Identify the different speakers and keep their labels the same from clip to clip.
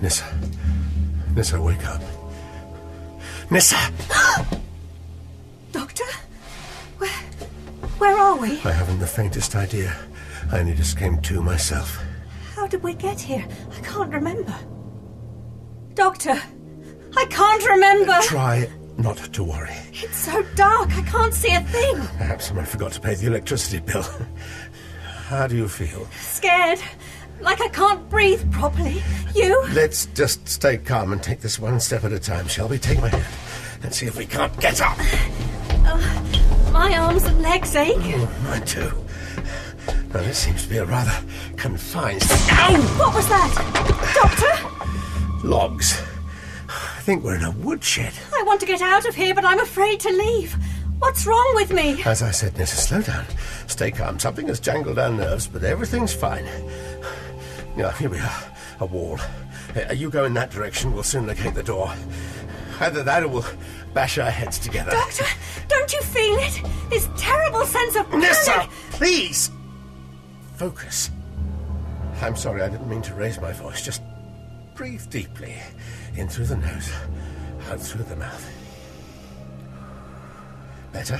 Speaker 1: Nissa. Nissa, wake up. Nissa!
Speaker 2: Doctor? Where. Where are we?
Speaker 1: I haven't the faintest idea. I only just came to myself.
Speaker 2: How did we get here? I can't remember. Doctor! I can't remember!
Speaker 1: Try not to worry.
Speaker 2: It's so dark, I can't see a thing!
Speaker 1: Perhaps someone forgot to pay the electricity bill. How do you feel?
Speaker 2: Scared. Like I can't breathe properly. You?
Speaker 1: Let's just stay calm and take this one step at a time, shall we? Take my hand and see if we can't get up.
Speaker 2: uh, My arms and legs ache.
Speaker 1: Oh, mine too. Now, this seems to be a rather confined. Ow!
Speaker 2: What was that? Doctor?
Speaker 1: Logs. I think we're in a woodshed.
Speaker 2: I want to get out of here, but I'm afraid to leave. What's wrong with me?
Speaker 1: As I said, Nissa, slow down. Stay calm. Something has jangled our nerves, but everything's fine. Yeah, here we are. A wall. Uh, you go in that direction. We'll soon locate the door. Either that or we'll bash our heads together.
Speaker 2: Doctor, don't you feel it? This terrible sense of panic.
Speaker 1: Nissa, please! Focus. I'm sorry, I didn't mean to raise my voice. Just breathe deeply. In through the nose, out through the mouth. Better?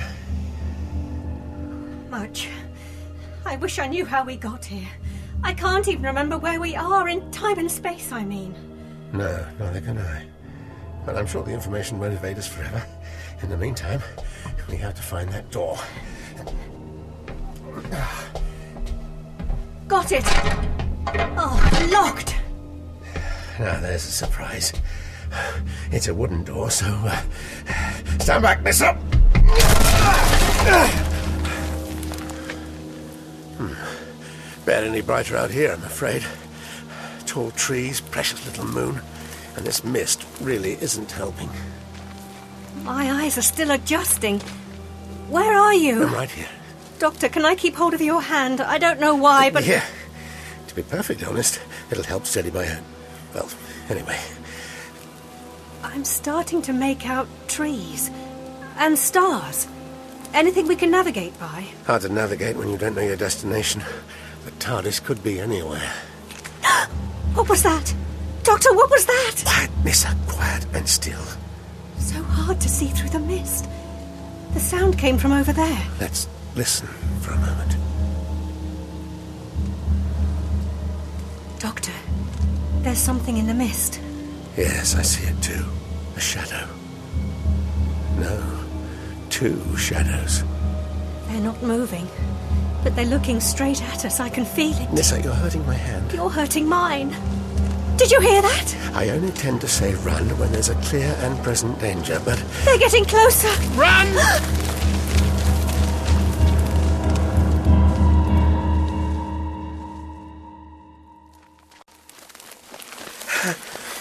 Speaker 2: Much. I wish I knew how we got here. I can't even remember where we are in time and space, I mean.
Speaker 1: No, neither can I. But I'm sure the information won't evade us forever. In the meantime, we have to find that door.
Speaker 2: Got it. Oh, locked.
Speaker 1: Now, there's a surprise. It's a wooden door, so. Uh, stand back, miss up! Hmm. Hmm. Barely any brighter out here, I'm afraid. Tall trees, precious little moon, and this mist really isn't helping.
Speaker 2: My eyes are still adjusting. Where are
Speaker 1: I'm
Speaker 2: you?
Speaker 1: right here.
Speaker 2: Doctor, can I keep hold of your hand? I don't know why, but.
Speaker 1: Here. To be perfectly honest, it'll help steady my own. Well, anyway,
Speaker 2: I'm starting to make out trees and stars. Anything we can navigate by.
Speaker 1: hard to navigate when you don't know your destination. The TARDIS could be anywhere.
Speaker 2: What was that? Doctor, what was that?
Speaker 1: Quiet, Missa, quiet and still.
Speaker 2: So hard to see through the mist. The sound came from over there.
Speaker 1: Let's listen for a moment.
Speaker 2: Doctor, there's something in the mist.
Speaker 1: Yes, I see it too. A shadow. No, two shadows.
Speaker 2: They're not moving, but they're looking straight at us. I can feel it.
Speaker 1: Nissa, you're hurting my hand.
Speaker 2: You're hurting mine. Did you hear that?
Speaker 1: I only tend to say run when there's a clear and present danger, but
Speaker 2: They're getting closer. Run!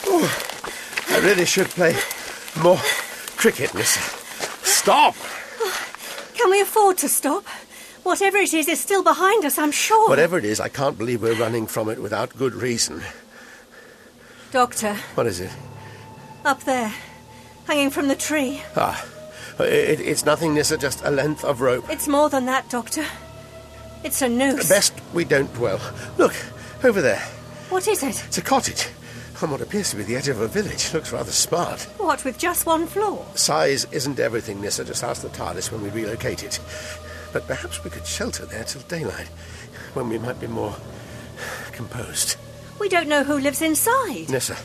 Speaker 1: I really should play more cricket, Nissa. Stop!
Speaker 2: Can we afford to stop? Whatever it is is still behind us, I'm sure.
Speaker 1: Whatever it is, I can't believe we're running from it without good reason.
Speaker 2: Doctor,
Speaker 1: What is it?
Speaker 2: up there, hanging from the tree.
Speaker 1: Ah, it, it's nothing, Nissa, just a length of rope.
Speaker 2: It's more than that, Doctor. It's a noose.
Speaker 1: Best we don't dwell. Look, over there.
Speaker 2: What is it?
Speaker 1: It's a cottage on what appears to be the edge of a village. Looks rather smart.
Speaker 2: What, with just one floor?
Speaker 1: Size isn't everything, Nissa. Just ask the TARDIS when we relocate it. But perhaps we could shelter there till daylight, when we might be more composed.
Speaker 2: We don't know who lives inside.
Speaker 1: Nissa,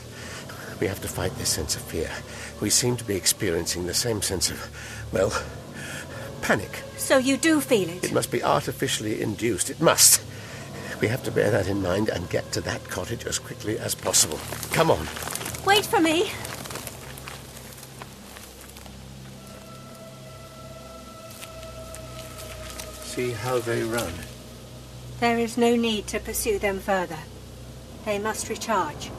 Speaker 1: we have to fight this sense of fear. We seem to be experiencing the same sense of, well, panic.
Speaker 2: So you do feel it.
Speaker 1: It must be artificially induced. It must. We have to bear that in mind and get to that cottage as quickly as possible. Come on.
Speaker 2: Wait for me.
Speaker 1: See how they run.
Speaker 2: There is no need to pursue them further. They must recharge.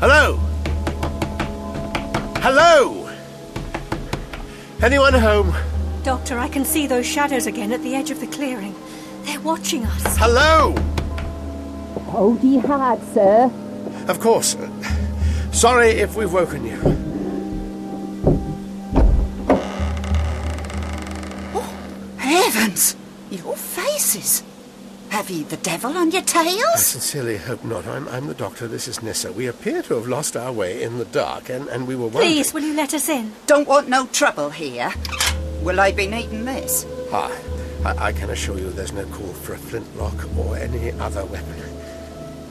Speaker 1: Hello! Hello! Anyone home?
Speaker 2: Doctor, I can see those shadows again at the edge of the clearing. They're watching us.
Speaker 1: Hello!
Speaker 3: Hold ye hard, sir.
Speaker 1: Of course. Sorry if we've woken you.
Speaker 4: Heavens! Your faces! Have ye the devil on your
Speaker 1: I
Speaker 4: tails?
Speaker 1: sincerely hope not. I'm, I'm the doctor. This is Nissa. We appear to have lost our way in the dark, and, and we were wondering...
Speaker 2: Please, will you let us in?
Speaker 4: Don't want no trouble here. Will I be needing this?
Speaker 1: Ah, I, I can assure you there's no call for a flintlock or any other weapon.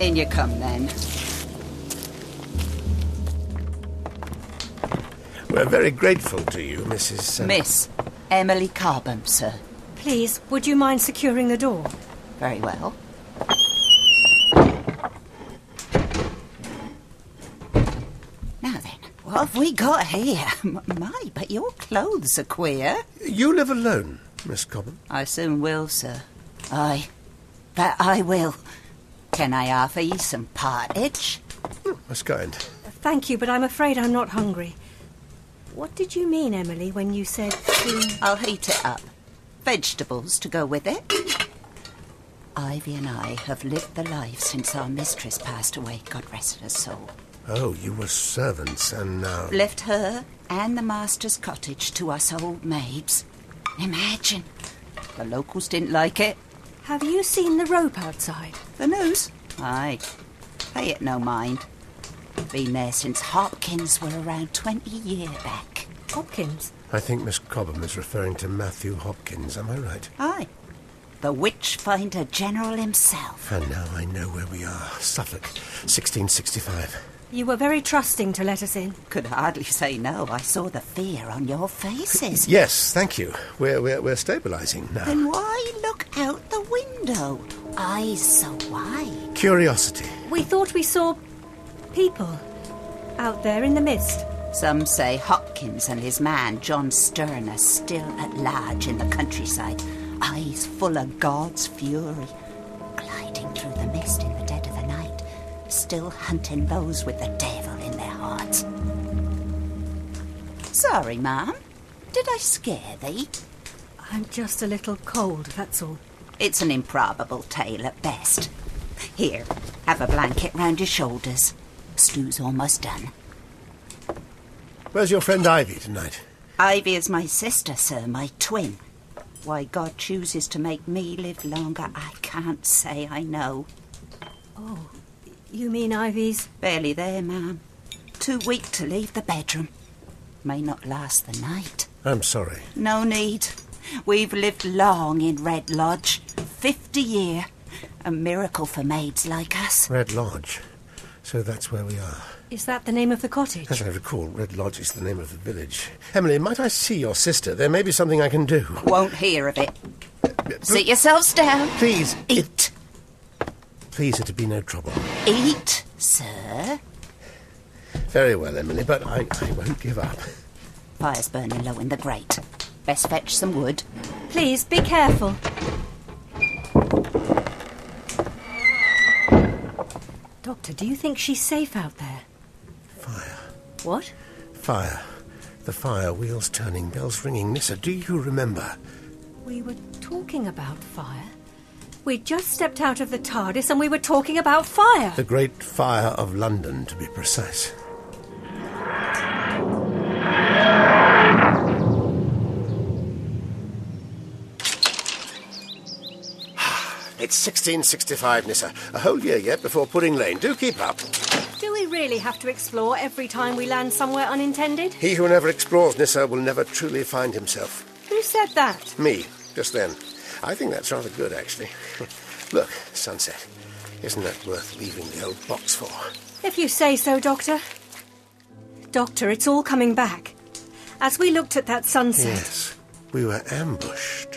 Speaker 4: In you come then.
Speaker 1: We're very grateful to you, Mrs... uh,
Speaker 4: Miss Emily Carbum, sir.
Speaker 2: Please, would you mind securing the door?
Speaker 4: Very well. Now then, what have we got here? M- My, but your clothes are queer.
Speaker 1: You live alone, Miss Cobham.
Speaker 4: I soon will, sir. Aye, that I will. Can I offer ye some partridge?
Speaker 1: Most kind.
Speaker 2: Thank you, but I'm afraid I'm not hungry. What did you mean, Emily, when you said we-
Speaker 4: I'll heat it up. Vegetables to go with it. Ivy and I have lived the life since our mistress passed away, God rest her soul.
Speaker 1: Oh, you were servants, and now...
Speaker 4: Left her and the master's cottage to us old maids. Imagine. The locals didn't like it.
Speaker 2: Have you seen the rope outside?
Speaker 4: The news? Aye. Pay it no mind. Been there since Hopkins were around 20 year back.
Speaker 2: Hopkins.
Speaker 1: I think Miss Cobham is referring to Matthew Hopkins, am I right?
Speaker 4: Aye. The witch finder general himself.
Speaker 1: And now I know where we are. Suffolk, 1665.
Speaker 2: You were very trusting to let us in.
Speaker 4: Could hardly say no. I saw the fear on your faces.
Speaker 1: Yes, thank you. We're, we're, we're stabilising now.
Speaker 4: Then why look out the window? Eyes so wide.
Speaker 1: Curiosity.
Speaker 2: We thought we saw people out there in the mist.
Speaker 4: Some say Hopkins and his man, John Stern, are still at large in the countryside, eyes full of God's fury, gliding through the mist in the dead of the night, still hunting those with the devil in their hearts. Sorry, ma'am. Did I scare thee?
Speaker 2: I'm just a little cold, that's all.
Speaker 4: It's an improbable tale at best. Here, have a blanket round your shoulders. Stew's almost done.
Speaker 1: Where's your friend Ivy tonight?
Speaker 4: Ivy is my sister, sir, my twin. Why God chooses to make me live longer, I can't say I know.
Speaker 2: You mean Ivy's?
Speaker 4: Barely there, ma'am. Too weak to leave the bedroom. May not last the night.
Speaker 1: I'm sorry.
Speaker 4: No need. We've lived long in Red Lodge. Fifty year. A miracle for maids like us.
Speaker 1: Red Lodge. So that's where we are.
Speaker 2: Is that the name of the cottage?
Speaker 1: As I recall, Red Lodge is the name of the village. Emily, might I see your sister? There may be something I can do.
Speaker 4: Won't hear of it. Sit yourselves down.
Speaker 1: Please, it,
Speaker 4: Eat.
Speaker 1: please, it'd be no trouble.
Speaker 4: Eat, sir.
Speaker 1: Very well, Emily, but I, I won't give up.
Speaker 4: Fire's burning low in the grate. Best fetch some wood.
Speaker 2: Please be careful. Doctor, do you think she's safe out there?
Speaker 1: Fire,
Speaker 2: What?
Speaker 1: fire, the fire, wheels turning, bells ringing. Nissa, do you remember?
Speaker 2: We were talking about fire. We just stepped out of the TARDIS and we were talking about fire.
Speaker 1: The Great Fire of London, to be precise. It's 1665, Nissa. A whole year yet before Pudding Lane. Do keep up.
Speaker 2: Do we really have to explore every time we land somewhere unintended?
Speaker 1: He who never explores Nissa will never truly find himself.
Speaker 2: Who said that?
Speaker 1: Me, just then. I think that's rather good, actually. Look, sunset. Isn't that worth leaving the old box for?
Speaker 2: If you say so, Doctor. Doctor, it's all coming back. As we looked at that sunset,
Speaker 1: Yes, we were ambushed.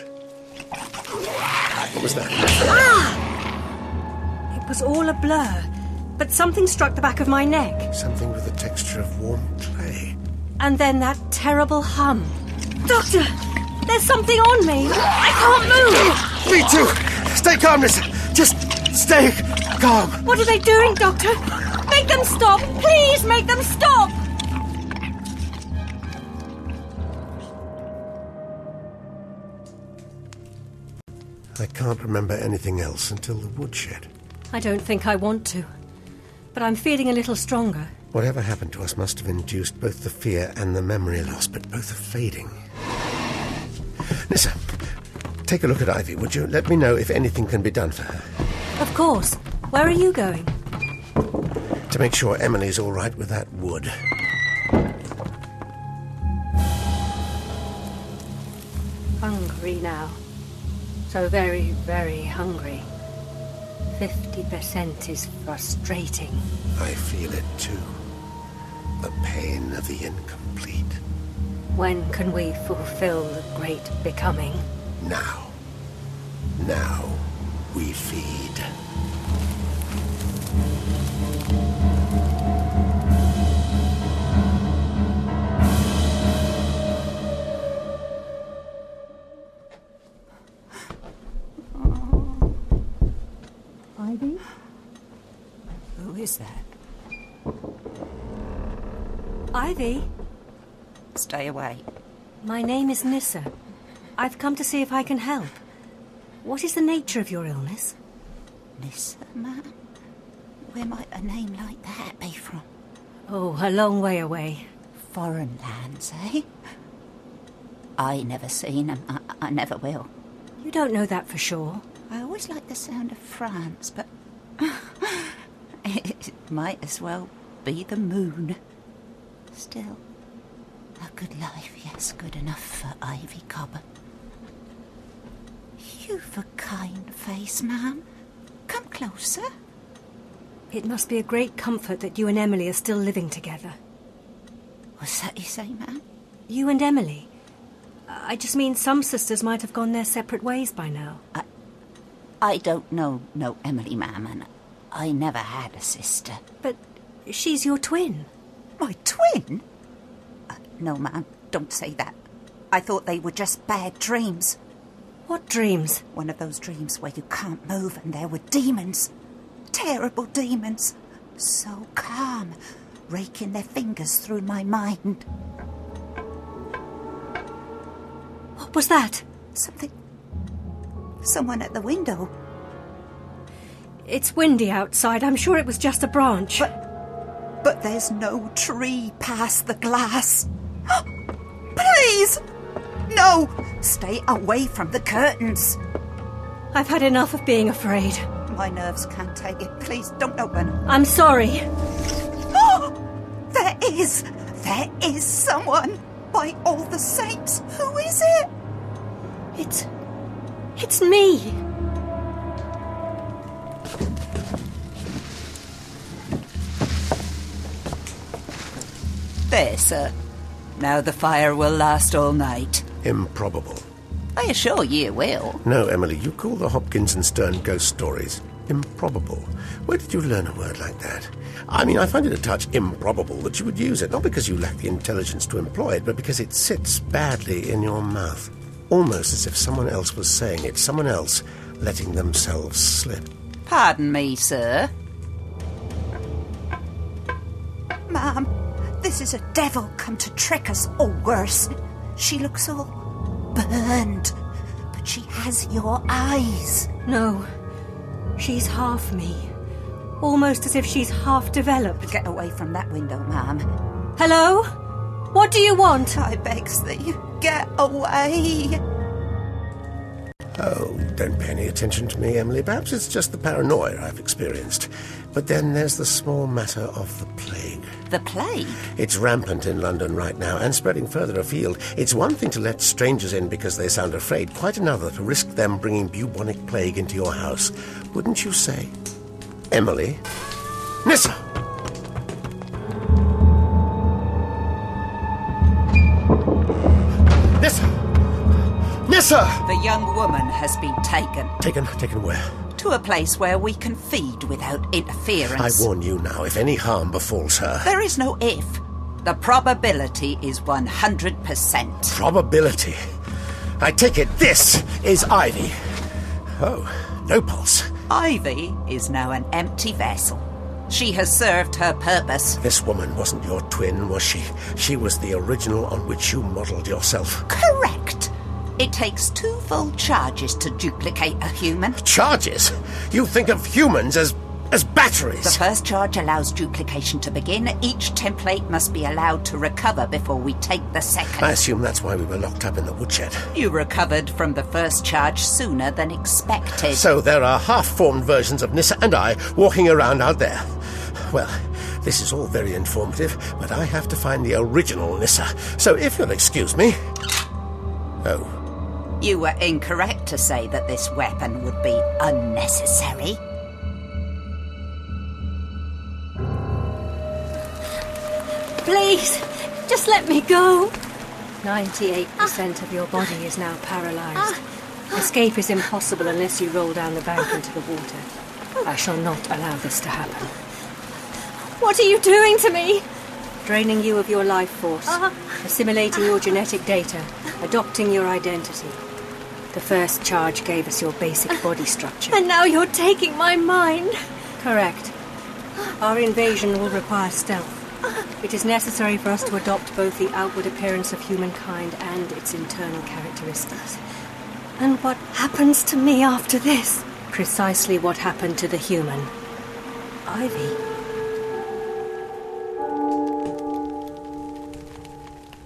Speaker 1: What was that?
Speaker 2: Ah! it was all a blur. But something struck the back of my neck.
Speaker 1: Something with the texture of warm clay.
Speaker 2: And then that terrible hum. Doctor! There's something on me! I can't move!
Speaker 1: Me too! Stay calm, Nissa! Just stay calm!
Speaker 2: What are they doing, Doctor? Make them stop! Please make them stop!
Speaker 1: I can't remember anything else until the woodshed.
Speaker 2: I don't think I want to. But I'm feeling a little stronger.
Speaker 1: Whatever happened to us must have induced both the fear and the memory loss, but both are fading. Nissa, Take a look at Ivy, would you? Let me know if anything can be done for her.
Speaker 2: Of course. Where are you going?
Speaker 1: To make sure Emily's all right with that wood.
Speaker 2: Hungry now. So very, very hungry. 50% is frustrating.
Speaker 1: I feel it too. The pain of the incomplete.
Speaker 2: When can we fulfill the great becoming?
Speaker 1: Now. Now we feed.
Speaker 3: Ivy?
Speaker 4: Who is that?
Speaker 2: Ivy,
Speaker 4: Stay away.
Speaker 2: my name is Nissa. I've come to see if I can help. What is the nature of your illness?
Speaker 4: Nissa, ma'am? Where might a name like that be from?
Speaker 2: Oh, a long way away.
Speaker 4: Foreign lands, eh? I never seen 'em. I, I never will.
Speaker 2: You don't know that for sure.
Speaker 4: I always like the sound of France, but it might as well be the moon. Still, a good life, yes, good enough for Ivy Cobham. You've a kind face, ma'am. Come closer.
Speaker 2: It must be a great comfort that you and Emily are still living together.
Speaker 4: What's that you say, ma'am?
Speaker 2: You and Emily. I just mean some sisters might have gone their separate ways by now.
Speaker 4: I don't know no Emily, ma'am, and I never had a sister.
Speaker 2: But she's your twin.
Speaker 4: My twin? Uh, no, ma'am, don't say that. I thought they were just bad dreams.
Speaker 2: What dreams?
Speaker 4: One of those dreams where you can't move and there were demons. Terrible demons. So calm, raking their fingers through my mind.
Speaker 2: What was that?
Speaker 4: Something. Someone at the window.
Speaker 2: It's windy outside. I'm sure it was just a branch.
Speaker 4: But- But there's no tree past the glass. Please! No! Stay away from the curtains.
Speaker 2: I've had enough of being afraid.
Speaker 4: My nerves can't take it. Please don't open. Oh!
Speaker 2: I'm sorry.
Speaker 4: there is! There is someone! By all the saints! Who is it?
Speaker 2: It's. It's me.
Speaker 4: There, sir. Now the fire will last all night.
Speaker 1: Improbable.
Speaker 4: I assure you it will.
Speaker 1: No, Emily, you call the Hopkins and Stern ghost stories improbable. Where did you learn a word like that? I mean, I find it a touch improbable that you would use it, not because you lack the intelligence to employ it, but because it sits badly in your mouth. Almost as if someone else was saying it, someone else letting themselves slip.
Speaker 4: Pardon me, sir. Ma'am, this is a devil come to trick us, or worse. She looks all burned, but she has your eyes.
Speaker 2: No. She's half me. Almost as if she's half developed.
Speaker 4: Get away from that window, ma'am.
Speaker 2: Hello? What do you want?
Speaker 4: I begs thee, get away.
Speaker 1: Oh, don't pay any attention to me, Emily. Perhaps it's just the paranoia I've experienced. But then there's the small matter of the plague.
Speaker 4: The plague?
Speaker 1: It's rampant in London right now and spreading further afield. It's one thing to let strangers in because they sound afraid, quite another to risk them bringing bubonic plague into your house. Wouldn't you say? Emily? Nissa! Nissa! Nissa!
Speaker 4: The young woman has been taken
Speaker 1: Taken, taken where?
Speaker 4: to a place where we can feed without
Speaker 1: I
Speaker 4: interference.
Speaker 1: warn you now, if any harm befalls her,
Speaker 4: There is no if. The probability is 100%.
Speaker 1: probability. I take it this is Ivy. Oh, no pulse.
Speaker 4: Ivy is now an empty vessel. She has served her purpose.
Speaker 1: This woman wasn't your twin, was she? She was the original on which you modelled yourself.
Speaker 4: Correct. It takes two full charges to duplicate a human.
Speaker 1: Charges? You think of humans as as batteries.
Speaker 4: The first charge allows duplication to begin. Each template must be allowed to recover before we take the second.
Speaker 1: I assume that's why we were locked up in the woodshed.
Speaker 4: You recovered from the first charge sooner than expected.
Speaker 1: So there are half formed versions of Nissa and I walking around out there. Well, this is all very informative, but I have to find the original Nissa. So if you'll excuse me. Oh.
Speaker 4: You were incorrect to say that this weapon would be unnecessary.
Speaker 2: Please, just let me go. 98% of your body is now paralyzed.
Speaker 5: Ah.
Speaker 2: Escape is impossible unless you roll down the bank into the water. I shall not allow this to happen.
Speaker 5: What are you doing to me? Ah.
Speaker 2: Draining you of your life force, assimilating your genetic data, adopting your identity. The first charge gave us your basic body structure.
Speaker 5: And now you're taking my mind.
Speaker 2: Correct. Our invasion will require stealth. It is necessary for us to adopt both the outward appearance of humankind and its internal characteristics.
Speaker 5: And what happens to me after this?
Speaker 2: Precisely what happened to the human. Ivy.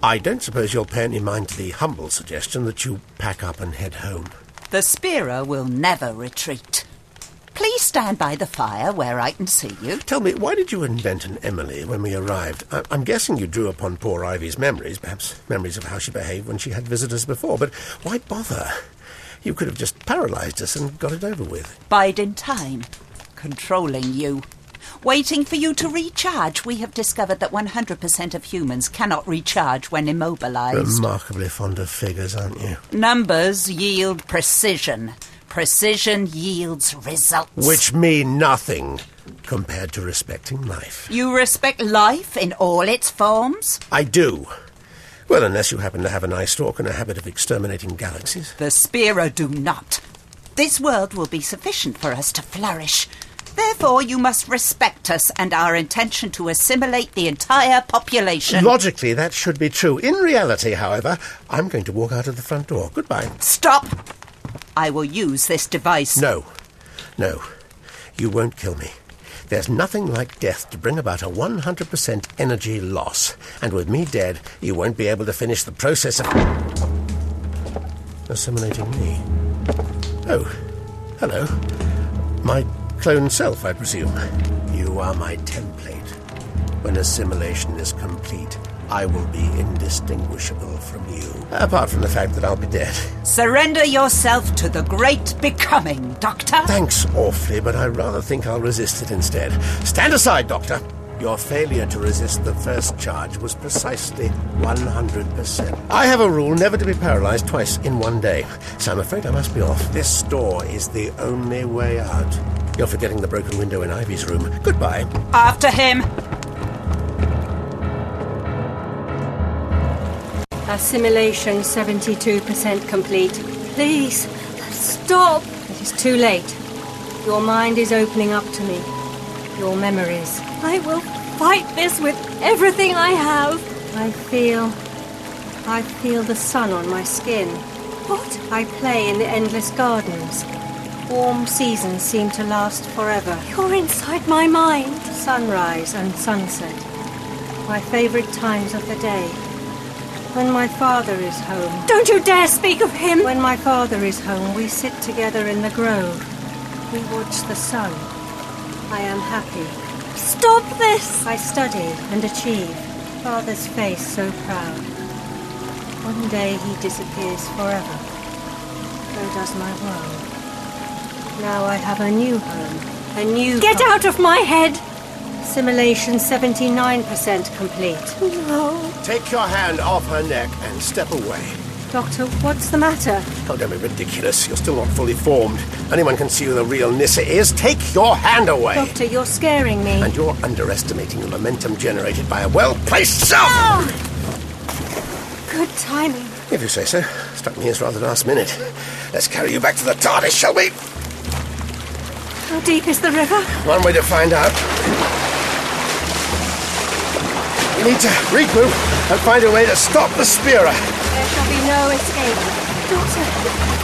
Speaker 1: I don't suppose you'll pay any mind to the humble suggestion that you pack up and head home.
Speaker 4: The Spearer will never retreat. Please stand by the fire where I can see you.
Speaker 1: Tell me, why did you invent an Emily when we arrived? I- I'm guessing you drew upon poor Ivy's memories, perhaps memories of how she behaved when she had visitors before, but why bother? You could have just paralysed us and got it over with.
Speaker 4: Bide in time, controlling you. Waiting for you to recharge, we have discovered that 100% of humans cannot recharge when immobilized.
Speaker 1: Remarkably fond of figures, aren't you?
Speaker 4: Numbers yield precision. Precision yields results.
Speaker 1: Which mean nothing compared to respecting life.
Speaker 4: You respect life in all its forms?
Speaker 1: I do. Well, unless you happen to have an eye stalk and a habit of exterminating galaxies.
Speaker 4: The Spira do not. This world will be sufficient for us to flourish. Therefore, you must respect us and our intention to assimilate the entire population.
Speaker 1: Logically, that should be true. In reality, however, I'm going to walk out of the front door. Goodbye.
Speaker 4: Stop! I will use this device.
Speaker 1: No, no, you won't kill me. There's nothing like death to bring about a 100% energy loss. And with me dead, you won't be able to finish the process of assimilating me. Oh, hello. My clone self, I presume. You are my template. When assimilation is complete, I will be indistinguishable from you. Apart from the fact that I'll be dead.
Speaker 4: Surrender yourself to the great becoming, Doctor.
Speaker 1: Thanks awfully, but I rather think I'll resist it instead. Stand aside, Doctor. Your failure to resist the first charge was precisely 100%. I have a rule never to be paralyzed twice in one day, so I'm afraid I must be off. This door is the only way out. You're forgetting the broken window in Ivy's room. Goodbye.
Speaker 4: After him.
Speaker 2: Assimilation 72% complete.
Speaker 5: Please, stop.
Speaker 2: It is too late. Your mind is opening up to me. Your memories.
Speaker 5: I will fight this with everything I have.
Speaker 2: I feel. I feel the sun on my skin.
Speaker 5: What?
Speaker 2: I play in the endless gardens. Warm seasons seem to last forever.
Speaker 5: You're inside my mind.
Speaker 2: Sunrise and sunset. My favorite times of the day. When my father is home.
Speaker 5: Don't you dare speak of him.
Speaker 2: When my father is home, we sit together in the grove. We watch the sun. I am happy.
Speaker 5: Stop this.
Speaker 2: I study and achieve. Father's face so proud. One day he disappears forever. So does my world. Now I have a new home. A new.
Speaker 5: Get
Speaker 2: home.
Speaker 5: out of my head.
Speaker 2: Simulation 79% complete.
Speaker 5: No.
Speaker 1: Take your hand off her neck and step away.
Speaker 2: Doctor, what's the matter?
Speaker 1: Oh, don't be ridiculous. You're still not fully formed. Anyone can see who the real Nissa is. Take your hand away.
Speaker 2: Doctor, you're scaring me.
Speaker 1: And you're underestimating the momentum generated by a well placed self.
Speaker 5: Good timing.
Speaker 1: If you say so. Struck me as rather last minute. Let's carry you back to the TARDIS, shall we?
Speaker 5: How deep is the river?
Speaker 1: One way to find out. We need to regroup and find a way to stop the Spearer.
Speaker 2: There shall be no escape.
Speaker 5: Daughter,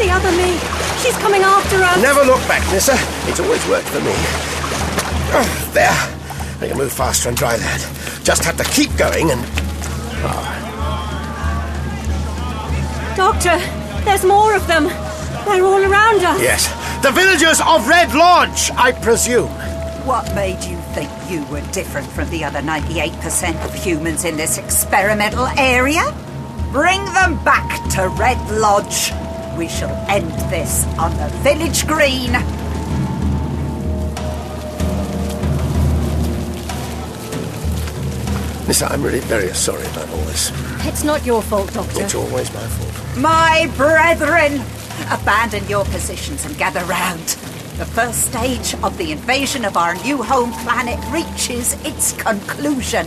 Speaker 5: the other me. She's coming after us.
Speaker 1: Never look back, Nissa. It's always worked for me. Ah, There. I can move faster on dry land. Just have to keep going and. Oh,
Speaker 5: Doctor, there's more of them. They're all around us.
Speaker 1: yes. The villagers of Red Lodge, I presume.
Speaker 4: What made you think you were different from the other 98% of humans in this experimental area? Bring them back to Red Lodge. We shall end this on the village green.
Speaker 1: Listen, I'm really very sorry about all this.
Speaker 2: It's not your fault, Doctor.
Speaker 1: It's always my fault.
Speaker 4: My brethren, abandon your positions and gather round. The first stage of the invasion of our new home planet reaches its conclusion.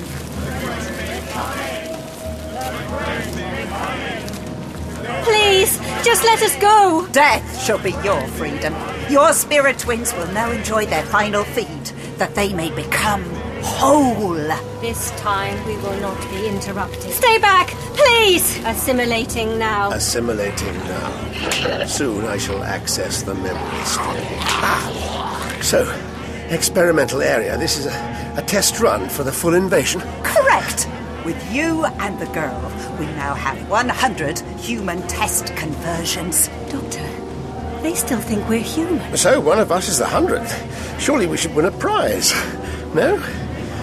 Speaker 5: Please, just let us go.
Speaker 4: Death shall be your freedom. Your spirit twins will now enjoy their final feed, that they may become whole.
Speaker 2: This time we will not be interrupted.
Speaker 5: Stay back, please.
Speaker 2: Assimilating now.
Speaker 1: Uh, Assimilating now. Soon I shall access the memory stream. Ah. So, experimental area. This is a, a test run for the full invasion.
Speaker 4: Correct. With you and the girl, we now have 100 human test conversions.
Speaker 2: Doctor, they still think we're human.
Speaker 1: So, one of us is the hundredth. Surely we should win a prize. No?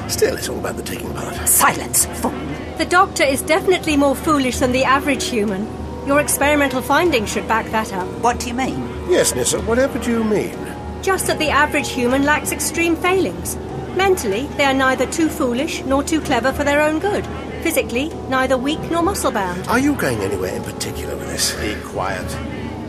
Speaker 1: Still, it's all about the taking part.
Speaker 4: Silence, fool.
Speaker 2: The Doctor is definitely more foolish than the average human. Your experimental findings should back that up.
Speaker 4: What do you mean?
Speaker 1: Yes, Nissa, whatever do you mean?
Speaker 2: Just that the average human lacks extreme failings. Mentally, they are neither too foolish nor too clever for their own good. Physically, neither weak nor muscle bound.
Speaker 1: Are you going anywhere in particular with this? Be quiet.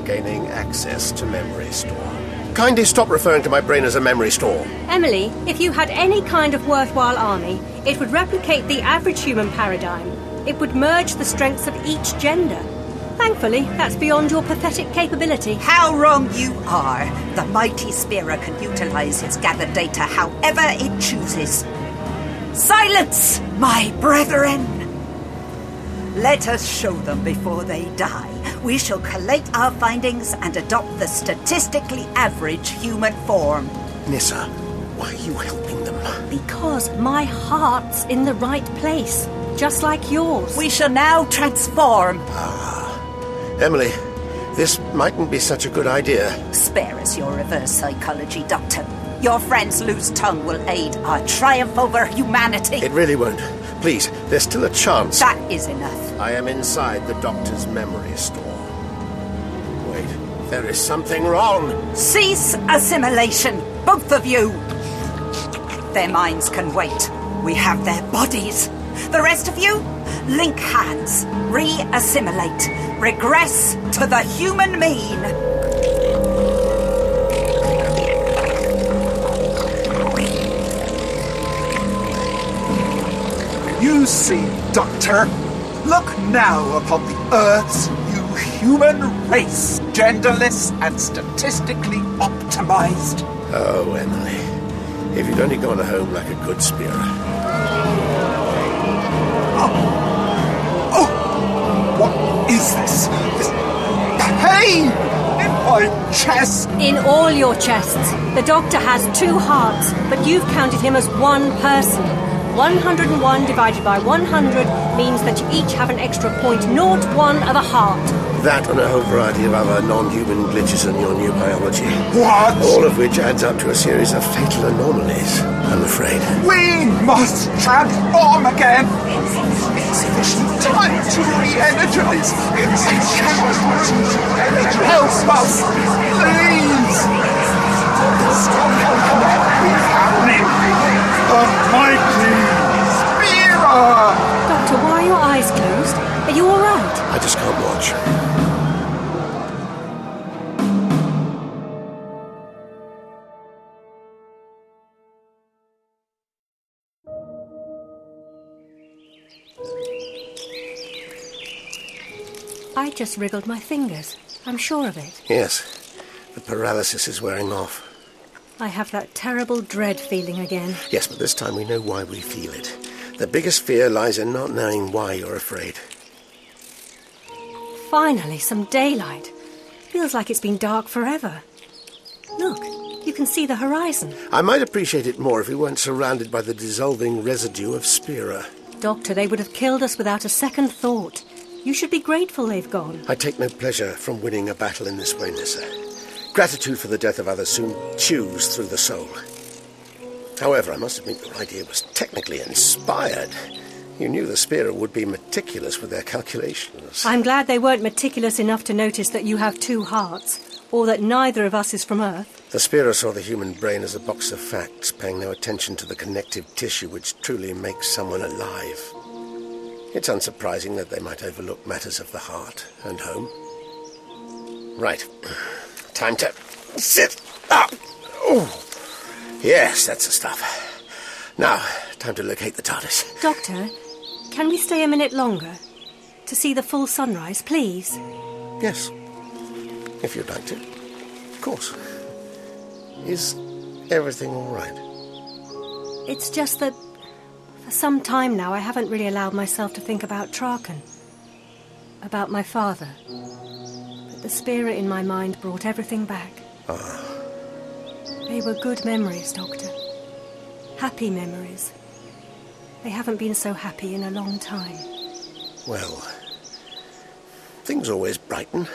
Speaker 1: Gaining access to memory store. Kindly stop referring to my brain as a memory store.
Speaker 2: Emily, if you had any kind of worthwhile army, it would replicate the average human paradigm. It would merge the strengths of each gender. Thankfully, that's beyond your pathetic capability.
Speaker 4: How wrong you are. The mighty Spira can utilize its gathered data however it chooses. Silence, my brethren! Let us show them before they die. We shall collate our findings and adopt the statistically average human form.
Speaker 1: Nissa, why are you helping them?
Speaker 2: Because my heart's in the right place, just like yours.
Speaker 4: We shall now transform.
Speaker 1: Ah. Emily, this mightn't be such a good idea.
Speaker 4: Spare us your reverse psychology, Doctor. Your friend's loose tongue will aid our triumph over humanity.
Speaker 1: It really won't. Please, there's still a chance.
Speaker 4: that is enough.
Speaker 1: I am inside the doctor's memory store. Wait, there is something wrong.
Speaker 4: Cease assimilation, both of you! Their minds can wait. We have their bodies. The rest of you, link hands, re assimilate, regress to the human mean.
Speaker 6: You see, Doctor, look now upon the Earth's new human race, genderless and statistically optimized.
Speaker 1: Oh, Emily, if you'd only gone home like a good spearer.
Speaker 6: Oh, What is this? This pain in my chest!
Speaker 2: In all your chests, the doctor has two hearts, but you've counted him as one person. 101 divided by 100 means that you each have an extra 0.01 of a heart.
Speaker 1: That and a whole variety of other non-human glitches in your new biology.
Speaker 6: What?
Speaker 1: All of which adds up to a series of fatal anomalies, I'm afraid.
Speaker 6: We must transform again! It's time to re-energize! It's Help us! Please! The mighty Spira!
Speaker 2: Doctor, why are your eyes closed? Are you alright?
Speaker 1: I just can't watch.
Speaker 2: I just wriggled my fingers. I'm sure of it.
Speaker 1: Yes, the paralysis is wearing off.
Speaker 2: I have that terrible dread feeling again.
Speaker 1: Yes, but this time we know why we feel it. The biggest fear lies in not knowing why you're afraid.
Speaker 2: Finally, some daylight. Feels like it's been dark forever. Look, you can see the horizon.
Speaker 1: I might appreciate it more if we weren't surrounded by the dissolving residue of Spira.
Speaker 2: Doctor, they would have killed us without a second thought. You should be grateful they've gone.
Speaker 1: I take no pleasure from winning a battle in this way, Nissa. Gratitude for the death of others soon chews through the soul. However, I must admit your idea was technically inspired. You knew the Spira would be meticulous with their calculations.
Speaker 2: I'm glad they weren't meticulous enough to notice that you have two hearts, or that neither of us is from Earth.
Speaker 1: The Spira saw the human brain as a box of facts, paying no attention to the connective tissue which truly makes someone alive. It's unsurprising that they might overlook matters of the heart and home. Right. Time to sit up. Oh, yes, that's the stuff. Now, time to locate the TARDIS.
Speaker 2: Doctor, can we stay a minute longer? To see the full sunrise, please.
Speaker 1: Yes, if you'd like to. Of course. Is everything all right?
Speaker 2: It's just that for some time now I haven't really allowed myself to think about Traken. About my father. But the spirit in my mind brought everything back. They were good memories, Doctor. Happy memories. They haven't been so happy in a long time.
Speaker 1: Well, things always brighten,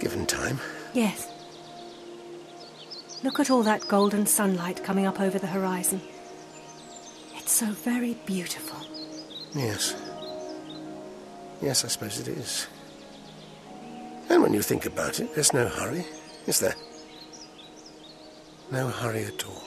Speaker 1: given time.
Speaker 2: Yes. Look at all that golden sunlight coming up over the horizon. It's so very beautiful.
Speaker 1: Yes. Yes, I suppose it is. And when you think about it, there's no hurry, is there? No hurry at all.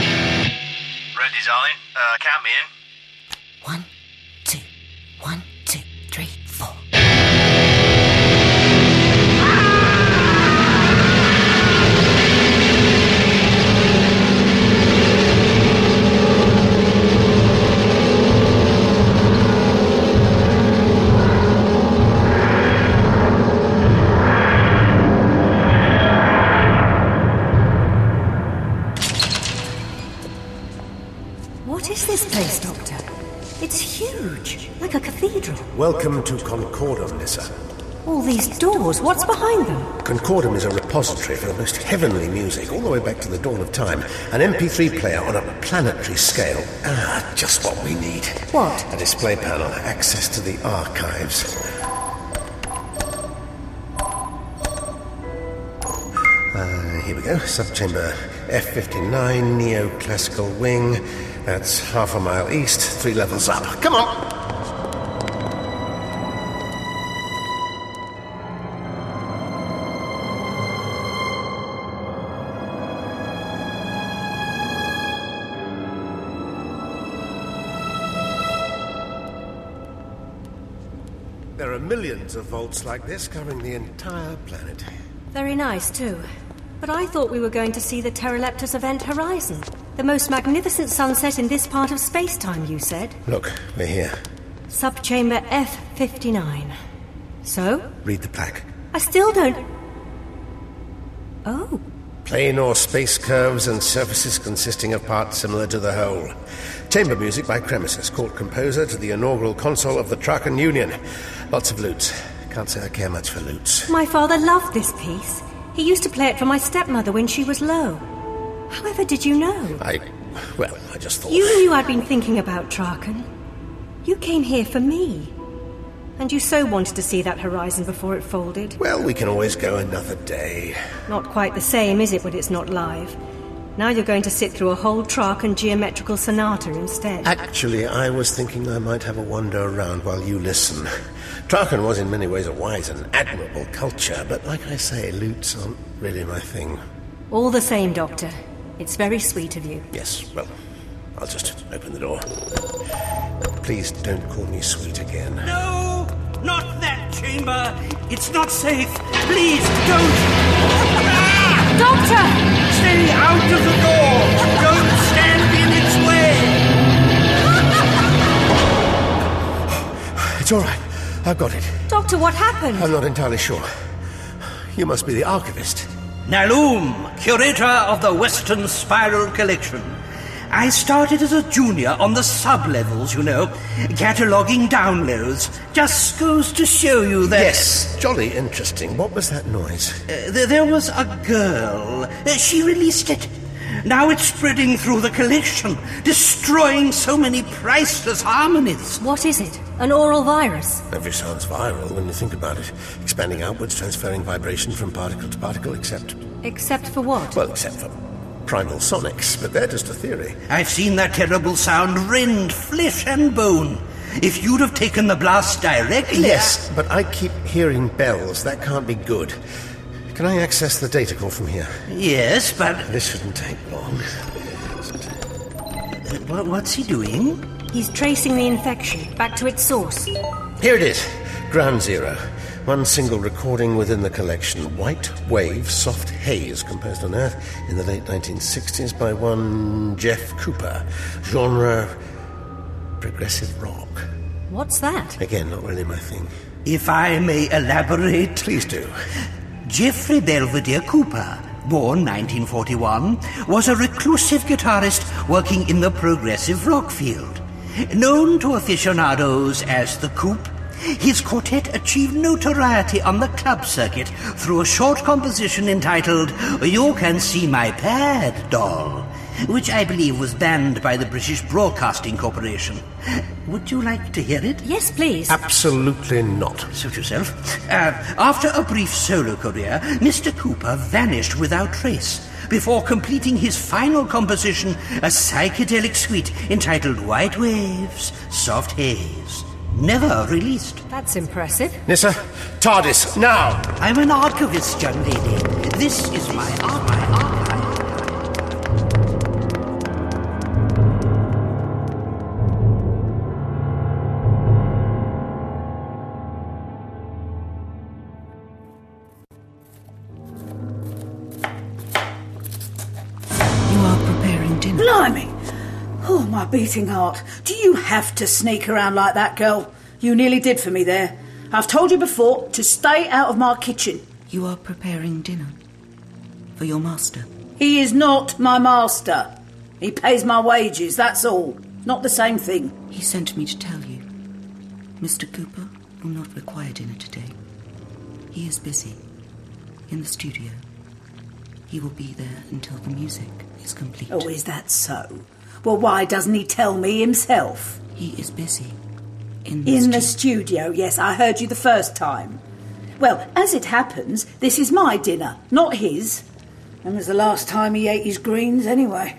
Speaker 7: Ready, darling. Uh, count me in.
Speaker 4: One, two, one, two, three, four.
Speaker 2: What is this place, Doctor? It's huge, like a cathedral.
Speaker 1: Welcome to Concordum, Nissa.
Speaker 2: All these doors, what's behind them?
Speaker 1: Concordum is a repository for the most heavenly music, all the way back to the dawn of time. An MP3 player on a planetary scale. Ah, just what we need.
Speaker 2: What?
Speaker 1: A display panel, access to the archives. Uh, here we go. Subchamber F59, neoclassical wing. That's half a mile east, three levels up. Come on! There are millions of vaults like this covering the entire planet.
Speaker 2: Very nice, too. But I thought we were going to see the Pteroleptus event horizon. The most magnificent sunset in this part of space time, you said.
Speaker 1: Look, we're here.
Speaker 2: Subchamber F59. So?
Speaker 1: Read the plaque.
Speaker 2: I still don't. Oh,
Speaker 1: Plane or space curves and surfaces consisting of parts similar to the whole. Chamber music by Cremesis, court composer to the inaugural console of the Trakan Union. Lots of lutes. Can't say I care much for lutes.
Speaker 2: my father loved this piece. He used to play it for my stepmother when she was low. However, did you know?
Speaker 1: I. Well, I just thought.
Speaker 2: You knew I'd been thinking about Traken. You came here for me. And you so wanted to see that horizon before it folded.
Speaker 1: Well, we can always go another day.
Speaker 2: Not quite the same, is it, when it's not live? Now you're going to sit through a whole Trark and geometrical sonata instead.
Speaker 1: Actually, I was thinking I might have a wander around while you listen. Tarkin was in many ways a wise and admirable culture, but like I say, lutes aren't really my thing.
Speaker 2: All the same, Doctor. It's very sweet of you.
Speaker 1: Yes, well, I'll just open the door. Please don't call me sweet again.
Speaker 8: No! Not that chamber! It's not safe! Please don't! Ah!
Speaker 5: Doctor!
Speaker 8: Stay out of the door! Don't stand in its way!
Speaker 1: It's all right. I've got it.
Speaker 5: Doctor, what happened?
Speaker 1: I'm not entirely sure. You must be the archivist.
Speaker 8: Naloom, curator of the Western Spiral Collection. I started as a junior on the sub levels, you know, cataloguing downloads. Just goes to show you that.
Speaker 1: Yes, jolly interesting. What was that noise?
Speaker 8: Uh, there, there was a girl. Uh, she released it. Now it's spreading through the collection, destroying so many priceless harmonies.
Speaker 2: What is it? An oral virus?
Speaker 1: Every sound's viral when you think about it. Expanding outwards, transferring vibration from particle to particle, except.
Speaker 2: Except for what?
Speaker 1: Well, except for primal sonics, but they're just a theory.
Speaker 8: I've seen that terrible sound rend flesh and bone. If you'd have taken the blast directly.
Speaker 1: Yes, I... but I keep hearing bells. That can't be good. Can I access the data call from here?
Speaker 8: Yes, but.
Speaker 1: This shouldn't take long.
Speaker 8: What's he doing?
Speaker 2: He's tracing the infection back to its source.
Speaker 1: Here it is Ground Zero. One single recording within the collection. White Wave Soft Haze, composed on Earth in the late 1960s by one Jeff Cooper. Genre progressive rock.
Speaker 2: What's that?
Speaker 1: Again, not really my thing.
Speaker 8: If I may elaborate.
Speaker 1: Please do.
Speaker 8: Jeffrey Belvedere Cooper, born 1941, was a reclusive guitarist working in the progressive rock field. Known to aficionados as the Coop, his quartet achieved notoriety on the club circuit through a short composition entitled You Can See My Pad, Doll, which I believe was banned by the British Broadcasting Corporation. Would you like to hear it?
Speaker 2: Yes, please.
Speaker 1: Absolutely not.
Speaker 8: Suit yourself. Uh, after a brief solo career, Mr. Cooper vanished without trace before completing his final composition, a psychedelic suite entitled White Waves, Soft Haze never released.
Speaker 2: That's impressive.
Speaker 1: Nissa, TARDIS, now!
Speaker 8: I'm an archivist, young lady. This is my archive.
Speaker 9: You are preparing dinner.
Speaker 10: Blimey! Oh, my beating heart. Do you have to sneak around like that, girl? You nearly did for me there. I've told you before to stay out of my kitchen.
Speaker 9: You are preparing dinner for your master.
Speaker 10: He is not my master. He pays my wages, that's all. Not the same thing.
Speaker 9: He sent me to tell you. Mr. Cooper will not require dinner today. He is busy in the studio. He will be there until the music is complete.
Speaker 10: Oh, is that so? Well, why doesn't he tell me himself?
Speaker 9: He is busy.
Speaker 10: In the, in stu- the studio, yes, I heard you the first time. Well, as it happens, this is my dinner, not his. And was the last time he ate his greens, anyway.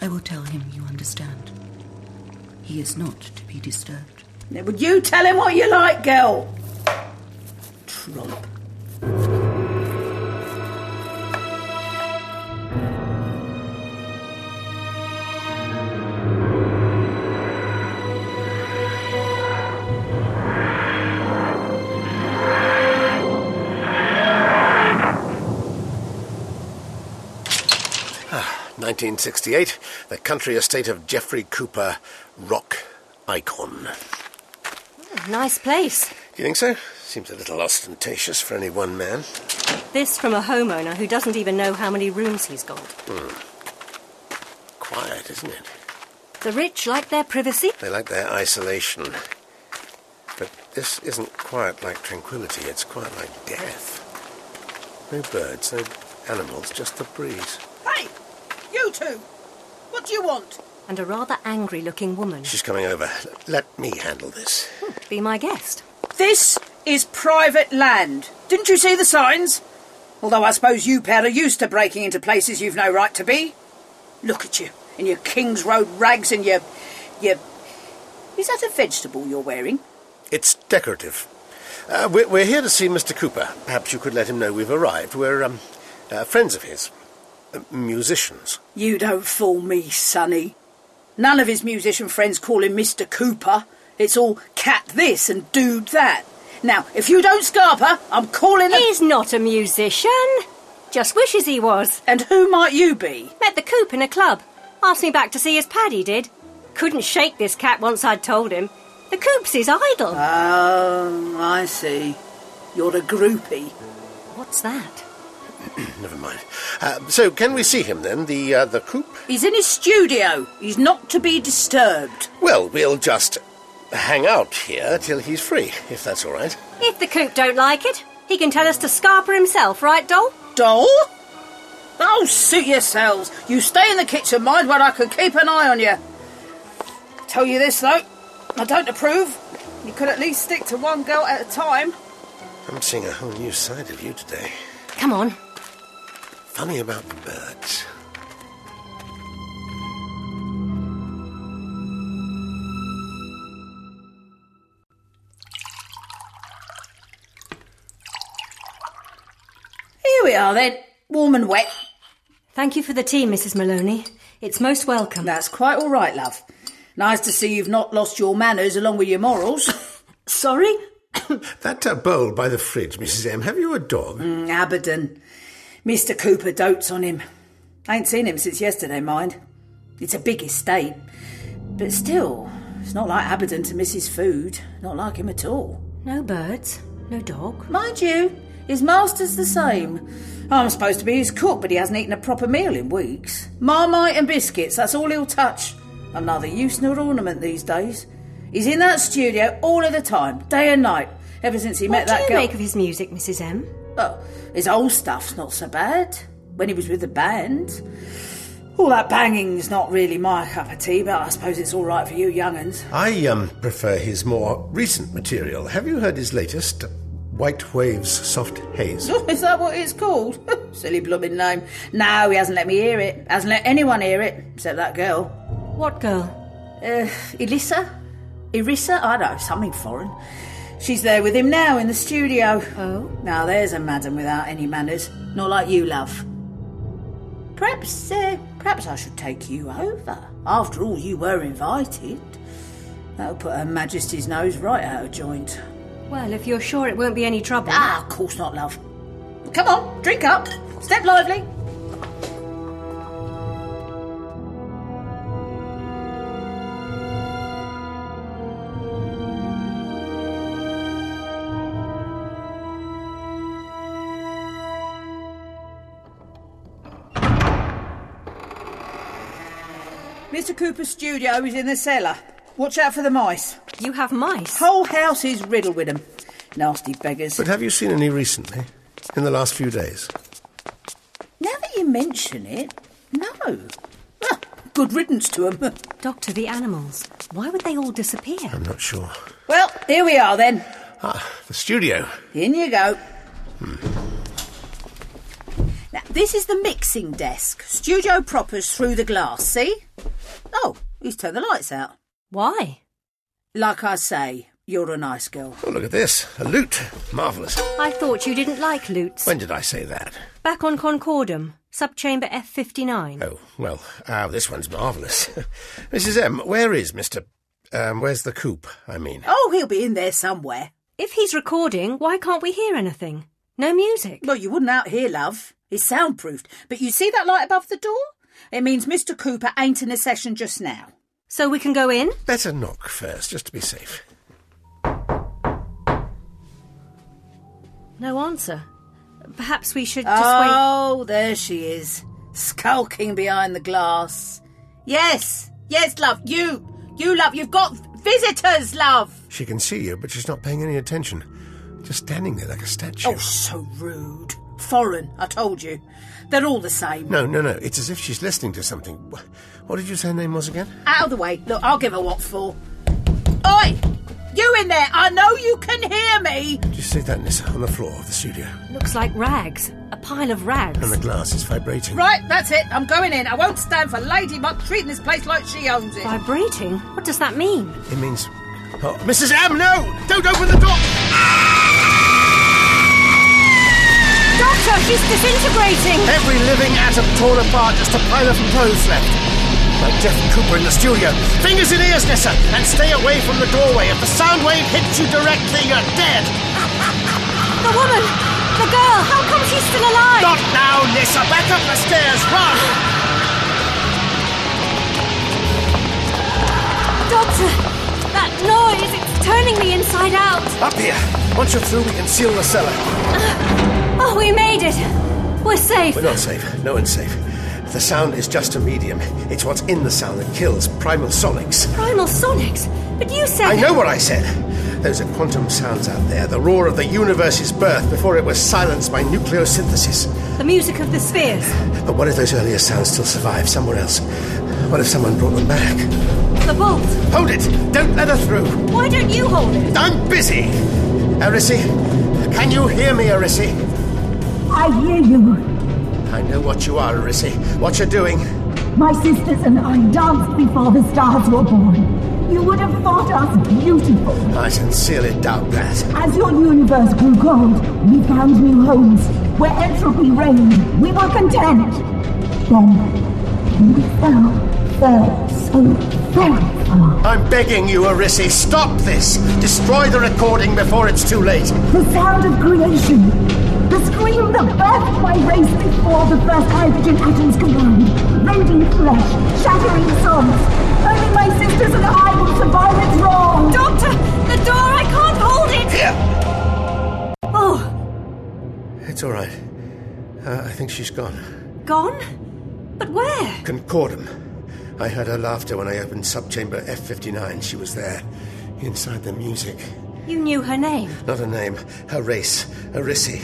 Speaker 9: I will tell him you understand. He is not to be disturbed.
Speaker 10: Now, would you tell him what you like, girl? Trump.
Speaker 1: Ah, 1968, the country estate of Geoffrey Cooper, rock icon.
Speaker 2: Nice place. Do
Speaker 1: you think so? Seems a little ostentatious for any one man.
Speaker 2: This from a homeowner who doesn't even know how many rooms he's got.
Speaker 1: Hmm. Quiet, isn't it?
Speaker 2: The rich like their privacy.
Speaker 1: They like their isolation. But this isn't quiet like tranquility, it's quiet like death. No birds, no animals, just the breeze.
Speaker 10: Hey! You two! What do you want?
Speaker 2: And a rather angry looking woman.
Speaker 1: She's coming over. L- let me handle this.
Speaker 2: Hmm, be my guest.
Speaker 10: This is private land. Didn't you see the signs? Although I suppose you pair are used to breaking into places you've no right to be. Look at you, in your King's Road rags and your. your. Is that a vegetable you're wearing?
Speaker 1: It's decorative. Uh, we're, we're here to see Mr. Cooper. Perhaps you could let him know we've arrived. We're um, uh, friends of his, uh, musicians.
Speaker 10: You don't fool me, Sonny. None of his musician friends call him Mr. Cooper. It's all cat this and dude that. Now, if you don't scarper, I'm calling.
Speaker 5: He's not a musician. Just wishes he was.
Speaker 10: And who might you be?
Speaker 5: Met the coop in a club. Asked me back to see his paddy did. Couldn't shake this cat once I'd told him. The coop's his idol.
Speaker 10: Oh, I see. You're a groupie.
Speaker 5: What's that?
Speaker 1: Never mind. Uh, so, can we see him then? The uh, the coop?
Speaker 10: He's in his studio. He's not to be disturbed.
Speaker 1: Well, we'll just hang out here till he's free, if that's all right.
Speaker 5: If the coop don't like it, he can tell us to scarper himself, right, Dol?
Speaker 10: Dol? Oh, suit yourselves. You stay in the kitchen, mind, where I can keep an eye on you. Tell you this though, I don't approve. You could at least stick to one girl at a time.
Speaker 1: I'm seeing a whole new side of you today.
Speaker 5: Come on.
Speaker 1: Funny about birds.
Speaker 10: Here we are then, warm and wet.
Speaker 2: Thank you for the tea, Mrs. Maloney. It's most welcome.
Speaker 10: That's quite all right, love. Nice to see you've not lost your manners along with your morals.
Speaker 2: Sorry?
Speaker 1: that uh, bowl by the fridge, Mrs. M. Have you a dog?
Speaker 10: Mm, Aberdeen. Mr. Cooper dotes on him. I ain't seen him since yesterday, mind. It's a big estate. But still, it's not like Aberdeen to miss his food. Not like him at all.
Speaker 2: No birds, no dog.
Speaker 10: Mind you, his master's the same. I'm supposed to be his cook, but he hasn't eaten a proper meal in weeks. Marmite and biscuits, that's all he'll touch. I'm neither use nor ornament these days. He's in that studio all of the time, day and night, ever since he
Speaker 2: what
Speaker 10: met that
Speaker 2: do you
Speaker 10: girl.
Speaker 2: make of his music, Mrs. M?
Speaker 10: Well, his old stuff's not so bad. When he was with the band. All that banging's not really my cup of tea, but I suppose it's all right for you young'uns.
Speaker 1: I um, prefer his more recent material. Have you heard his latest? uh, White Waves Soft Haze.
Speaker 10: Oh, is that what it's called? Silly blooming name. No, he hasn't let me hear it. Hasn't let anyone hear it, except that girl.
Speaker 2: What girl?
Speaker 10: Uh, Elissa? Erissa? I don't know, something foreign. She's there with him now in the studio.
Speaker 2: Oh?
Speaker 10: Now there's a madam without any manners. Not like you, love. Perhaps, uh, perhaps I should take you over. After all, you were invited. That'll put Her Majesty's nose right out of joint.
Speaker 2: Well, if you're sure it won't be any trouble.
Speaker 10: Ah, of course not, love. Come on, drink up. Step lively. Mr. Cooper's studio is in the cellar. Watch out for the mice.
Speaker 2: You have mice?
Speaker 10: Whole house is riddled with them. Nasty beggars.
Speaker 1: But have you seen any recently? In the last few days?
Speaker 10: Now that you mention it, no. Ah, Good riddance to them.
Speaker 2: Doctor, the animals. Why would they all disappear?
Speaker 1: I'm not sure.
Speaker 10: Well, here we are then.
Speaker 1: Ah, the studio.
Speaker 10: In you go. Now, this is the mixing desk. Studio proper's through the glass, see? Oh, he's turned the lights out.
Speaker 2: Why?
Speaker 10: Like I say, you're a nice girl.
Speaker 1: Oh, look at this. A lute. Marvellous.
Speaker 2: I thought you didn't like loots.
Speaker 1: When did I say that?
Speaker 2: Back on Concordum, subchamber F59.
Speaker 1: Oh, well, ah, this one's marvellous. Mrs. M, where is Mr. Um, where's the coop, I mean?
Speaker 10: Oh, he'll be in there somewhere.
Speaker 2: If he's recording, why can't we hear anything? No music.
Speaker 10: Well, you wouldn't out here, love. It's soundproofed. But you see that light above the door? It means Mr. Cooper ain't in a session just now.
Speaker 2: So we can go in?
Speaker 1: Better knock first, just to be safe.
Speaker 2: No answer. Perhaps we should just
Speaker 10: oh, there she is, skulking behind the glass. Yes, yes, love. You, you, love. You've got visitors, love.
Speaker 1: She can see you, but she's not paying any attention. Just standing there like a statue.
Speaker 10: Oh, so rude. Foreign, I told you. They're all the same.
Speaker 1: No, no, no. It's as if she's listening to something. Wh- What did you say her name was again?
Speaker 10: Out of the way. Look, I'll give her what for. Oi! You in there! I know you can hear me!
Speaker 1: Do you see that, Nissa, on the floor of the studio?
Speaker 2: Looks like rags. A pile of rags.
Speaker 1: And the glass is vibrating.
Speaker 10: Right, that's it. I'm going in. I won't stand for Lady Muck treating this place like she owns it.
Speaker 2: Vibrating? What does that mean?
Speaker 1: It means. Oh, Mrs. M, no! Don't open the door!
Speaker 6: Doctor, she's disintegrating!
Speaker 1: Every living atom torn apart, just a pile of clothes left. Like Jeff Cooper in the studio. Fingers in ears, Nissa, and stay away from the doorway. If the sound wave hits you directly, you're dead.
Speaker 6: The woman! The girl! How come she's still alive?
Speaker 1: Not now, Nissa! Back up the stairs! Run!
Speaker 6: Doctor, that noise, it's turning me inside out.
Speaker 1: Up here! Once you're through, we can seal the cellar.
Speaker 6: Oh, we made it. We're safe.
Speaker 1: We're not safe. No one's safe. The sound is just a medium. It's what's in the sound that kills primal sonics.
Speaker 6: Primal Sonics? But you said.
Speaker 1: I know what I said. Those are quantum sounds out there, the roar of the universe's birth before it was silenced by nucleosynthesis.
Speaker 2: The music of the spheres.
Speaker 1: But what if those earlier sounds still survive somewhere else? What if someone brought them back?
Speaker 2: The bolt.
Speaker 1: Hold it! Don't let her through!
Speaker 6: Why don't you hold it?
Speaker 1: I'm busy! Arisi, can you hear me, Arisi?
Speaker 11: I hear you.
Speaker 1: I know what you are, Arisi. What you're doing.
Speaker 11: My sisters and I danced before the stars were born. You would have thought us beautiful.
Speaker 1: I sincerely doubt that.
Speaker 11: As your universe grew cold, we found new homes where entropy reigned. We were content. Then we fell, fell so very far.
Speaker 1: I'm begging you, Arisi, stop this! Destroy the recording before it's too late!
Speaker 11: The sound of creation. The scream that birthed my race before the first hydrogen atoms combined. Rending flesh, shattering souls. Only my sisters and I will survive its roar.
Speaker 6: Doctor, the door, I can't hold it!
Speaker 1: Here!
Speaker 6: Oh,
Speaker 1: It's all right. Uh, I think she's gone.
Speaker 6: gone? But where?
Speaker 1: Concordum. I heard her laughter when I opened subchamber F59. She was there, inside the music.
Speaker 2: You knew her name.
Speaker 1: Not her name, her race, Arisi.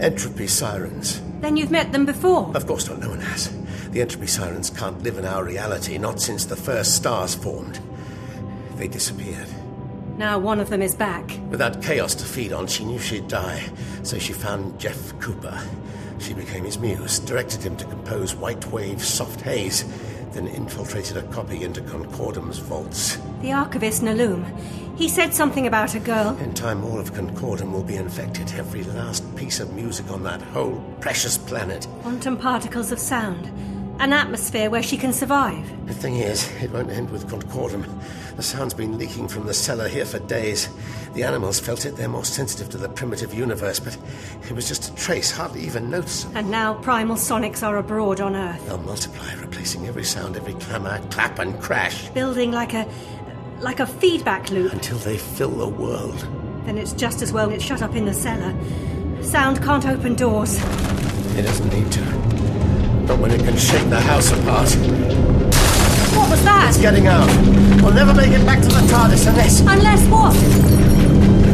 Speaker 1: Entropy sirens.
Speaker 2: Then you've met them before.
Speaker 1: Of course not, no one has. The entropy sirens can't live in our reality, not since the first stars formed. They disappeared.
Speaker 2: Now one of them is back.
Speaker 1: Without chaos to feed on, she knew she'd die, so she found Jeff Cooper. She became his muse, directed him to compose White Wave Soft Haze, then infiltrated a copy into Concordum's vaults.
Speaker 2: The archivist Naloom. He said something about a girl.
Speaker 1: In time, all of Concordum will be infected, every last piece of music on that whole precious planet.
Speaker 2: Quantum particles of sound. An atmosphere where she can survive.
Speaker 1: The thing is, it won't end with Concordum. The sound's been leaking from the cellar here for days. The animals felt it, they're more sensitive to the primitive universe, but it was just a trace, hardly even noticeable.
Speaker 2: And now primal sonics are abroad on Earth,
Speaker 1: They'll multiply, replacing every sound, every clamour, clap, and crash,
Speaker 2: building like a like a feedback loop.
Speaker 1: until they fill the world.
Speaker 2: Then it's just as well it's shut up in the cellar. Sound can't open doors.
Speaker 1: It doesn't need to. Not when it can shake the house apart.
Speaker 2: What was that?
Speaker 1: Getting out. We'll never make it back to the TARDIS unless.
Speaker 6: Unless what?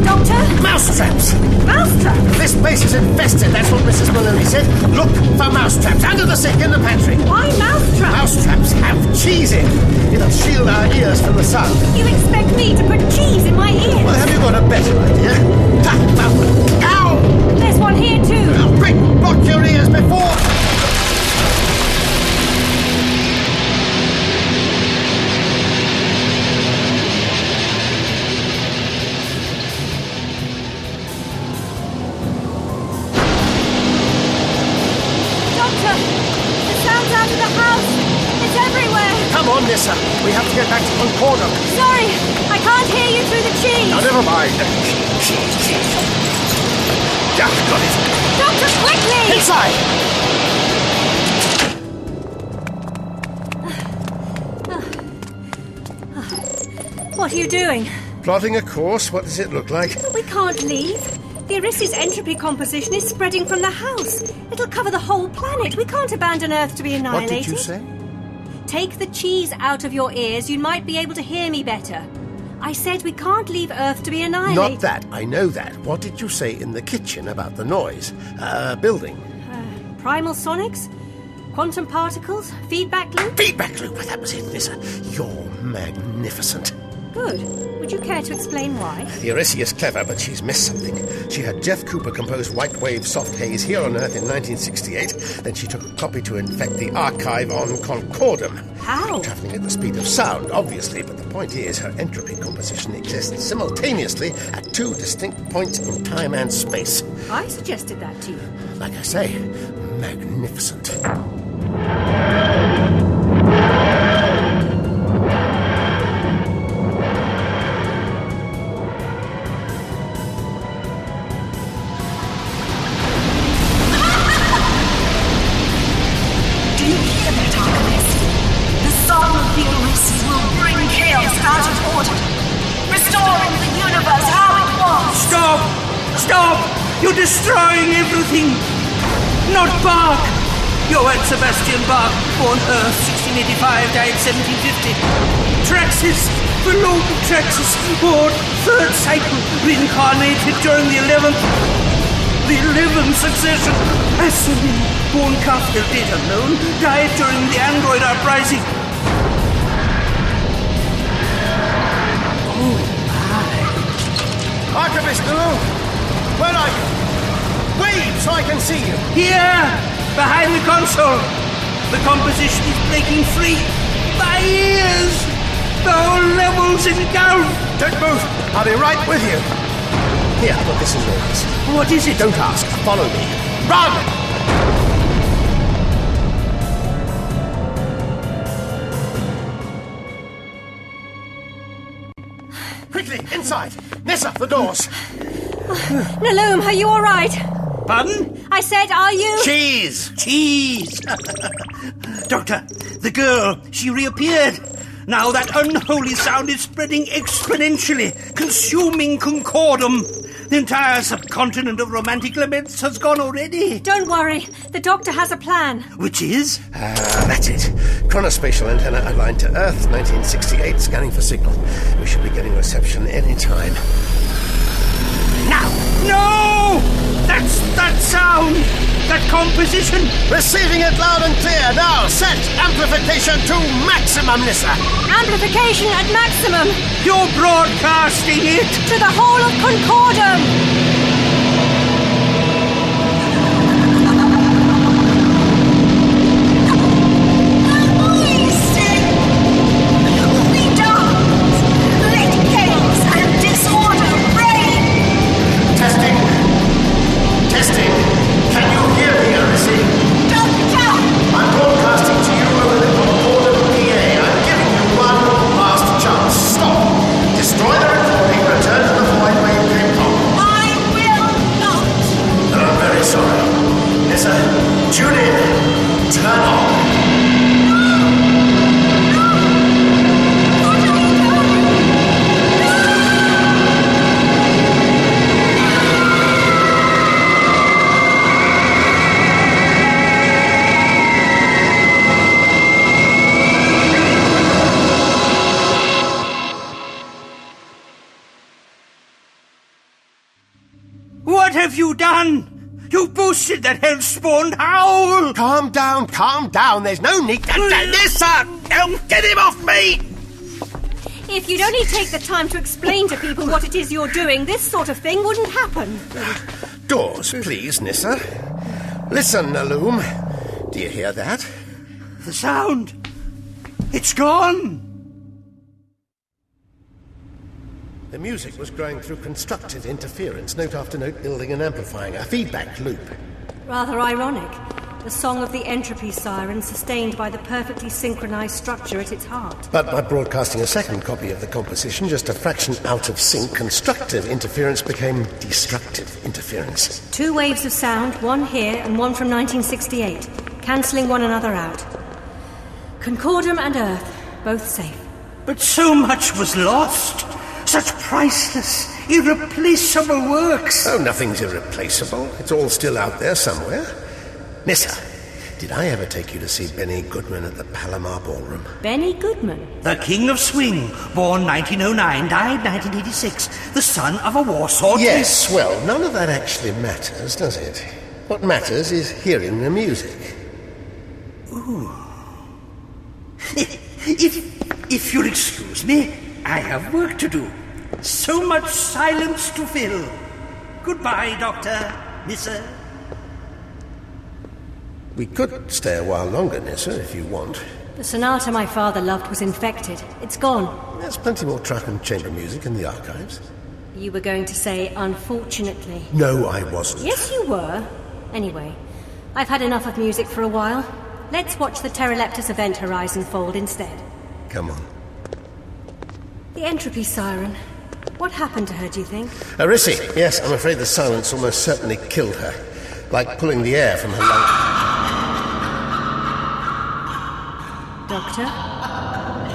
Speaker 6: Doctor?
Speaker 1: Mousetraps!
Speaker 6: Mousetrap!
Speaker 1: This place is infested, that's what Mrs. Maloney said. Look for mousetraps under the sink in the pantry.
Speaker 6: Why mousetrap?
Speaker 1: Mousetraps have cheese in. It'll shield our ears from the sun.
Speaker 6: You expect me to put cheese in my ear?
Speaker 1: Well, have you got a better idea? Ha! That one. Ow!
Speaker 6: There's one here too.
Speaker 1: Now, quick! Block your ears before.
Speaker 6: Doctor, the sound's out of the house. It's everywhere.
Speaker 1: Come on, Nissa. We have to get back to Concordum.
Speaker 6: Sorry, I can't hear you through the cheese.
Speaker 1: Now, never mind. Cheese, cheese. Yeah, got it.
Speaker 6: Doctor, quickly!
Speaker 1: Inside.
Speaker 2: What are you doing?
Speaker 1: Plotting a course. What does it look like?
Speaker 2: We can't leave. The Arisi's entropy composition is spreading from the house. It'll cover the whole planet. We can't abandon Earth to be
Speaker 1: What
Speaker 2: annihilated.
Speaker 1: did you say?
Speaker 2: Take the cheese out of your ears. You might be able to hear me better. I said we can't leave Earth to be annihilated.
Speaker 1: Not that. I know that. What did you say in the kitchen about the noise? Uh, building.
Speaker 2: Uh, Primal sonics, quantum particles, feedback loop.
Speaker 1: Feedback loop. That was it, Nissa. You're magnificent.
Speaker 2: Good. We
Speaker 8: Would you care to explain why?
Speaker 1: The Eurysia's clever, but she's missed something. She had Jeff Cooper compose White Wave Soft Haze here on Earth in 1968, then she took a copy to infect the archive on Concordum.
Speaker 8: How?
Speaker 1: Travelling at the speed of sound, obviously, but the point is her entropy composition exists simultaneously at two distinct points in time and space.
Speaker 8: I suggested that to you.
Speaker 1: Like I say, magnificent.
Speaker 11: Do you hear that, Archivist? The song of the Oasis will bring chaos out of order, restoring the universe how it was.
Speaker 6: Stop! Stop! You're destroying everything! Not Bach! You weren't Sebastian Bach, born Earth 1685, died 1750. Traxis, the Lord Traxis, born third cycle, reincarnated during the 11th. The 11th succession. Asselin, born Kafka, dead alone, died during the android uprising.
Speaker 1: Archivist Lulu, where are you? Wave so I can see you.
Speaker 6: Here, behind the console. The composition is breaking free. My ears. The whole level's engulfed.
Speaker 1: Don't move. I'll be right with you. Here, look, this is yours.
Speaker 6: What is it?
Speaker 1: Don't ask. Follow me. Run! Quickly, inside. Nessa, the doors.
Speaker 8: Naloom, are you all right?
Speaker 6: Pardon?
Speaker 8: I said, are you?
Speaker 6: Cheese! Cheese! Doctor, the girl, she reappeared. Now that unholy sound is spreading exponentially, consuming Concordum. The entire subcontinent of romantic laments has gone already.
Speaker 8: Don't worry. The doctor has a plan.
Speaker 6: Which is?
Speaker 1: Ah, that's it. Chronospatial antenna aligned to Earth, 1968, scanning for signal. We should be getting reception any time.
Speaker 6: Now! No! That's that sound! That composition!
Speaker 1: Receiving it loud and clear now. Set amplification to maximum, Nissa.
Speaker 8: Amplification at maximum
Speaker 6: You're broadcasting it!
Speaker 8: to the whole of Concordum.
Speaker 11: Let chaos and disorder reign.
Speaker 1: Testing. Testing. Can you hear me, Arisi?
Speaker 11: Doctor!
Speaker 1: I'm broadcasting to you over the Concordum PA. I'm giving you one last chance. Stop. Destroy the recording. Return to the void where you came from. Oh,
Speaker 11: I will not.
Speaker 1: I'm very sorry. Nissa, tune in. Turn on.
Speaker 6: What have you done? You boosted that hell spawned howl!
Speaker 1: Calm down, calm down. There's no need to. Nissa! Don't get him off me!
Speaker 8: If you'd only take the time to explain to people what it is you're doing, this sort of thing wouldn't happen.
Speaker 1: Doors, please, Nissa. Listen, Naloom. Do you hear that?
Speaker 6: The sound! It's gone!
Speaker 1: The music was growing through constructed interference, note after note, building and amplifying a feedback loop.
Speaker 2: Rather ironic. The song of the entropy siren sustained by the perfectly synchronized structure at its heart.
Speaker 1: But by broadcasting a second copy of the composition, just a fraction out of sync, constructive interference became destructive interference.
Speaker 2: Two waves of sound, one here and one from 1968, cancelling one another out. Concordum and Earth, both safe.
Speaker 6: But so much was lost! Such priceless, irreplaceable works!
Speaker 1: Oh, nothing's irreplaceable. It's all still out there somewhere. Nissa, did I ever take you to see Benny Goodman at the Palomar Ballroom?
Speaker 2: Benny Goodman.
Speaker 6: The King of Swing, born 1909, died 1986, the son of a
Speaker 8: Oh,
Speaker 6: Warsaw
Speaker 1: Yes, well, none of that actually matters, does it? What matters is hearing the music.
Speaker 6: If, if you'll excuse me, I have work to do.
Speaker 8: So much silence to fill. Goodbye, Doctor, Missa.
Speaker 1: We could stay a while longer, Nissa, if you want.
Speaker 2: The sonata my father loved was infected. It's gone.
Speaker 1: There's plenty more track and chamber music in the archives.
Speaker 2: You were going to say, unfortunately.
Speaker 1: No, I wasn't.
Speaker 2: Yes, you were. Anyway, I've had enough of music for a while. Let's watch the Pteroleptus event horizon fold instead.
Speaker 1: Come on.
Speaker 2: The entropy siren. What happened to her, do you think?
Speaker 1: Arisi, yes, I'm afraid the silence almost certainly killed her. Like pulling the air from her lungs.
Speaker 2: Doctor?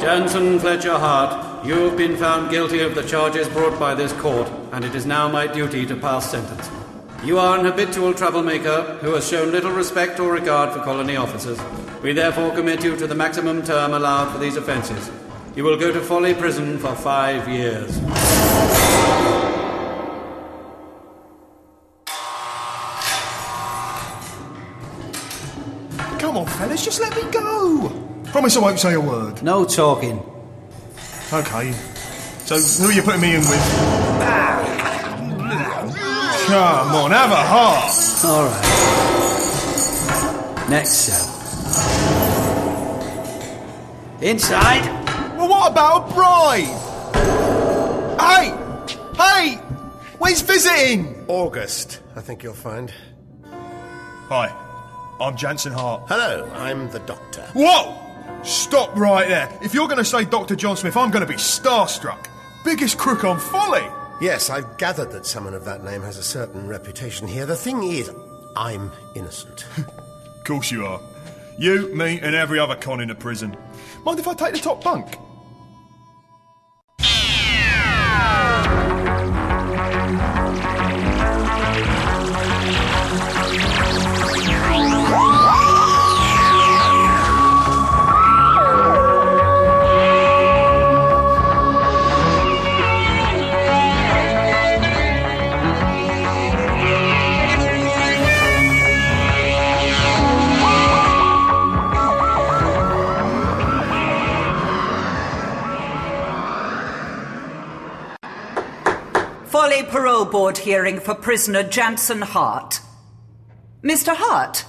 Speaker 7: Jansen Fletcher Hart, you have been found guilty of the charges brought by this court, and it is now my duty to pass sentence. You are an habitual troublemaker who has shown little respect or regard for colony officers. We therefore commit you to the maximum term allowed for these offences. You will go to Folly Prison for five years.
Speaker 12: Come on, fellas, just let me go. Promise I won't say a word.
Speaker 13: No talking.
Speaker 12: Okay. So, who are you putting me in with? Come on, have a heart.
Speaker 13: All right. Next cell. Inside.
Speaker 12: Well, what about a bribe? Hey! Hey! Where's visiting?
Speaker 1: August, I think you'll find.
Speaker 12: Hi, I'm Jansen Hart.
Speaker 1: Hello, I'm the doctor.
Speaker 12: Whoa! Stop right there. If you're going to say Dr. John Smith, I'm going to be starstruck. Biggest crook on folly.
Speaker 1: Yes, I've gathered that someone of that name has a certain reputation here. The thing is, I'm innocent.
Speaker 12: Of course you are. You, me, and every other con in the prison. Mind if I take the top bunk?
Speaker 4: Folly Parole Board hearing for prisoner Jansen Hart. Mr. Hart,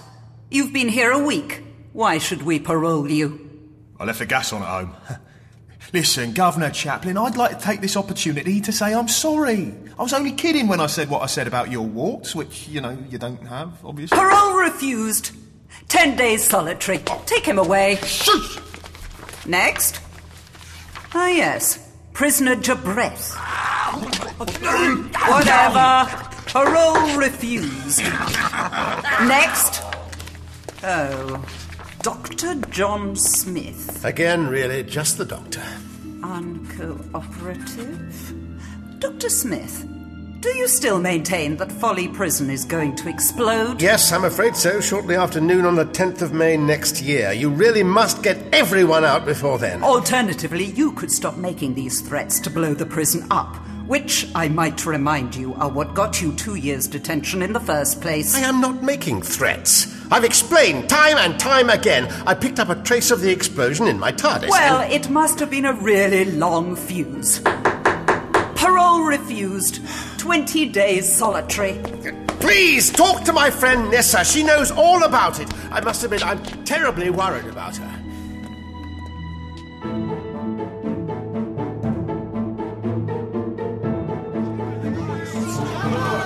Speaker 4: you've been here a week. Why should we parole you?
Speaker 12: I left the gas on at home. Listen, Governor Chaplin, I'd like to take this opportunity to say I'm sorry. I was only kidding when I said what I said about your walks, which, you know, you don't have, obviously.
Speaker 4: Parole refused. Ten days solitary. Take him away. Next. Ah, yes. Prisoner Jabrez. Whatever. Parole refused. Next. Oh. Dr. John Smith.
Speaker 1: Again, really, just the doctor.
Speaker 4: Uncooperative? Dr. Smith, do you still maintain that Folly Prison is going to explode?
Speaker 1: Yes, I'm afraid so, shortly after noon on the 10th of May next year. You really must get everyone out before then.
Speaker 4: Alternatively, you could stop making these threats to blow the prison up, which, I might remind you, are what got you two years' detention in the first place.
Speaker 1: I am not making threats. I've explained time and time again. I picked up a trace of the explosion in my TARDIS.
Speaker 4: Well,
Speaker 1: and-
Speaker 4: it must have been a really long fuse. Parole refused. 20 days solitary.
Speaker 1: Please talk to my friend Nessa. She knows all about it. I must admit, I'm terribly worried about her.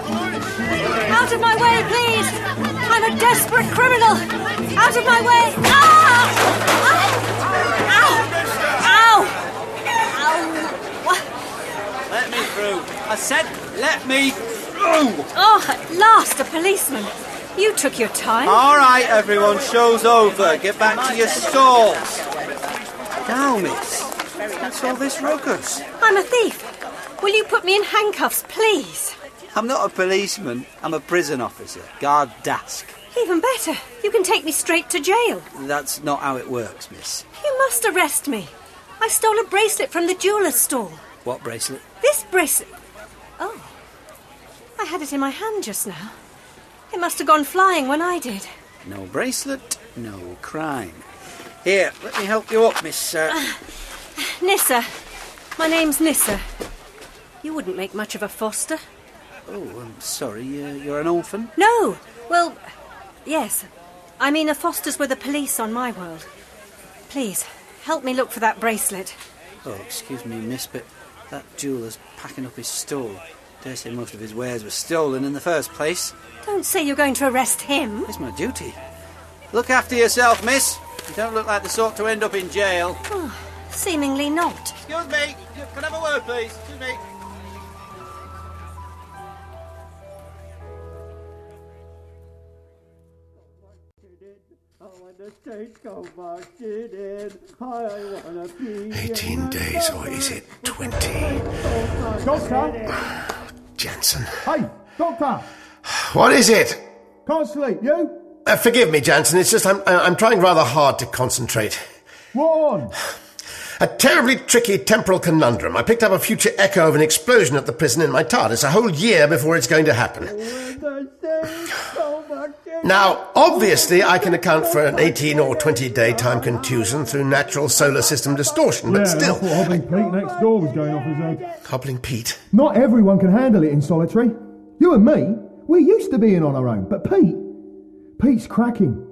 Speaker 2: Out of my way, please! I'm a desperate criminal! Out of my way! Ah! Ow! Ow! What?
Speaker 13: Let me through. I said, let me through.
Speaker 2: Oh, at last, a policeman. You took your time.
Speaker 13: All right, everyone, show's over. Get back to your stalls. Now, miss. What's all this ruckus?
Speaker 2: I'm a thief. Will you put me in handcuffs, please?
Speaker 13: I'm not a policeman. I'm a prison officer. Guard desk.
Speaker 2: Even better, you can take me straight to jail.
Speaker 13: That's not how it works, miss.
Speaker 2: You must arrest me. I stole a bracelet from the jeweller's store.
Speaker 13: What bracelet?
Speaker 2: This bracelet. Oh. I had it in my hand just now. It must have gone flying when I did.
Speaker 13: No bracelet, no crime. Here, let me help you up, miss. Uh,
Speaker 2: Nissa. My name's Nissa. You wouldn't make much of a foster.
Speaker 13: oh, I'm sorry. Uh, you're an orphan?
Speaker 2: No! Well, yes. I mean, a foster's were the police on my world. Please, help me look for that bracelet.
Speaker 13: Oh, excuse me, miss, but that jeweller's packing up his store. Dare say most of his wares were stolen in the first place.
Speaker 2: Don't say you're going to arrest him.
Speaker 13: It's my duty. Look after yourself, miss. You don't look like the sort to end up in jail.
Speaker 2: Oh, seemingly not.
Speaker 13: Excuse me. Can I have a word, please? Excuse me.
Speaker 12: to take all my shit in. I wanna be
Speaker 1: 18 days, or is it 20?
Speaker 12: Doctor!
Speaker 1: Jansen.
Speaker 12: Hey, doctor!
Speaker 1: What is it?
Speaker 12: Can't sleep, you?
Speaker 1: Uh, forgive me, Jansen. It's just I'm, I- I'm trying rather hard to concentrate.
Speaker 12: What on?
Speaker 1: A terribly tricky temporal conundrum. I picked up a future echo of an explosion at the prison in my TARDIS a whole year before it's going to happen.
Speaker 12: Oh,
Speaker 1: Now, obviously, I can account for an 18 or 20 day time contusion through natural solar system distortion,
Speaker 12: yeah,
Speaker 1: but still.
Speaker 12: that's what Hobbling Pete next door was going off his head.
Speaker 1: Hobbling Pete.
Speaker 12: Not everyone can handle it in solitary. You and me, we're used to being on our own, but Pete, Pete's cracking.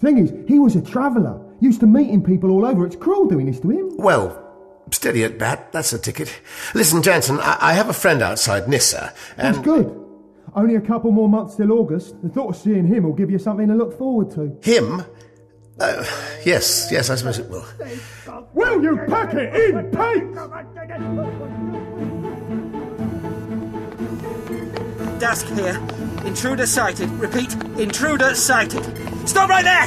Speaker 12: Thing is, he was a traveller, used to meeting people all over. It's cruel doing this to him.
Speaker 1: Well, steady at bat. That's a ticket. Listen, Jansen, I, I have a friend outside Nissa,
Speaker 12: It's
Speaker 1: and
Speaker 12: good. Only a couple more months till August. The thought of seeing him will give you something to look forward to.
Speaker 1: Him? Uh, yes, yes, I suppose it will.
Speaker 12: Will you pack it in, Pete?
Speaker 14: Dask here. Intruder sighted. Repeat, intruder sighted. Stop right there!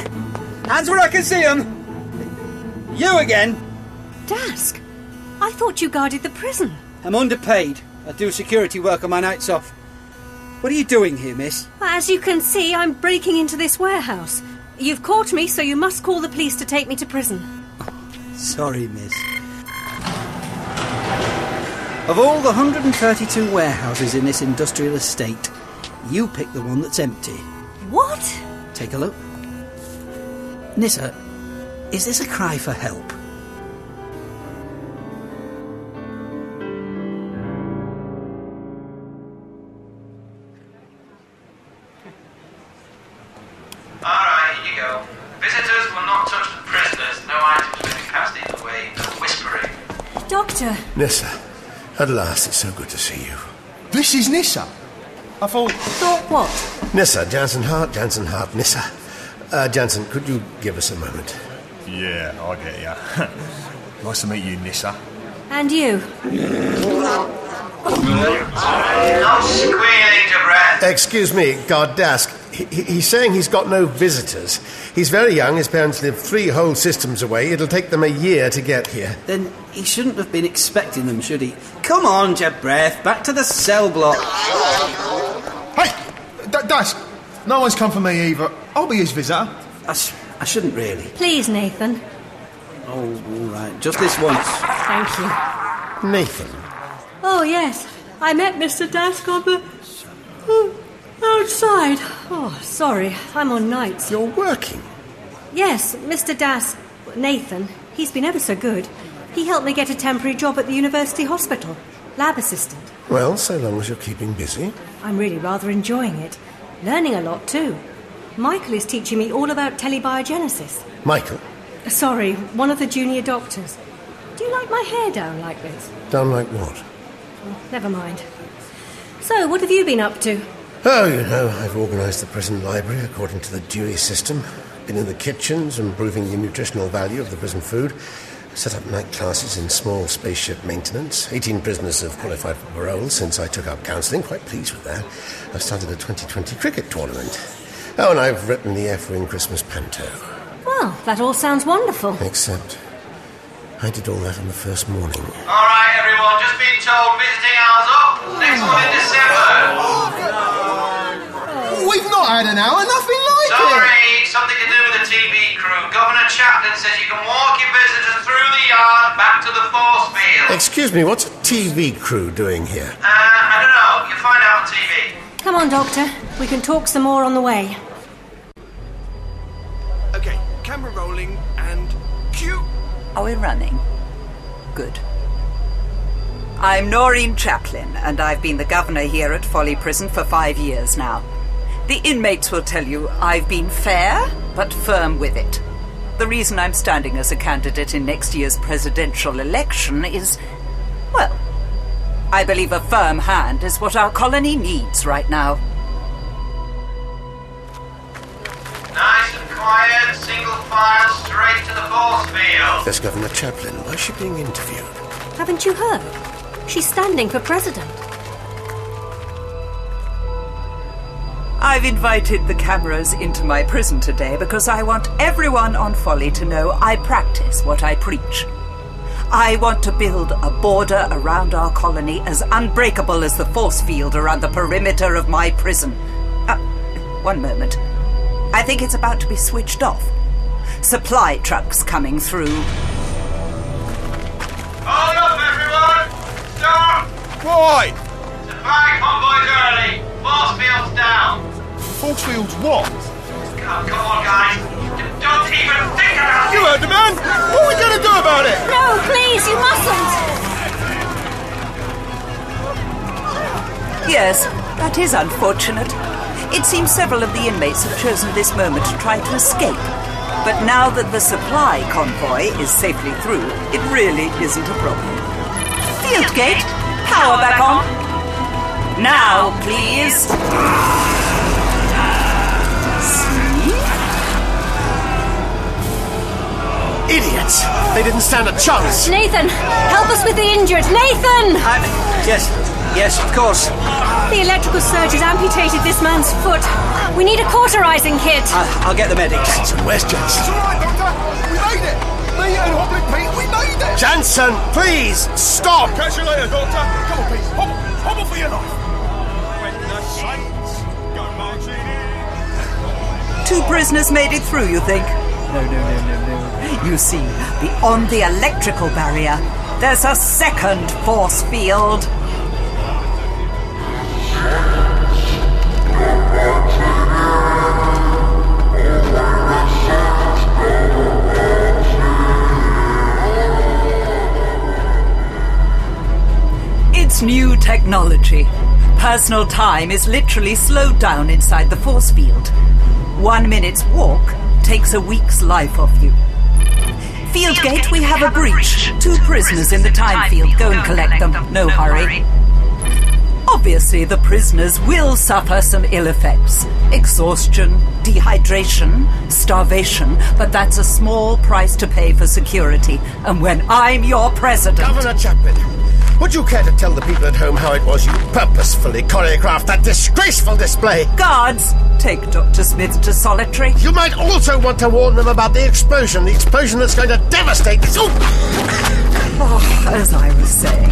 Speaker 14: Hands where I can see them! You again!
Speaker 2: Dask, I thought you guarded the prison.
Speaker 13: I'm underpaid. I do security work on my nights off. What are you doing here, miss?
Speaker 2: As you can see, I'm breaking into this warehouse. You've caught me, so you must call the police to take me to prison.
Speaker 13: Sorry, miss. Of all the 132 warehouses in this industrial estate, you pick the one that's empty.
Speaker 2: What?
Speaker 13: Take a look. Nissa, is this a cry for help?
Speaker 6: Alright, here you go. Visitors will not touch the prisoners. No items will be passed either way. No whispering.
Speaker 2: Doctor,
Speaker 1: Nissa, at last, it's so good to see you.
Speaker 7: This is Nissa. I thought.
Speaker 2: Thought what?
Speaker 1: Nissa, Jansen Hart, Jansen Hart, Nissa. Uh, Jansen, could you give us a moment?
Speaker 7: Yeah, I get ya. nice to meet you, Nissa.
Speaker 2: and you.
Speaker 1: Excuse me, guard Dask. He, he- he's saying he's got no visitors. He's very young. His parents live three whole systems away. It'll take them a year to get here.
Speaker 13: Then he shouldn't have been expecting them, should he? Come on, Jeb Breath, back to the cell block.
Speaker 7: D- Dask, no one's come for me either. I'll be his visitor.
Speaker 13: I, sh- I shouldn't really.
Speaker 2: Please, Nathan.
Speaker 13: Oh, all right, just this once.
Speaker 2: Thank you.
Speaker 1: Nathan.
Speaker 2: Oh, yes. I met Mr. Dask on the. outside. Oh, sorry. I'm on nights.
Speaker 1: You're working?
Speaker 2: Yes, Mr. Dask. Nathan. He's been ever so good. He helped me get a temporary job at the university hospital. Lab assistant.
Speaker 1: Well, so long as you're keeping busy.
Speaker 2: I'm really rather enjoying it. Learning a lot, too. Michael is teaching me all about telebiogenesis.
Speaker 1: Michael,
Speaker 2: Sorry, one of the junior doctors. Do you like my hair down like this?
Speaker 1: down like what?
Speaker 2: Never mind. So, what have you been up to?
Speaker 1: Oh, you know, I've organised the prison library according to the Dewey system. Been in the kitchens, improving the nutritional value of the prison food. Set up night classes in small spaceship maintenance. 18 prisoners have qualified for parole since I took up counselling. Quite pleased with that. I've started a 2020 cricket tournament. Oh, and I've written the F Wing Christmas panto.
Speaker 2: Well, that all sounds wonderful.
Speaker 1: Except I did all that on the first morning.
Speaker 6: Alright, everyone, just been told visiting hours up. Next one in December.
Speaker 7: We've not had an hour, nothing like it.
Speaker 6: Sorry, something to do with the TV crew. Governor Chapman says you can walk your visitors through the yard back to the force field.
Speaker 1: Excuse me, what's a TV crew doing here?
Speaker 6: Uh, I don't know. You'll find out on TV.
Speaker 2: Come on, Doctor. We can talk some more on the way.
Speaker 14: Okay, camera rolling and cue.
Speaker 4: Are we running? Good. I'm Noreen Chaplin, and I've been the governor here at Folly Prison for five years now. The inmates will tell you I've been fair, but firm with it. The reason I'm standing as a candidate in next year's presidential election is, well, I believe a firm hand is what our colony needs right now.
Speaker 6: Nice and quiet, single file, straight to the force field.
Speaker 1: There's Governor Chaplin. Why is she being interviewed?
Speaker 2: Haven't you heard? She's standing for president.
Speaker 4: I've invited the cameras into my prison today because I want everyone on Folly to know I practice what I preach. I want to build a border around our colony as unbreakable as the force field around the perimeter of my prison. Uh, one moment. I think it's about to be switched off. Supply trucks coming through.
Speaker 6: Hold up, everyone! Stop!
Speaker 12: Why?
Speaker 6: Supply convoys early! Force fields down!
Speaker 12: Force fields what?
Speaker 6: Oh, come on, guys! D- Don't even think about
Speaker 12: You
Speaker 6: it!
Speaker 12: heard the man! What are we gonna do about it?
Speaker 11: No, please, you mustn't!
Speaker 4: Yes, that is unfortunate. It seems several of the inmates have chosen this moment to try to escape. But now that the supply convoy is safely through, it really isn't a problem. Fieldgate, power back on. Now, please.
Speaker 1: Idiots! They didn't stand a chance!
Speaker 2: Nathan, help us with the injured. Nathan!
Speaker 7: Yes, yes, of course.
Speaker 2: The electrical surge has amputated this man's foot. We need a cauterizing kit.
Speaker 7: I'll get the medics. Johnson,
Speaker 1: where's Johnson?
Speaker 12: We made it! Me and Hobbit Pete, we made it!
Speaker 1: Jansen, please stop!
Speaker 12: Catch you later, Doctor. Come on, Pete. Hobble, hobble for your life.
Speaker 4: Two prisoners made it through, you think? No, no, no, no, no. You see, beyond the electrical barrier, there's a second force field. It's new technology. Personal time is literally slowed down inside the force field. One minute's walk takes a week's life off you. Fieldgate, we have a breach. Two prisoners in the time field. Go and collect them. No hurry. Obviously, the prisoners will suffer some ill effects exhaustion, dehydration, starvation, but that's a small price to pay for security. And when I'm your president.
Speaker 1: Governor Chapman, would you care to tell the people at home how it was you purposefully choreographed that disgraceful display?
Speaker 4: Guards, take Dr. Smith to solitary.
Speaker 1: You might also want to warn them about the explosion, the explosion that's going to devastate this. Oh!
Speaker 4: Oh, as I was saying,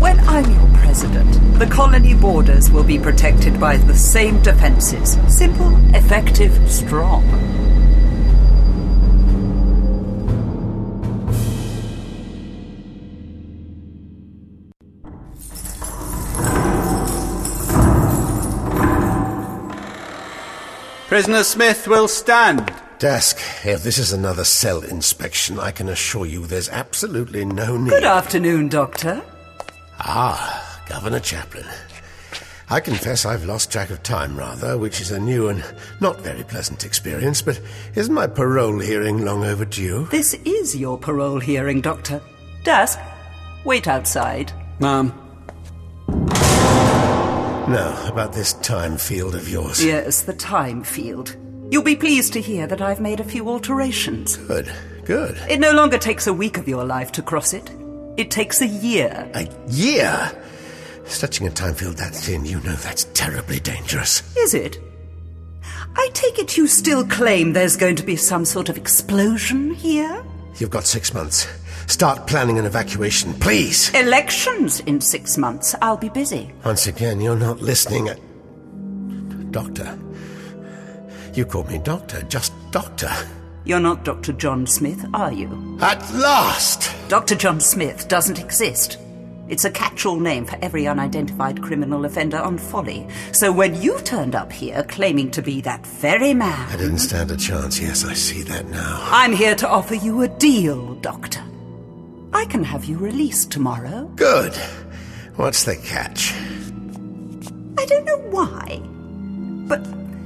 Speaker 4: when I'm your president, the colony borders will be protected by the same defenses simple, effective, strong.
Speaker 7: Prisoner Smith will stand.
Speaker 1: Dask, if this is another cell inspection, I can assure you there's absolutely no need.
Speaker 4: Good afternoon, Doctor.
Speaker 1: Ah, Governor Chaplin. I confess I've lost track of time, rather, which is a new and not very pleasant experience, but isn't my parole hearing long overdue?
Speaker 4: This is your parole hearing, Doctor. Dusk, wait outside.
Speaker 7: Ma'am.
Speaker 1: No, about this time field of yours.
Speaker 4: Yes, the time field. You'll be pleased to hear that I've made a few alterations.
Speaker 1: Good, good.
Speaker 4: It no longer takes a week of your life to cross it, it takes a year.
Speaker 1: A year? Stretching a time field that thin, you know that's terribly dangerous.
Speaker 4: Is it? I take it you still claim there's going to be some sort of explosion here?
Speaker 1: You've got six months. Start planning an evacuation, please.
Speaker 4: Elections in six months. I'll be busy.
Speaker 1: Once again, you're not listening. Doctor. You called me doctor, just doctor.
Speaker 4: You're not Dr. John Smith, are you?
Speaker 1: At last!
Speaker 4: Dr. John Smith doesn't exist. It's a catch all name for every unidentified criminal offender on folly. So when you turned up here claiming to be that very man,
Speaker 1: I didn't stand a chance. Yes, I see that now.
Speaker 4: I'm here to offer you a deal, Doctor. I can have you released tomorrow.
Speaker 1: Good. What's the catch?
Speaker 4: I don't know why, but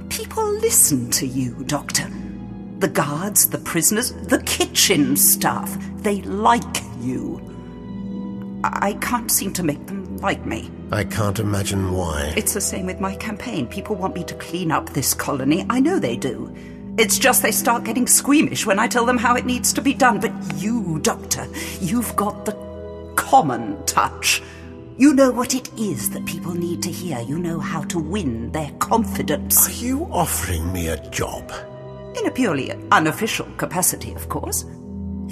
Speaker 4: people listen to you, Doctor. The guards, the prisoners, the kitchen staff, they like you. I I can't seem to make them like me.
Speaker 1: I can't imagine why.
Speaker 4: It's the same with my campaign. People want me to clean up this colony. I know they do. It's just they start getting squeamish when I tell them how it needs to be done. But you, Doctor, you've got the common touch. You know what it is that people need to hear. You know how to win their confidence. Are
Speaker 1: you offering me a job?
Speaker 4: In a purely unofficial capacity, of course.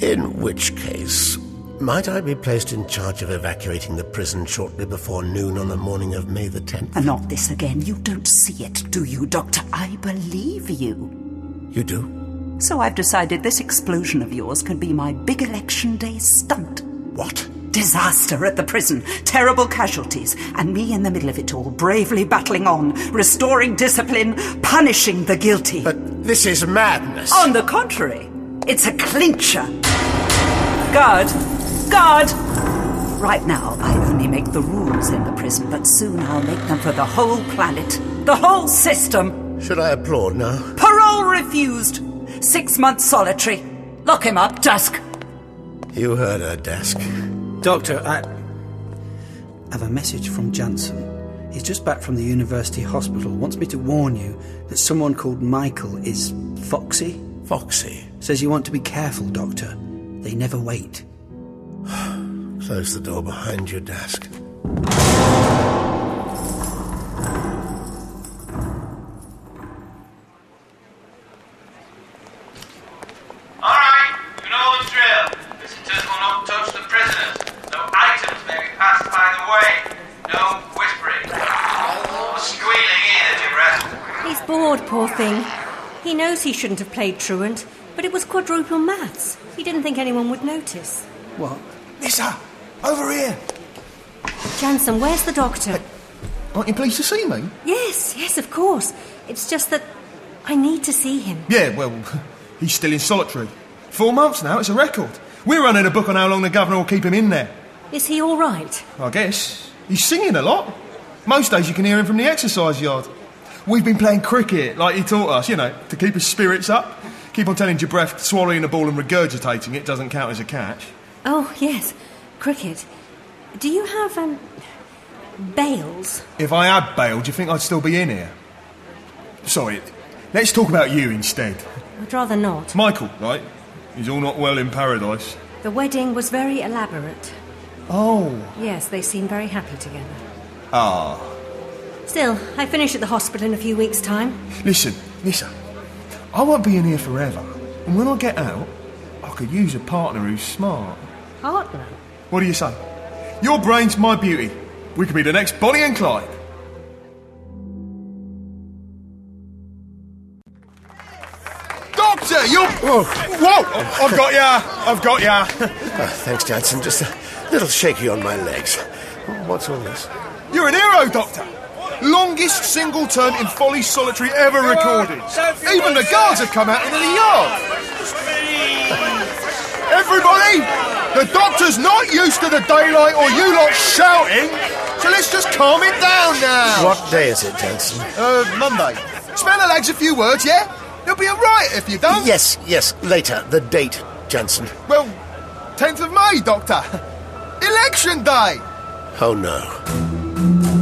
Speaker 1: In which case, might I be placed in charge of evacuating the prison shortly before noon on the morning of May the 10th?
Speaker 4: And not this again. You don't see it, do you, Doctor? I believe you.
Speaker 1: You do?
Speaker 4: So I've decided this explosion of yours can be my big election day stunt.
Speaker 1: What?
Speaker 4: Disaster at the prison, terrible casualties, and me in the middle of it all, bravely battling on, restoring discipline, punishing the guilty. But
Speaker 1: this is madness.
Speaker 4: On the contrary, it's a clincher. Guard! Guard! Right now, I only make the rules in the prison, but soon I'll make them for the whole planet, the whole system.
Speaker 1: Should I applaud now?
Speaker 4: Parole refused. Six months solitary. Lock him up, Dusk.
Speaker 1: You heard her, Desk.
Speaker 13: Doctor, I have a message from Jansen. He's just back from the university hospital. Wants me to warn you that someone called Michael is foxy.
Speaker 1: Foxy?
Speaker 13: Says you want to be careful, Doctor. They never wait.
Speaker 1: Close the door behind you, Desk.
Speaker 6: Alright, you know the drill. Visitors will not touch the prisoners. No items may be passed by the way. No whispering. Or squealing either, Jibret.
Speaker 2: He's bored, poor thing. He knows he shouldn't have played truant, but it was quadruple maths. He didn't think anyone would notice.
Speaker 13: What?
Speaker 12: Nissa, over here.
Speaker 2: Jansen, where's the doctor?
Speaker 12: Aren't you pleased to see me?
Speaker 2: Yes, yes, of course. It's just that I need to see him.
Speaker 12: Yeah, well, he's still in solitary. Four months now, it's a record. We're running a book on how long the governor will keep him in there.
Speaker 2: Is he all right?
Speaker 12: I guess. He's singing a lot. Most days you can hear him from the exercise yard. We've been playing cricket like he taught us, you know, to keep his spirits up. Keep on telling Jabreth swallowing a ball and regurgitating it doesn't count as a catch.
Speaker 2: Oh, yes, cricket. Do you have, um, Bales?
Speaker 12: If I had bailed, do you think I'd still be in here? Sorry, let's talk about you instead.
Speaker 2: I'd rather not.
Speaker 12: Michael, right? He's all not well in paradise.
Speaker 2: The wedding was very elaborate.
Speaker 12: Oh.
Speaker 2: Yes, they seem very happy together.
Speaker 12: Ah.
Speaker 2: Still, I finish at the hospital in a few weeks' time.
Speaker 12: Listen, Nissa, I won't be in here forever. And when I get out, I could use a partner who's smart.
Speaker 2: Partner?
Speaker 12: What do you say? Your brain's my beauty. We could be the next Bonnie and Clyde. Doctor, you. Whoa! I've got ya! I've got ya!
Speaker 1: Ah, thanks, Jansen. Just a little shaky on my legs. What's all this?
Speaker 12: You're an hero, Doctor! Longest single turn in Folly Solitary ever recorded. Even the guards have come out into the yard. Everybody, the doctor's not used to the daylight or you lot shouting, so let's just calm it down now.
Speaker 1: What day is it, Jansen?
Speaker 12: Uh, Monday. Spell the legs a few words, yeah? You'll be alright if you don't.
Speaker 1: Yes, yes, later. The date, Jansen.
Speaker 12: Well, 10th of May, Doctor. Election day.
Speaker 1: Oh no.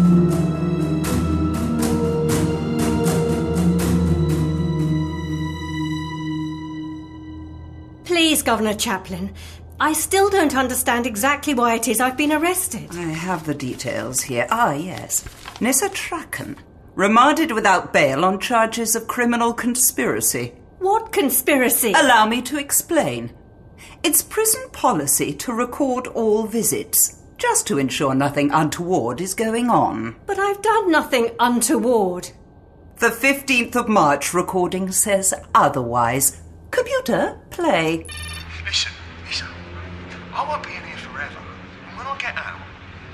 Speaker 2: Please, Governor Chaplin. I still don't understand exactly why it is I've been arrested.
Speaker 4: I have the details here. Ah, yes. Nissa Tracken, remanded without bail on charges of criminal conspiracy.
Speaker 2: What conspiracy?
Speaker 4: Allow me to explain. It's prison policy to record all visits, just to ensure nothing untoward is going on.
Speaker 2: But I've done nothing untoward.
Speaker 4: The 15th of March recording says otherwise. Computer, play.
Speaker 12: Listen, listen. I won't be in here forever. And when I get out,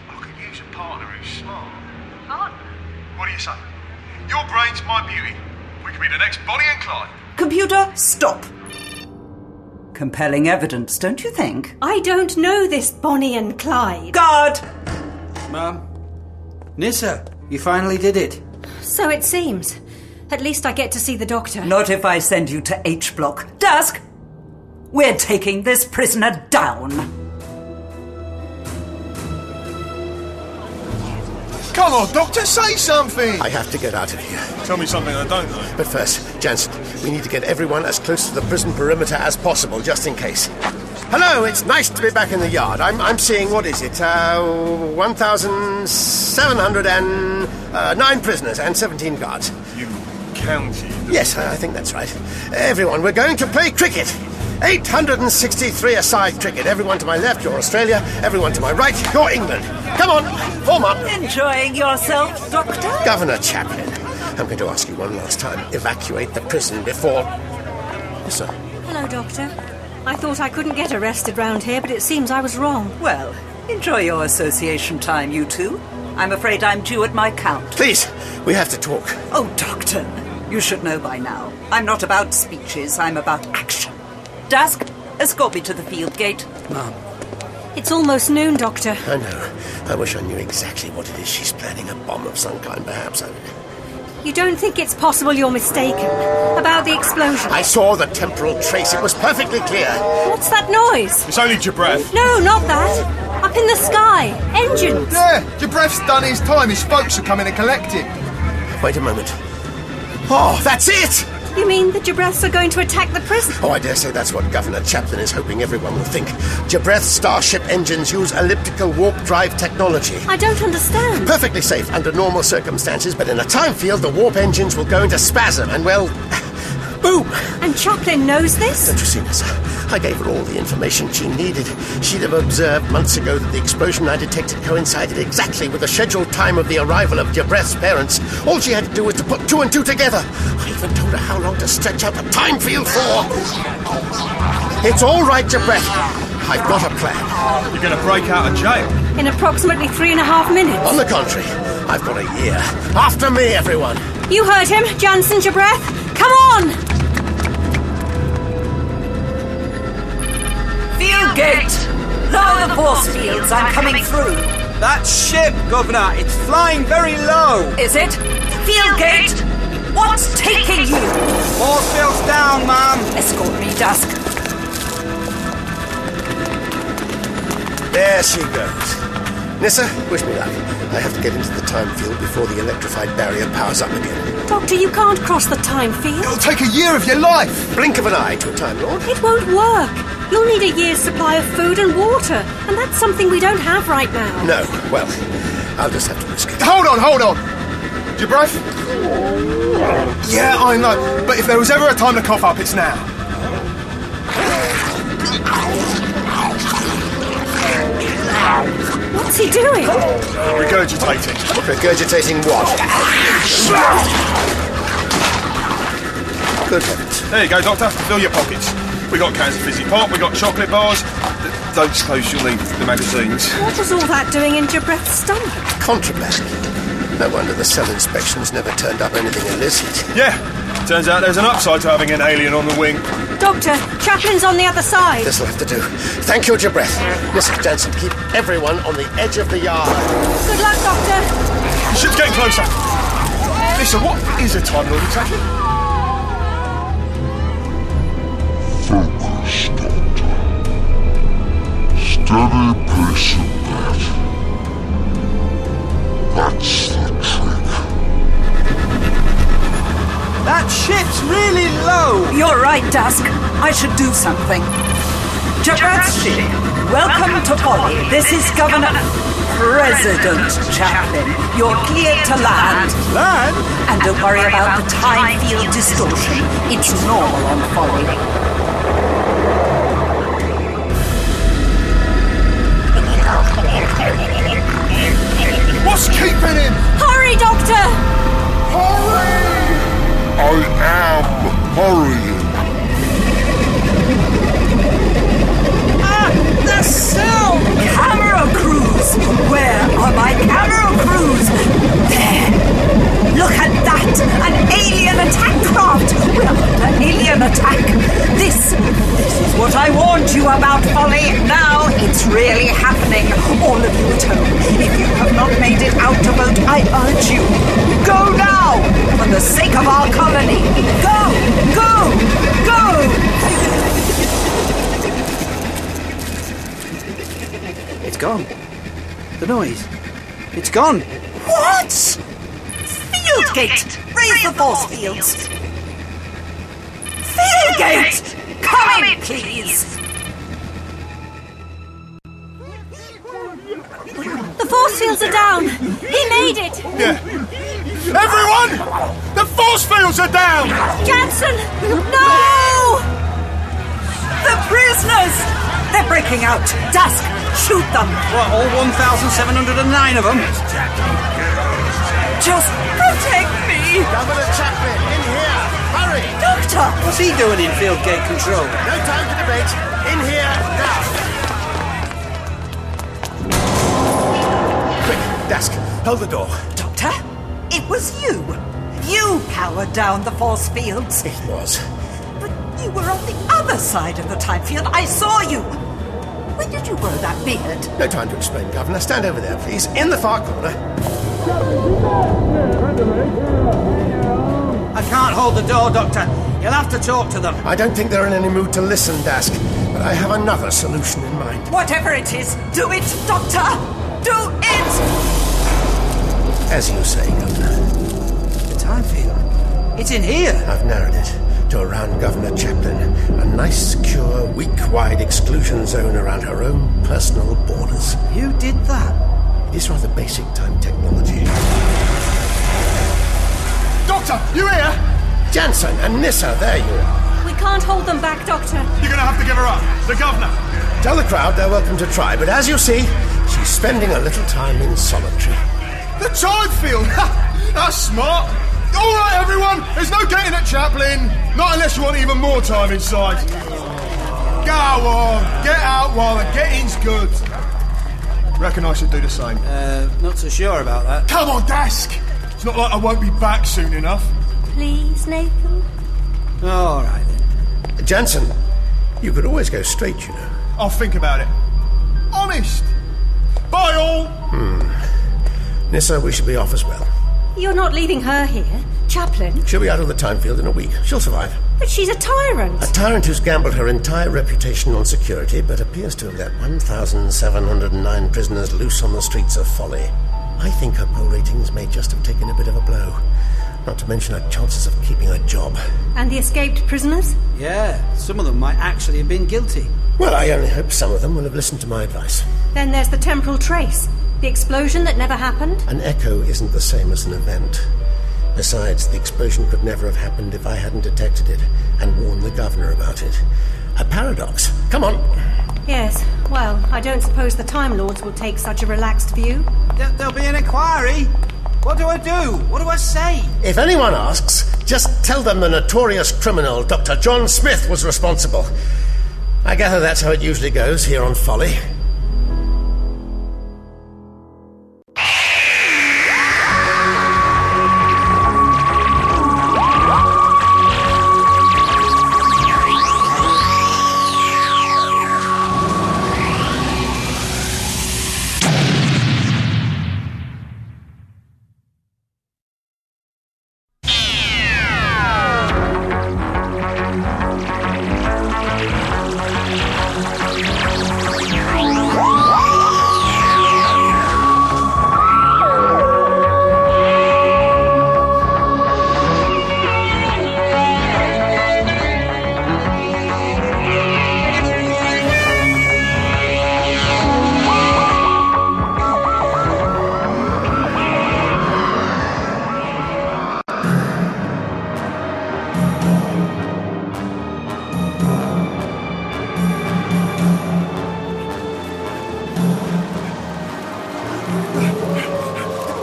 Speaker 12: I could use a partner who's smart. What do you say? Your brain's my beauty. We could be the next Bonnie and Clyde.
Speaker 4: Computer, stop. Compelling evidence, don't you think?
Speaker 2: I don't know this Bonnie and Clyde.
Speaker 4: Guard!
Speaker 13: Ma'am? Nissa, you finally did it.
Speaker 2: So it seems. At least I get to see the doctor.
Speaker 4: Not if I send you to H Block. Dusk! We're taking this prisoner down.
Speaker 12: Come on, Doctor, say something.
Speaker 1: I have to get out of here.
Speaker 12: Tell me something I don't know.
Speaker 1: But first, Jansen, we need to get everyone as close to the prison perimeter as possible, just in case. Hello, it's nice to be back in the yard. I'm, I'm seeing, what is it, uh, 1,709 uh, prisoners and 17 guards.
Speaker 12: You counted.
Speaker 1: Yes, I I think that's right. Everyone, we're going to play cricket. 863 aside cricket. Everyone to my left, you're Australia. Everyone to my right, you're England. Come on, form up.
Speaker 11: Enjoying yourself, Doctor?
Speaker 1: Governor Chaplin, I'm going to ask you one last time. Evacuate the prison before. Yes, sir.
Speaker 2: Hello, Doctor. I thought I couldn't get arrested round here, but it seems I was wrong.
Speaker 11: Well, enjoy your association time, you two. I'm afraid I'm due at my count.
Speaker 1: Please, we have to talk.
Speaker 11: Oh, Doctor, you should know by now. I'm not about speeches, I'm about action. Dusk, escort me to the field gate.
Speaker 1: Ma'am.
Speaker 2: It's almost noon, Doctor.
Speaker 1: I know. I wish I knew exactly what it is she's planning. A bomb of some kind, perhaps. I-
Speaker 2: You don't think it's possible you're mistaken about the explosion?
Speaker 1: I saw the temporal trace. It was perfectly clear.
Speaker 2: What's that noise?
Speaker 1: It's only your breath.
Speaker 2: No, not that. Up in the sky. Engines.
Speaker 15: Yeah, your breath's done his time. His folks are coming to collect it.
Speaker 1: Wait a moment. Oh, that's it!
Speaker 2: You mean the Jabreths are going to attack the prison?
Speaker 1: Oh, I dare say that's what Governor Chaplin is hoping everyone will think. Jabreth Starship engines use elliptical warp drive technology.
Speaker 2: I don't understand.
Speaker 1: Perfectly safe under normal circumstances, but in a time field, the warp engines will go into spasm and, well, boom!
Speaker 2: And Chaplin knows this?
Speaker 1: Don't you see, Miss? I gave her all the information she needed. She'd have observed months ago that the explosion I detected coincided exactly with the scheduled time of the arrival of Jabreth's parents. All she had to do was to put two and two together. I even told her how long to stretch out the time field for. It's all right, Jabreth. I've got a plan. You're going to break out of jail?
Speaker 2: In approximately three and a half minutes.
Speaker 1: On the contrary, I've got a year. After me, everyone.
Speaker 2: You heard him, Jansen Jabreth. Come on!
Speaker 11: Field gate! Lower the force fields, I'm coming through.
Speaker 16: That ship, Governor, it's flying very low.
Speaker 11: Is it? Field gate! What's taking you?
Speaker 16: Force fields down, ma'am.
Speaker 11: Escort me, Dusk.
Speaker 1: There she goes. Nissa, wish me luck. I have to get into the time field before the electrified barrier powers up again.
Speaker 2: Doctor, you can't cross the time field.
Speaker 1: It'll take a year of your life! Blink of an eye to a Time Lord.
Speaker 2: It won't work. You'll need a year's supply of food and water, and that's something we don't have right now.
Speaker 1: No, well, I'll just have to risk it.
Speaker 15: Hold on, hold on. Your breath? Yeah, I know. But if there was ever a time to cough up, it's now.
Speaker 2: What's he doing?
Speaker 1: Regurgitating. Regurgitating
Speaker 11: Ah!
Speaker 1: what? Good heavens.
Speaker 15: There you go, Doctor. Fill your pockets. We got cans of fizzy pop, we got chocolate bars. Th- Don't suppose you'll need the magazines.
Speaker 2: What was all that doing in Jabreth's stomach?
Speaker 1: Contraband. No wonder the cell inspections never turned up anything illicit.
Speaker 15: Yeah, turns out there's an upside to having an alien on the wing.
Speaker 2: Doctor, Chaplin's on the other side.
Speaker 1: This'll have to do. Thank you, Jabreth. Mrs. Jansen, keep everyone on the edge of the yard.
Speaker 2: Good luck, Doctor.
Speaker 15: The ship's getting closer. Listen, what is a Time Lord exactly?
Speaker 17: Focus, Doctor. Steady pace of that. That's the trick.
Speaker 16: That ship's really low.
Speaker 11: You're right, Dusk. I should do something. Jabratshi, welcome to Polly. This is Governor. President Chaplin, you're clear to land.
Speaker 16: Land?
Speaker 11: And don't worry about the time field distortion. It's normal on Polly.
Speaker 15: What's keeping him?
Speaker 2: Hurry, Doctor!
Speaker 17: I am hurrying.
Speaker 16: Ah, the cell!
Speaker 11: Camera crews! Where are my camera crews? There! Look at that! An alien attack craft! We're under alien attack! This, this is what I warned you about, Polly! Now it's really happening! All of you at home, if you have not made it out to vote, I urge you, go now! For the sake of our colony! Go! Go! Go!
Speaker 13: It's gone. The noise. It's gone.
Speaker 11: What? Field gate! Raise the force fields! Field gate! Come in, please!
Speaker 2: The force fields are down. He made it.
Speaker 11: Yeah. Everyone! The force fields are down!
Speaker 2: Jansen! No!
Speaker 4: The prisoners! They're breaking out! Dusk, shoot them!
Speaker 13: What, all 1,709 of them?
Speaker 4: Just protect me!
Speaker 6: Governor Chaplin, in here! Hurry!
Speaker 4: Doctor!
Speaker 13: What's he doing in field gate control?
Speaker 6: No time to debate! In here, now!
Speaker 1: Quick, Dask, hold the door.
Speaker 4: Doctor, it was you! You powered down the force fields!
Speaker 1: It was.
Speaker 4: You were on the other side of the time field. I saw you! When did you grow that beard?
Speaker 1: No time to explain, Governor. Stand over there, please. In the far corner.
Speaker 13: I can't hold the door, Doctor. You'll have to talk to them.
Speaker 1: I don't think they're in any mood to listen, Dask, but I have another solution in mind.
Speaker 4: Whatever it is, do it, Doctor! Do it!
Speaker 1: As you say, Governor.
Speaker 13: The time field? It's in here.
Speaker 1: I've narrowed it to around Governor Chaplin, a nice, secure, week wide exclusion zone around her own personal borders.
Speaker 13: You did that?
Speaker 1: It is rather basic time technology.
Speaker 12: Doctor, you here?
Speaker 1: Jansen and Nissa, there you are.
Speaker 2: We can't hold them back, Doctor.
Speaker 12: You're gonna have to give her up. The governor.
Speaker 1: Tell the crowd they're welcome to try, but as you see, she's spending a little time in solitary.
Speaker 12: The time field! Ha! That's smart! Alright, everyone, there's no getting at Chaplin. Not unless you want even more time inside. Go on, get out while the getting's good. Reckon I should do the same.
Speaker 13: Uh, not so sure about that.
Speaker 12: Come on, Dask! It's not like I won't be back soon enough.
Speaker 2: Please, Nathan?
Speaker 13: All right
Speaker 1: then. Jansen, you could always go straight, you know.
Speaker 12: I'll think about it. Honest! Bye, all!
Speaker 1: Hmm. Nissa, we should be off as well.
Speaker 2: You're not leaving her here. Chaplin?
Speaker 1: She'll be out of the time field in a week. She'll survive.
Speaker 2: But she's a tyrant.
Speaker 1: A tyrant who's gambled her entire reputation on security, but appears to have let 1,709 prisoners loose on the streets of folly. I think her poll ratings may just have taken a bit of a blow. Not to mention her chances of keeping a job.
Speaker 2: And the escaped prisoners?
Speaker 13: Yeah, some of them might actually have been guilty.
Speaker 1: Well, I only hope some of them will have listened to my advice.
Speaker 2: Then there's the temporal trace. The explosion that never happened.
Speaker 18: e-
Speaker 1: An echo isn't the same as an event. Besides, the explosion could never have happened if I hadn't detected it and warned the governor about it. A paradox. Come on.
Speaker 2: Yes, well, I don't suppose the Time Lords will take such a relaxed view.
Speaker 13: There'll be an inquiry. What do I do? What do I say?
Speaker 1: If anyone asks, just tell them the notorious criminal Dr. John Smith was responsible. I gather that's how it usually goes here on Folly.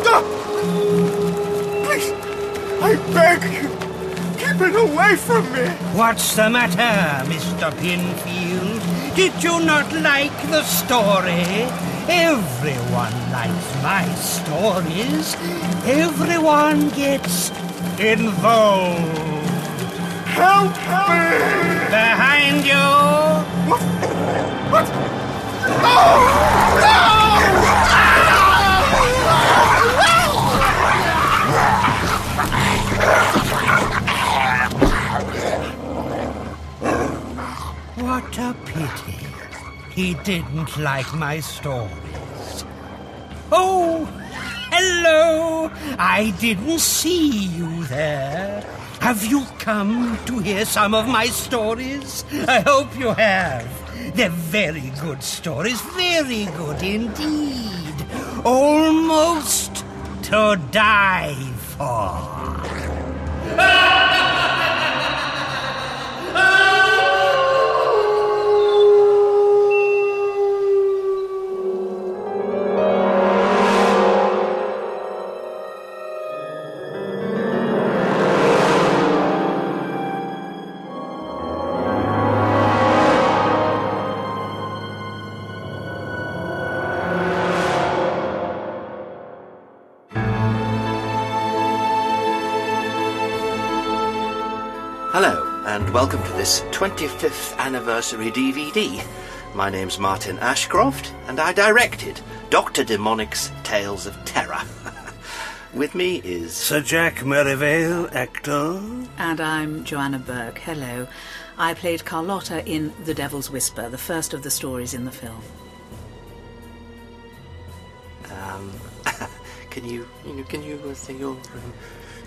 Speaker 12: Ah! Please, I beg you, keep it away from me.
Speaker 8: What's the matter, Mr. Pinfield? Did you not like the story? Everyone likes my stories. Everyone gets involved.
Speaker 12: Help me!
Speaker 8: Behind you!
Speaker 12: What? What? No! No!
Speaker 8: What a pity. He didn't like my stories. Oh, hello! I didn't see you there. Have you come to hear some of my stories? I hope you have. They're very good stories, very good indeed. Almost to die for.
Speaker 19: Hello, and welcome to this 25th anniversary DVD. My name's Martin Ashcroft, and I directed Dr. Demonic's Tales of Terror. With me is.
Speaker 8: Sir Jack Merivale, actor.
Speaker 20: And I'm Joanna Burke. Hello. I played Carlotta in The Devil's Whisper, the first of the stories in the film.
Speaker 19: Um, can you. you know, Can you uh, say your. um,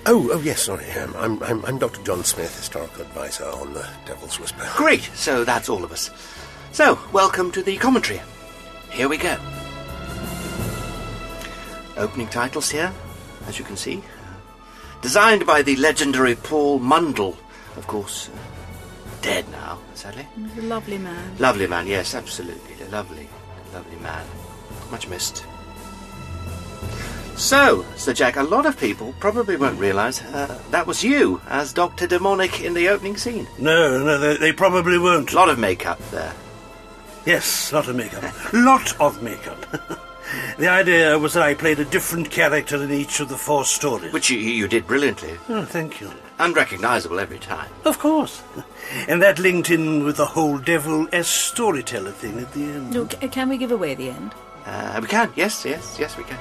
Speaker 1: Oh, oh yes, sorry. Um, I'm, I'm, I'm Dr. John Smith, historical advisor on the Devil's Whisper.
Speaker 19: Great, so that's all of us. So, welcome to the commentary. Here we go. Opening titles here, as you can see. Designed by the legendary Paul Mundell, of course, uh, dead now, sadly.
Speaker 20: He's a lovely man.
Speaker 19: Lovely man, yes, absolutely. A lovely, lovely man. Much missed. So, Sir Jack, a lot of people probably won't realise uh, that was you as Dr. Demonic in the opening scene.
Speaker 8: No, no, they, they probably won't.
Speaker 19: Lot of makeup there.
Speaker 8: Yes, lot of makeup. lot of makeup. the idea was that I played a different character in each of the four stories.
Speaker 19: Which you, you did brilliantly.
Speaker 8: Oh, thank you.
Speaker 19: Unrecognisable every time.
Speaker 8: Of course. And that linked in with the whole devil as storyteller thing at the end.
Speaker 20: Look, c- can we give away the end?
Speaker 19: Uh, we can, yes, yes, yes, we can.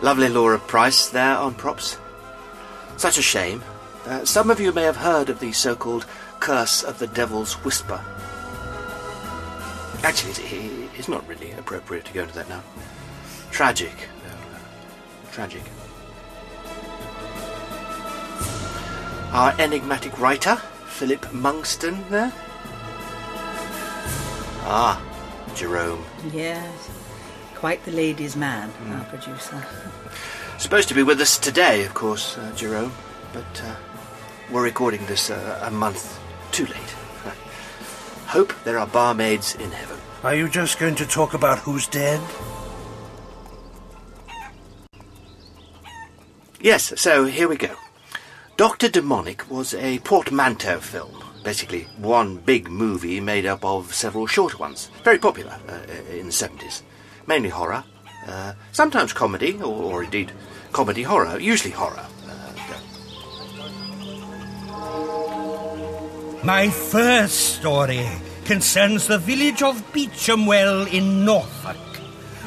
Speaker 19: Lovely Laura Price there on props. Such a shame. Uh, some of you may have heard of the so called Curse of the Devil's Whisper. Actually, it's, it's not really appropriate to go into that now. Tragic. uh, Tragic. Our enigmatic writer, Philip Monkston, there. Ah, Jerome.
Speaker 20: Yes. Quite the ladies' man, our producer.
Speaker 19: Supposed to be with us today, of course, uh, Jerome, but uh, we're recording this uh, a month too late. Hope there are barmaids in heaven.
Speaker 8: Are you just going to talk about who's dead?
Speaker 19: Yes, so here we go. Dr. Demonic was a portmanteau film, basically one big movie made up of several short ones. Very popular uh, in the 70s. Mainly horror, uh, sometimes comedy, or, or indeed comedy horror, usually horror. uh,
Speaker 8: My first story concerns the village of Beechamwell in Norfolk.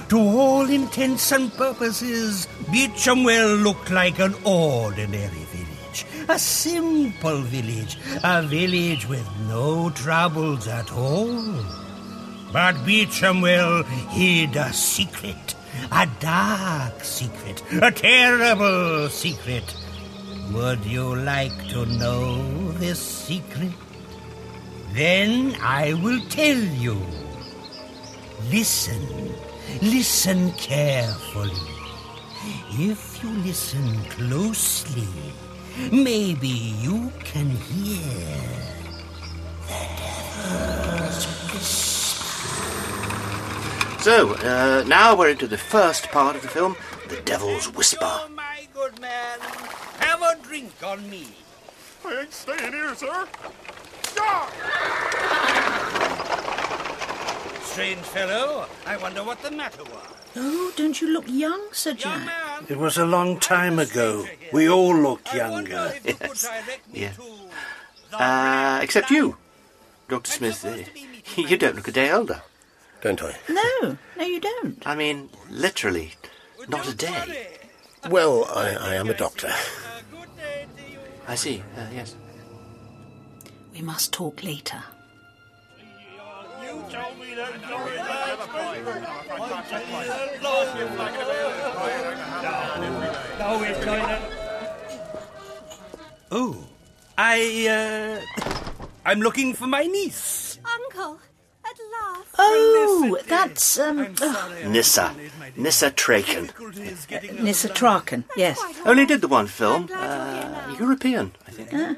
Speaker 8: To all intents and purposes, Beechamwell looked like an ordinary village. A simple village. A village with no troubles at all. But Beechamwell hid a secret. A dark secret. A terrible secret. Would you like to know this secret? Then I will tell you. Listen, listen carefully. If you listen closely, maybe you can hear the devil's
Speaker 19: So, uh, now we're into the first part of the film The Devil's Whisper.
Speaker 8: My good man, have a drink on me.
Speaker 15: I ain't staying here, sir.
Speaker 8: Strange fellow, I wonder what the matter was.
Speaker 20: Oh, don't you look young, Sir Jack?
Speaker 8: It was a long time ago. We all looked younger.
Speaker 19: Yes. Yeah. Uh, except you, Dr. Smith. uh, You don't look a day older.
Speaker 1: Don't I?
Speaker 20: No, no, you don't.
Speaker 19: I mean, literally, not a day.
Speaker 1: Well, I, I am a doctor.
Speaker 19: I see, uh, yes.
Speaker 20: We must talk later.
Speaker 8: Oh, I, uh. I'm looking for my niece.
Speaker 2: Uncle, at last.
Speaker 10: Oh, that's um,
Speaker 19: Nissa. Nissa Traken.
Speaker 10: Nissa Traken. Yes.
Speaker 19: Only did the one film. Uh, European, I think.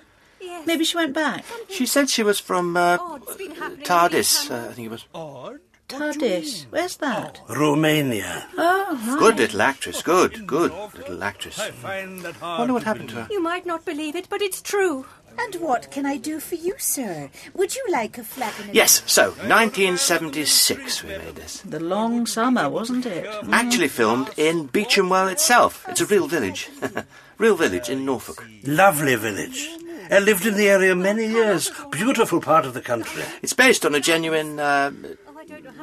Speaker 10: Maybe she went back.
Speaker 19: She said she was from uh, TARDIS, uh, I think it was.
Speaker 10: Tardis. Where's that?
Speaker 19: Romania.
Speaker 10: Oh, right.
Speaker 19: Good little actress, good, good little actress.
Speaker 2: Wonder
Speaker 19: what happened to her.
Speaker 2: You might not believe it, but it's true.
Speaker 11: And what can I do for you, sir? Would you like a flagon of
Speaker 19: Yes, so 1976 we made this.
Speaker 10: The long summer, wasn't it? Mm.
Speaker 19: Actually filmed in Beechamwell itself. It's a real village. real village in Norfolk.
Speaker 8: Lovely village. I lived in the area many years. Beautiful part of the country.
Speaker 19: It's based on a genuine uh,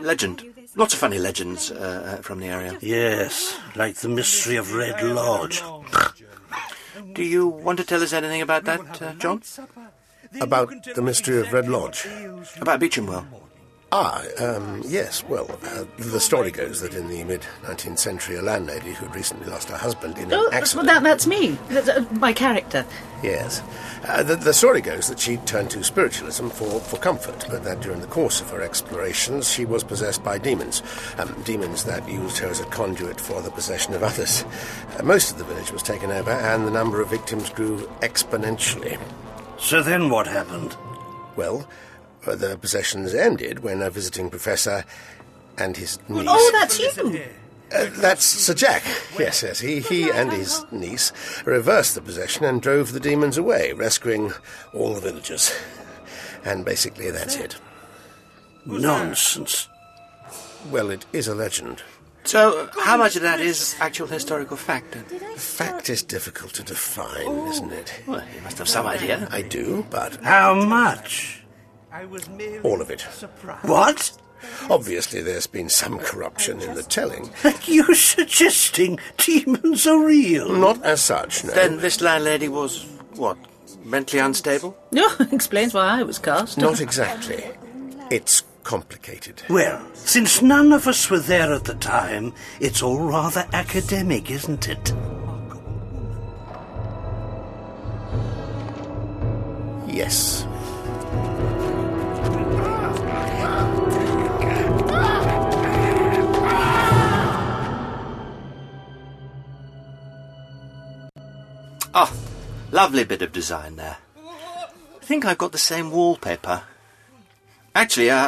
Speaker 19: legend. Lots of funny legends uh, uh, from the area.
Speaker 8: Yes, like the mystery of Red Lodge.
Speaker 19: Do you want to tell us anything about that, uh, John?
Speaker 1: About the mystery of Red Lodge.
Speaker 19: About Beechamwell.
Speaker 1: Ah, um, yes. Well, uh, the story goes that in the mid 19th century, a landlady who'd recently lost her husband in an
Speaker 10: Oh, that's,
Speaker 1: accident.
Speaker 10: that, that's me. That's, uh, my character.
Speaker 1: Yes. Uh, the, the story goes that she turned to spiritualism for, for comfort, but that during the course of her explorations, she was possessed by demons. Um, demons that used her as a conduit for the possession of others. Uh, most of the village was taken over, and the number of victims grew exponentially.
Speaker 8: So then what happened?
Speaker 1: Well, uh, the possessions ended when a visiting professor and his niece.
Speaker 10: Oh, that's you.
Speaker 1: Uh, that's Sir Jack. Yes, yes. He, he and his niece reversed the possession and drove the demons away, rescuing all the villagers. And basically, that's it.
Speaker 8: Nonsense.
Speaker 1: Well, it is a legend.
Speaker 19: So, how much of that is actual historical fact? then?
Speaker 1: Fact is difficult to define, isn't it?
Speaker 19: Well, you must have some idea.
Speaker 1: I do, but.
Speaker 8: How much?
Speaker 1: All of it.
Speaker 8: What?
Speaker 1: Obviously, there's been some corruption in the telling.
Speaker 8: You're suggesting demons are real?
Speaker 1: Not as such, no.
Speaker 19: Then this landlady was, what, mentally unstable?
Speaker 10: No, explains why I was cast.
Speaker 1: Not exactly. It's complicated.
Speaker 8: Well, since none of us were there at the time, it's all rather academic, isn't it?
Speaker 1: Yes.
Speaker 19: Ah, lovely bit of design there. I think I've got the same wallpaper. Actually, I,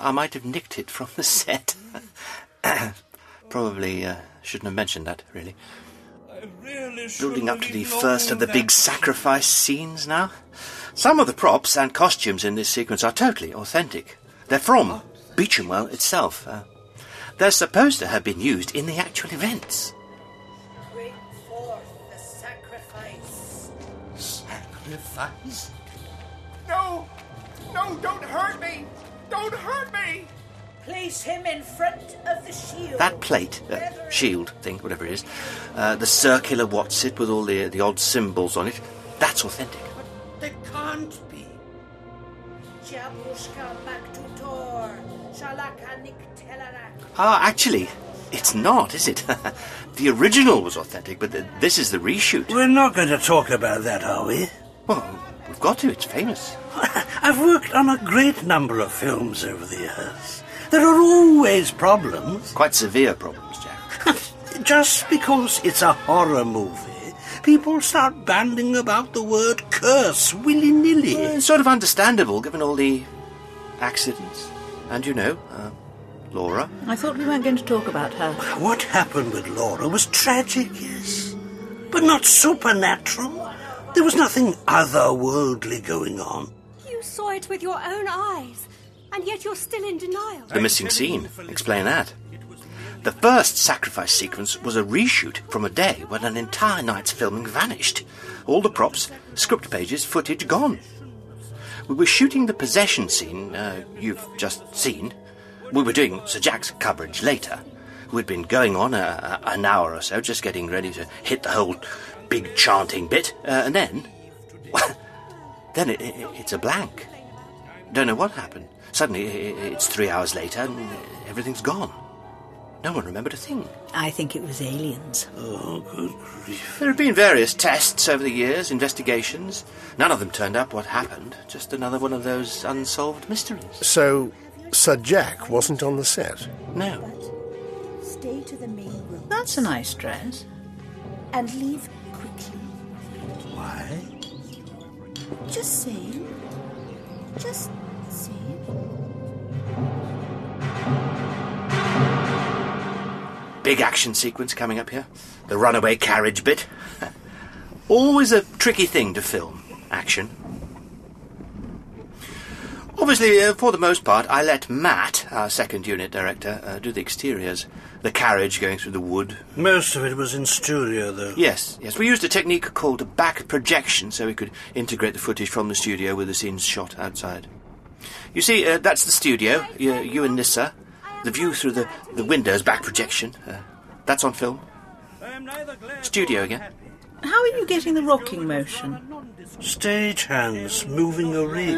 Speaker 19: I, I might have nicked it from the set. Probably uh, shouldn't have mentioned that, really. Building up to the first of the big sacrifice scenes now. Some of the props and costumes in this sequence are totally authentic. They're from Beechamwell itself. Uh, they're supposed to have been used in the actual events.
Speaker 6: Bring forth the sacrifice.
Speaker 19: Sacrifice?
Speaker 21: No! No, don't hurt me! Don't hurt me!
Speaker 6: Place him in front of the shield.
Speaker 19: That plate, uh, shield thing, whatever it is, uh, the circular Watsit with all the, the odd symbols on it, that's authentic.
Speaker 6: They can't be. Jabushka Maktutor. Shalaka Niktelarak.
Speaker 19: Ah, actually, it's not, is it? the original was authentic, but th this is the reshoot.
Speaker 8: We're not going to talk about that, are we?
Speaker 19: Well, we've got to, it's famous.
Speaker 8: I've worked on a great number of films over the years. There are always problems.
Speaker 19: Quite severe problems, Jack.
Speaker 8: Just because it's a horror movie, people start banding about the word curse willy nilly.
Speaker 19: Well, It's sort of understandable given all the accidents. And you know, uh, Laura.
Speaker 10: I thought we weren't going to talk about her.
Speaker 8: What happened with Laura was tragic, yes, but not supernatural. There was nothing otherworldly going on.
Speaker 2: You saw it with your own eyes, and yet you're still in denial.
Speaker 19: The missing scene. Explain that. The first sacrifice sequence was a reshoot from a day when an entire night's filming vanished. All the props, script pages, footage gone. We were shooting the possession scene uh, you've just seen. We were doing Sir Jack's coverage later. We'd been going on a, a- an hour or so, just getting ready to hit the whole big chanting bit, uh, and then. then it, it, it's a blank. Don't know what happened. Suddenly, i i- it's three hours later, and everything's gone. No one remembered a thing.
Speaker 10: I think it was aliens.
Speaker 19: Oh, good grief. There have been various tests over the years, investigations. None of them turned up what happened. Just another one of those unsolved mysteries.
Speaker 1: So, Sir Jack wasn't on the set?
Speaker 19: No.
Speaker 11: Stay to the main room.
Speaker 10: That's a nice dress.
Speaker 11: And leave quickly.
Speaker 8: Why?
Speaker 11: Just saying. Just saying.
Speaker 19: Big action sequence coming up here. The runaway carriage bit. Always a tricky thing to film, action. Obviously, uh, for the most part, I let Matt, our second unit director, uh, do the exteriors. The carriage going through the wood.
Speaker 8: Most of it was in studio, though.
Speaker 19: Yes, yes. We used a technique called back projection so we could integrate the footage from the studio with the scenes shot outside. You see, uh, that's the studio, you, you and Nissa. The view through the, the windows, back projection. Uh, that's on film. Studio again.
Speaker 10: How are you getting the rocking motion?
Speaker 8: Stage hands moving a rig.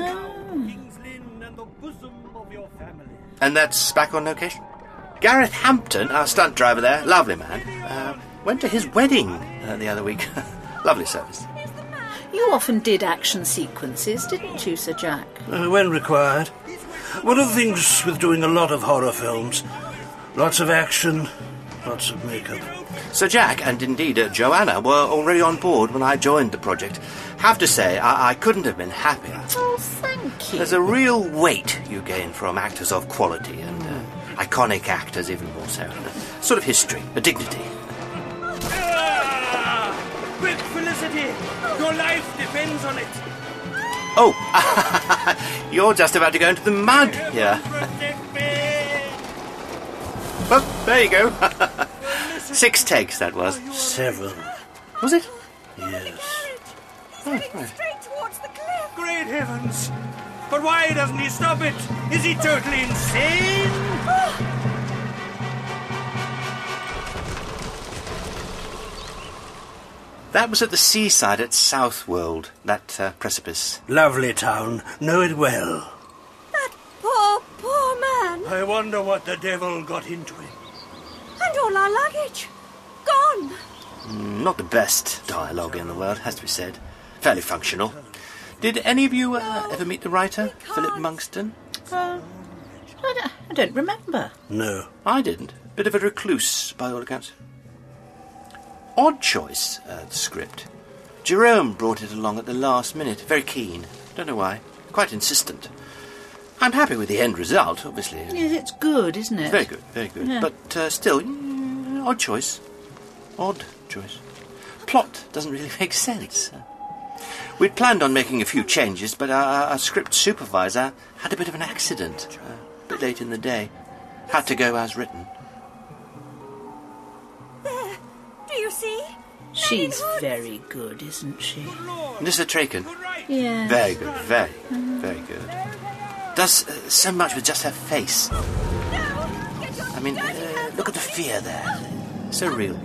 Speaker 19: And that's back on location. Gareth Hampton, our stunt driver there, lovely man, uh, went to his wedding uh, the other week. lovely service.
Speaker 10: You often did action sequences, didn't you, Sir Jack?
Speaker 8: Uh, when required. One of the things with doing a lot of horror films lots of action, lots of makeup.
Speaker 19: Sir Jack and indeed uh, Joanna were already on board when I joined the project. Have to say, I, I couldn't have been happier.
Speaker 10: Oh, thank you.
Speaker 19: There's a real weight you gain from actors of quality and uh, iconic actors, even more so. Sort of history, a dignity.
Speaker 6: Quick, Felicity! Your life depends on it!
Speaker 19: Oh, you're just about to go into the mud here. well, Oh, there you go. Six takes that was.
Speaker 8: Seven.
Speaker 19: Was it?
Speaker 8: Yes.
Speaker 6: Straight towards the cliff! Great heavens! But why doesn't he stop it? Is he totally insane?
Speaker 19: That was at the seaside at Southwold, that uh, precipice.
Speaker 8: Lovely town. Know it well.
Speaker 11: Poor, poor man.
Speaker 6: I wonder what the devil got into him.
Speaker 11: And all our luggage. Gone.
Speaker 19: Mm, not the best dialogue in the world, has to be said. Fairly functional. Did any of you uh, ever meet the writer, Philip Monkston?
Speaker 10: Uh, I, don't, I don't remember.
Speaker 8: No.
Speaker 19: I didn't. Bit of a recluse, by all accounts. Odd choice, uh, the script. Jerome brought it along at the last minute, very keen. Don't know why. Quite insistent. I'm happy with the end result, obviously.
Speaker 10: Yes, it's good, isn't it?
Speaker 19: Very good, very good.
Speaker 10: Yeah.
Speaker 19: But uh, still, mm, odd choice. Odd choice. Plot doesn't really make sense. We'd planned on making a few changes, but our, our script supervisor had a bit of an accident uh, a bit late in the day. Had to go as written.
Speaker 11: Do you see?
Speaker 10: She's very good, isn't she?
Speaker 19: Nissa Traken.
Speaker 10: Yes.
Speaker 19: Very good, very, very good. Does uh, so much with just her face. I mean, uh, look at the fear there. So real.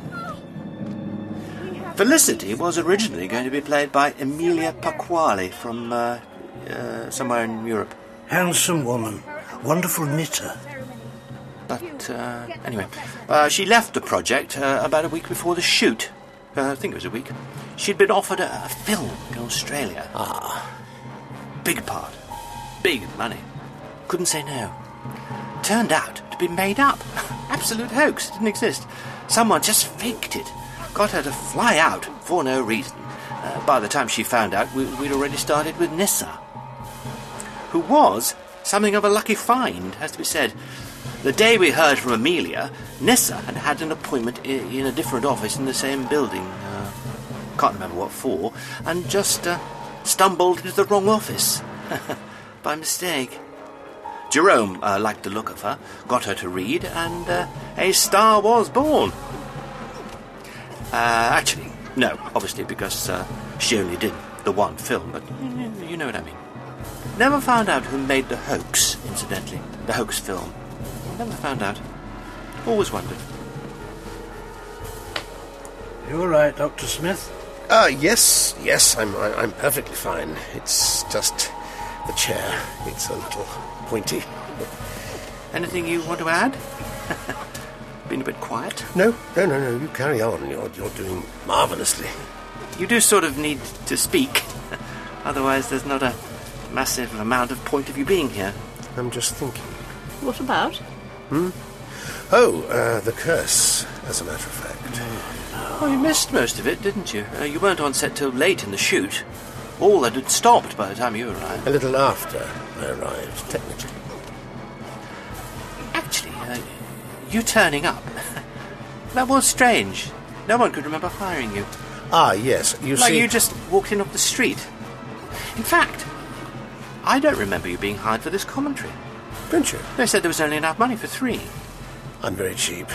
Speaker 19: Felicity was originally going to be played by Emilia Pacquali from uh, uh, somewhere in Europe.
Speaker 8: Handsome woman. Wonderful knitter.
Speaker 19: But uh, anyway, uh, she left the project uh, about a week before the shoot. Uh, I think it was a week. She'd been offered a, a film in Australia. Ah, big part, big money. Couldn't say no. Turned out to be made up. Absolute hoax. Didn't exist. Someone just faked it. Got her to fly out for no reason. Uh, by the time she found out, we, we'd already started with Nissa, who was something of a lucky find, has to be said. The day we heard from Amelia, Nissa had had an appointment i- in a different office in the same building. Uh, can't remember what for, and just uh, stumbled into the wrong office by mistake. Jerome uh, liked the look of her, got her to read, and uh, a star was born. Uh, actually, no, obviously, because uh, she only did the one film, but you know what I mean. Never found out who made the hoax, incidentally, the hoax film. Never found out. Always wondered.
Speaker 8: You all right, Dr. Smith?
Speaker 1: Ah, yes, yes, I'm, I- I'm perfectly fine. It's just the chair. It's a little pointy.
Speaker 19: Anything you want to add? been a bit quiet?
Speaker 1: No, no, no, no. You carry on. You're, you're doing marvellously.
Speaker 19: You do sort of need to speak, otherwise, there's not a massive amount of point of you being here.
Speaker 1: I'm just thinking.
Speaker 20: What about?
Speaker 1: Hmm? Oh, uh, the curse, as a matter of fact.
Speaker 19: Oh, you missed most of it, didn't you? Uh, you weren't on set till late in the shoot. All had had stopped by the time you arrived.
Speaker 1: A little after I arrived, technically.
Speaker 19: Actually, uh, you turning up. that was strange. No one could remember hiring you.
Speaker 1: Ah, yes. You
Speaker 19: like
Speaker 1: see.
Speaker 19: you just walked in off the street. In fact, I don't remember you being hired for this commentary.
Speaker 1: Don't you?
Speaker 19: They said there was only enough money for three.
Speaker 1: I'm very cheap.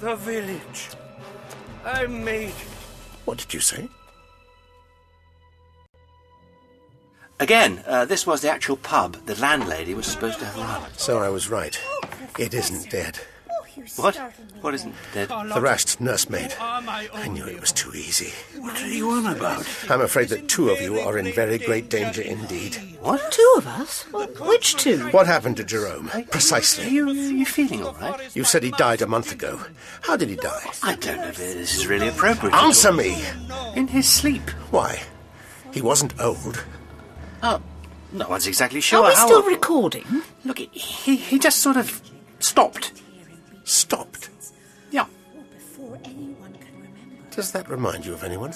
Speaker 3: The village. I made it.
Speaker 1: What did you say?
Speaker 19: Again, uh, this was the actual pub the landlady was supposed to have run.
Speaker 1: So I was right. It isn't dead.
Speaker 19: What? What isn't dead?
Speaker 1: Thrashed nursemaid. I knew it was too easy.
Speaker 9: What are you on about?
Speaker 1: I'm afraid that two of you are in very great danger indeed.
Speaker 9: What?
Speaker 20: Two of us? Which two?
Speaker 1: What happened to Jerome? Precisely.
Speaker 19: you, you feeling all right?
Speaker 1: You said he died a month ago. How did he die?
Speaker 19: I don't know if this is really appropriate.
Speaker 1: Answer me!
Speaker 19: In his sleep.
Speaker 1: Why? He wasn't old.
Speaker 19: Oh, no one's exactly sure
Speaker 20: Are we
Speaker 19: how.
Speaker 20: still recording?
Speaker 19: Look, he, he just sort of stopped.
Speaker 1: Stopped?
Speaker 19: Yeah.
Speaker 1: Does that remind you of anyone?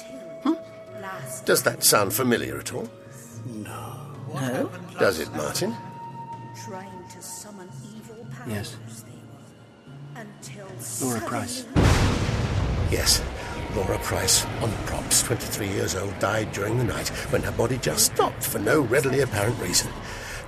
Speaker 1: Does that sound familiar at all?
Speaker 20: No.
Speaker 1: Does it, Martin?
Speaker 22: Trying to summon evil powers.
Speaker 19: Yes.
Speaker 22: Until
Speaker 19: Laura Price.
Speaker 1: Yes. Laura Price, on props, 23 years old, died during the night when her body just stopped for no readily apparent reason.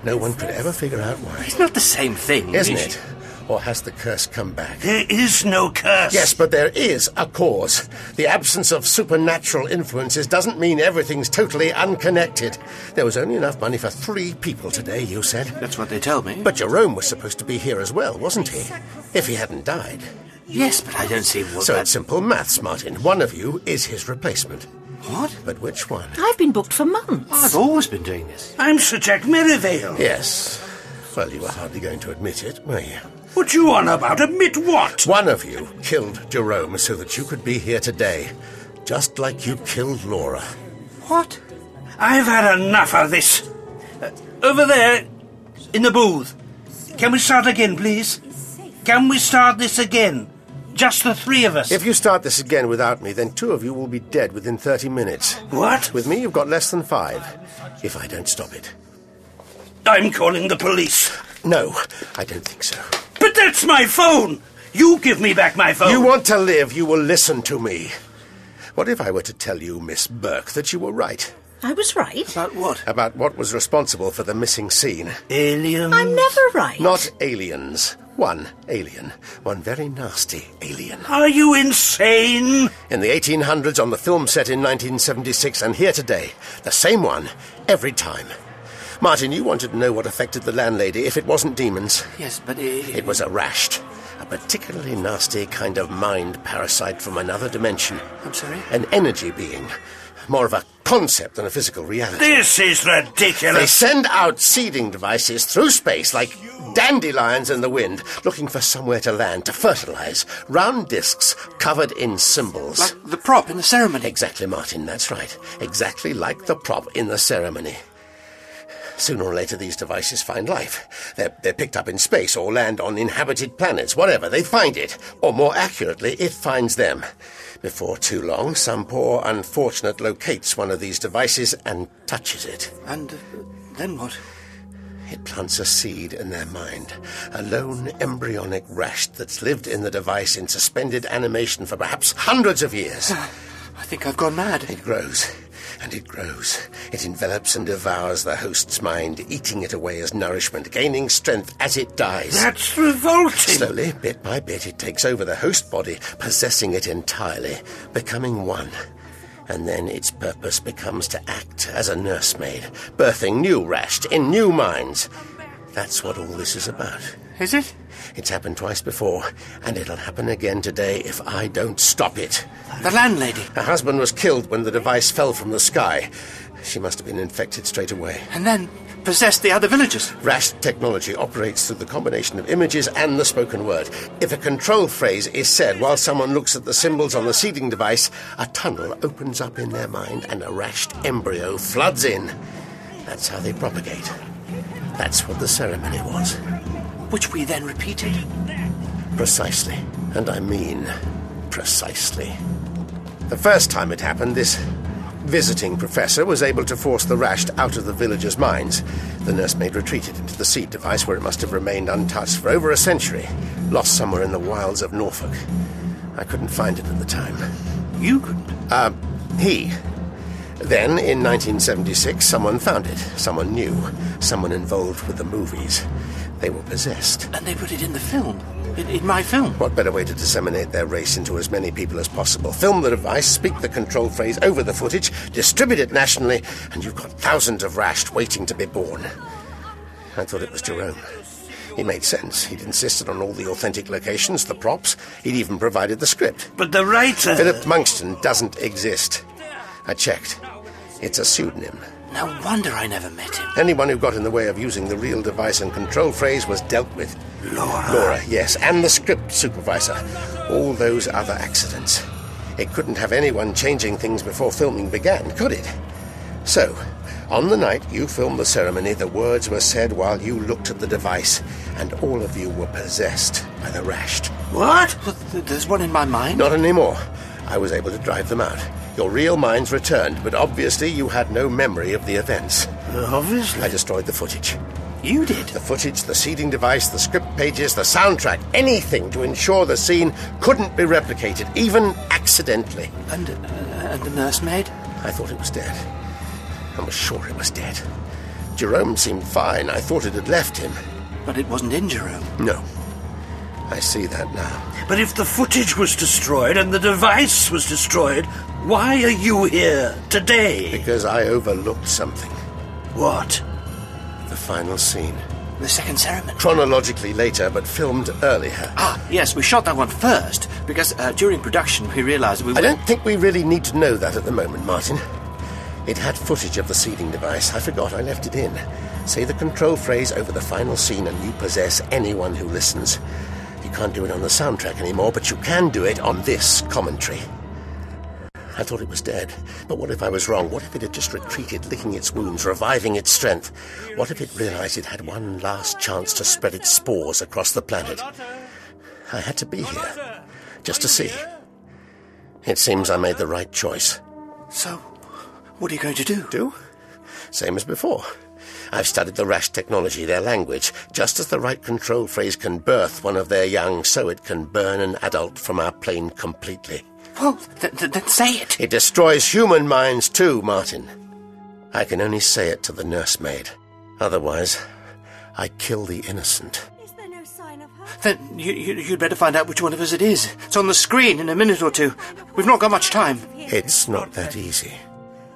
Speaker 1: No one could ever figure out why. It's
Speaker 19: not the same thing,
Speaker 1: isn't
Speaker 19: is
Speaker 1: it? Or has the curse come back?
Speaker 9: There is no curse.
Speaker 1: Yes, but there is a cause. The absence of supernatural influences doesn't mean everything's totally unconnected. There was only enough money for three people today, you said.
Speaker 19: That's what they tell me.
Speaker 1: But Jerome was supposed to be here as well, wasn't he? If he hadn't died.
Speaker 19: Yes, but I don't see what.
Speaker 1: So it's simple maths, Martin. One of you is his replacement.
Speaker 19: What?
Speaker 1: But which one?
Speaker 20: I've been booked for months.
Speaker 19: I've always been doing this.
Speaker 9: I'm Sir Jack Merivale.
Speaker 1: Yes. Well, you were hardly going to admit it, were you?
Speaker 9: What you on about? Admit what?
Speaker 1: One of you killed Jerome so that you could be here today, just like you killed Laura.
Speaker 9: What? I've had enough of this. Uh, over there, in the booth. Can we start again, please? Can we start this again? Just the three of us.
Speaker 1: If you start this again without me, then two of you will be dead within 30 minutes.
Speaker 9: What?
Speaker 1: With me, you've got less than five, if I don't stop it.
Speaker 9: I'm calling the police.
Speaker 1: No, I don't think so.
Speaker 9: But that's my phone. You give me back my phone.
Speaker 1: You want to live, you will listen to me. What if I were to tell you, Miss Burke, that you were right?
Speaker 20: I was right.
Speaker 9: About what?
Speaker 1: About what was responsible for the missing scene.
Speaker 9: Aliens?
Speaker 20: I'm never right.
Speaker 1: Not aliens. One alien. One very nasty alien.
Speaker 9: Are you insane?
Speaker 1: In the 1800s, on the film set in 1976, and here today. The same one, every time. Martin, you wanted to know what affected the landlady if it wasn't demons.
Speaker 19: Yes, but it,
Speaker 1: It was a rashed, a particularly nasty kind of mind parasite from another dimension.
Speaker 19: I'm sorry.
Speaker 1: An energy being. More of a concept than a physical reality.
Speaker 9: This is
Speaker 1: They
Speaker 9: ridiculous.
Speaker 1: send out seeding devices through space like dandelions in the wind, looking for somewhere to land, to fertilize. Round discs covered in symbols.
Speaker 19: Like the prop in the ceremony.
Speaker 1: Exactly, Martin, that's right. Exactly like the prop in the ceremony. Sooner or later, these devices find life. They're, they're picked up in space or land on inhabited planets, whatever, they find it. Or more accurately, it finds them. Before too long, some poor unfortunate locates one of these devices and touches it.
Speaker 19: And uh, then what?
Speaker 1: It plants a seed in their mind, a lone embryonic rash that's lived in the device in suspended animation for perhaps hundreds of years.
Speaker 19: I think I've gone mad.
Speaker 1: It grows, and it grows. It envelops and devours the host's mind, eating it away as nourishment, gaining strength as it dies.
Speaker 9: That's revolting.
Speaker 1: Slowly, bit by bit, it takes over the host body, possessing it entirely, becoming one. And then its purpose becomes to act as a nursemaid, birthing new rashed in new minds. That's what all this is about.
Speaker 19: Is it?
Speaker 1: It's happened twice before, and it'll happen again today if I don't stop it.
Speaker 19: The landlady.
Speaker 1: Her husband was killed when the device fell from the sky. She must have been infected straight away.
Speaker 19: And then
Speaker 1: possess the other villagers. Rash technology operates through the combination of images and the spoken word. If a control phrase is said while someone looks at the symbols on the seeding device, a tunnel opens up in their mind and a rashed embryo floods in. That's how they propagate. That's what the ceremony was. Which we then repeated? Precisely. And I mean precisely. The first time it happened, this visiting professor was able to force the rashed out of the villagers' minds. The nursemaid retreated into the seed device where it must have remained untouched for over a century, lost somewhere in the wilds of Norfolk. I couldn't find it at the time. You couldn't? Uh, he. Then, in 1976, someone found it. Someone new. Someone involved with the movies. They were possessed.
Speaker 19: And they put it in the film.
Speaker 1: In, my film. What better way to disseminate their race into as many people as possible? Film the device, speak the control phrase over the footage, distribute it nationally, and you've got thousands of Rashed waiting to be born. I thought it was Jerome. He made sense. He'd insisted on all the authentic locations, the props. He'd even provided the script. But the writer. Philip Monkston doesn't exist. I checked. It's a pseudonym.
Speaker 19: No wonder I never met him.
Speaker 1: Anyone who got in the way of using the real device and control phrase was dealt with. Laura. Laura, yes, and the script supervisor. All those other accidents. It couldn't have anyone changing things before filming began, could it? So, on the night you filmed the ceremony, the words were said while you looked at the device, and all of you were possessed by the rashed. What? There's one in my mind. Not anymore. I was able to drive them out. Your real minds returned, but obviously you had no memory of the events. Uh, Obviously. I destroyed the footage. You did? The footage, the seeding device, the script pages, the soundtrack, anything to ensure the scene couldn't be replicated, even accidentally. And, uh, and the nursemaid? I thought it was dead. I was sure it was dead. Jerome seemed fine. I thought it had left him. But it wasn't in Jerome. No. I see that now.
Speaker 9: But if the footage was destroyed and the device was destroyed, why are you here today?
Speaker 1: Because I overlooked something. What? The final scene.
Speaker 19: The second ceremony.
Speaker 1: Chronologically later, but filmed earlier.
Speaker 19: Ah, yes, we shot that one first because uh, during production we realised we.
Speaker 1: I don't think we really need to know that at the moment, Martin. It had footage of the seeding device. I forgot I left it in. Say the control phrase over the final scene, and you possess anyone who listens. You can't do it on the soundtrack anymore, but you can do it on this commentary. I thought it was dead. But what if I was wrong? What if it had just retreated, licking its wounds, reviving its strength? What if it realized it had one last chance to spread its spores across the planet? I had to be here, just to see. It seems I made the right choice.
Speaker 19: So, what are you going to do?
Speaker 1: Do? Same as before. I've studied the rash technology, their language. Just as the right control phrase can birth one of their young, so it can burn an adult from our plane completely.
Speaker 19: Well, th- th- then say it.
Speaker 1: It destroys human minds too, Martin. I can only say it to the nursemaid. Otherwise, I kill the innocent.
Speaker 19: Then you, you, you'd better find out which one of us it is. It's on the screen in a minute or two. We've not got much time.
Speaker 1: It's not that easy.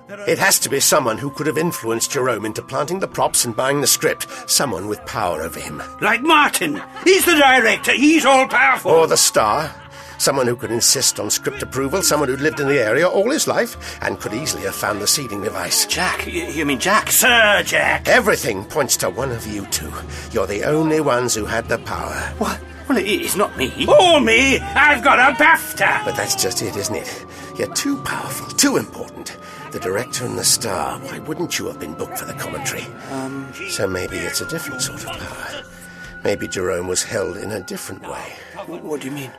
Speaker 1: It has to be someone who could have influenced Jerome into planting the props and buying the script. Someone with power over him.
Speaker 9: Like Martin. He's the director. He's all powerful.
Speaker 1: Or the star. Someone who could insist on script approval, someone who'd lived in the area all his life and could easily have found the seeding device.
Speaker 19: Jack, you, you mean Jack?
Speaker 9: Sir Jack.
Speaker 1: Everything points to one of you two. You're the only ones who had the power.
Speaker 19: What? Well, it, it's not me.
Speaker 9: Or me. I've got a BAFTA.
Speaker 1: But that's just it, isn't it? You're too powerful, too important. The director and the star. Why wouldn't you have been booked for the commentary? Um, so maybe it's a different sort of power. Maybe Jerome was held in a different way.
Speaker 19: What, what do you mean?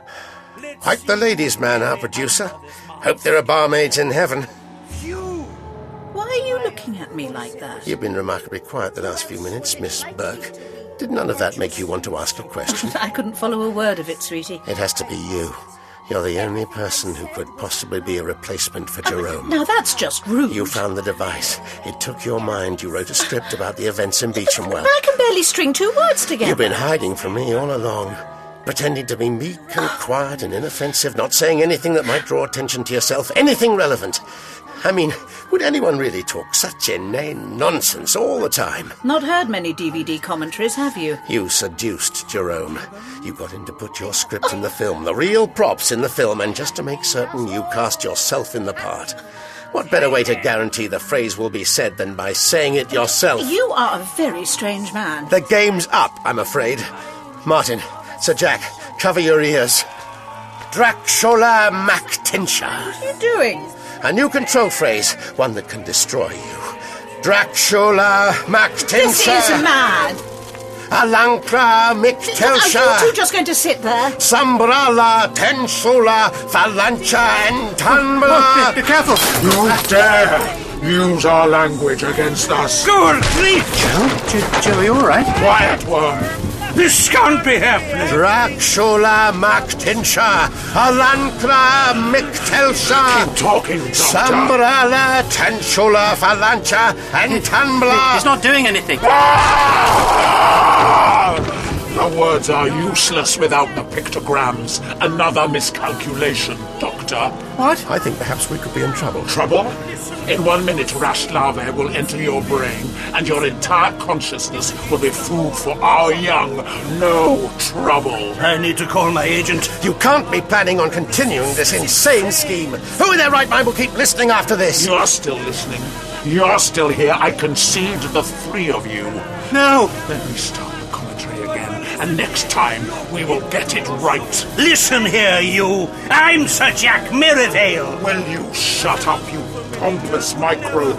Speaker 1: Like the ladies' man, our producer. Hope there are barmaids in heaven.
Speaker 20: Why are you looking at me like that?
Speaker 1: You've been remarkably quiet the last few minutes, Miss Burke. Did none of that make you want to ask a question?
Speaker 20: I couldn't follow a word of it, sweetie.
Speaker 1: It has to be you. You're the only person who could possibly be a replacement for Jerome.
Speaker 20: Oh, Now that's just rude.
Speaker 1: You found the device. It took your mind. You wrote a script about the events in Beechamwell.
Speaker 20: I can barely string two words together.
Speaker 1: You've been hiding from me all along, pretending to be meek and quiet and inoffensive, not saying anything that might draw attention to yourself, anything relevant. I mean, would anyone really talk such inane nonsense all the time?
Speaker 20: Not heard many DVD commentaries, have you?
Speaker 1: You seduced Jerome. You got him to put your script in the film, the real props in the film, and just to make certain you cast yourself in the part. What better way to guarantee the phrase will be said than by saying it yourself?
Speaker 10: You are a very strange man.
Speaker 1: The game's up, I'm afraid. Martin, Sir Jack, cover your ears. Draxola Mactinsha.
Speaker 10: What are you doing?
Speaker 1: A new control phrase, one that can destroy you. Draxola Mactinsha.
Speaker 10: This is mad.
Speaker 1: Alankra
Speaker 10: Are you two
Speaker 1: Mictelsha.
Speaker 10: just going to sit there?
Speaker 1: Sambrala Tensula Phalancha and Tanbala. Oh, Be careful.
Speaker 23: You dare use our language against us.
Speaker 9: Go on, please!
Speaker 23: Joe, Joey, all right? Quiet, worm.
Speaker 9: This can't be happening.
Speaker 1: Draxula Mactinsha, Alankra Mictelsha. Keep
Speaker 23: talking,
Speaker 1: Doctor. Sambrala Tensula Phalancha and Tanbala.
Speaker 23: He's not doing anything. The words are useless without the pictograms. Another miscalculation, Doctor.
Speaker 1: What? I think perhaps we could be in trouble.
Speaker 23: Trouble? In one minute, rash larvae will enter your brain, and your entire consciousness will be food for our young. No trouble.
Speaker 9: I need to call my agent.
Speaker 1: You can't be planning on continuing this insane scheme. Who in their right mind will keep listening after this?
Speaker 23: You're still listening. You're still here. I concede the three of you.
Speaker 9: No!
Speaker 23: Let me start the commentary again, and next time we will get it right.
Speaker 9: Listen here, you. I'm Sir Jack Merivale.
Speaker 23: Will you shut up, you pompous microbe?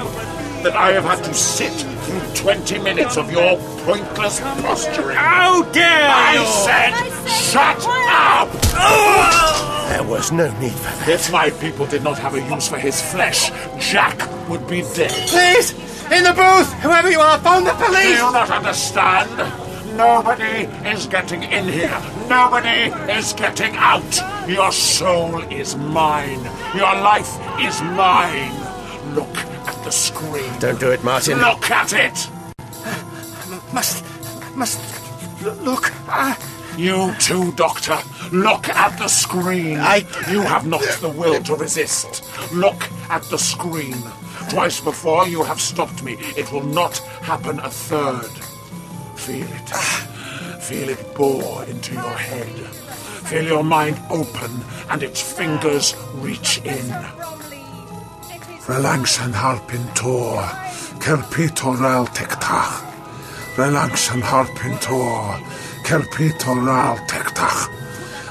Speaker 23: That I have had to sit through 20 minutes of your pointless posturing.
Speaker 9: How dare
Speaker 23: I
Speaker 9: you! Oh!
Speaker 23: Said, shut up!
Speaker 1: There was no need for that.
Speaker 23: If my people did not have a use for his flesh, Jack would be dead.
Speaker 15: Please, in the booth, whoever you are, phone the
Speaker 23: Do
Speaker 15: police.
Speaker 23: you not understand? Nobody is getting in here. Nobody is getting out. Your soul is mine. Your life is mine. Look at the screen.
Speaker 1: Don't do it, Martin.
Speaker 23: Look at it.
Speaker 6: Must, must l- look. uh.
Speaker 23: You too, Doctor. Look at the screen. I... You have not the will to resist. Look at the screen. Twice before you have stopped me. It will not happen a third. Feel it. Feel it bore into your head. Feel your mind open and its fingers reach in.
Speaker 18: Relaxen harpintor, kerpitoral tektach. Relaxen harpintor, kerpitoral tektach.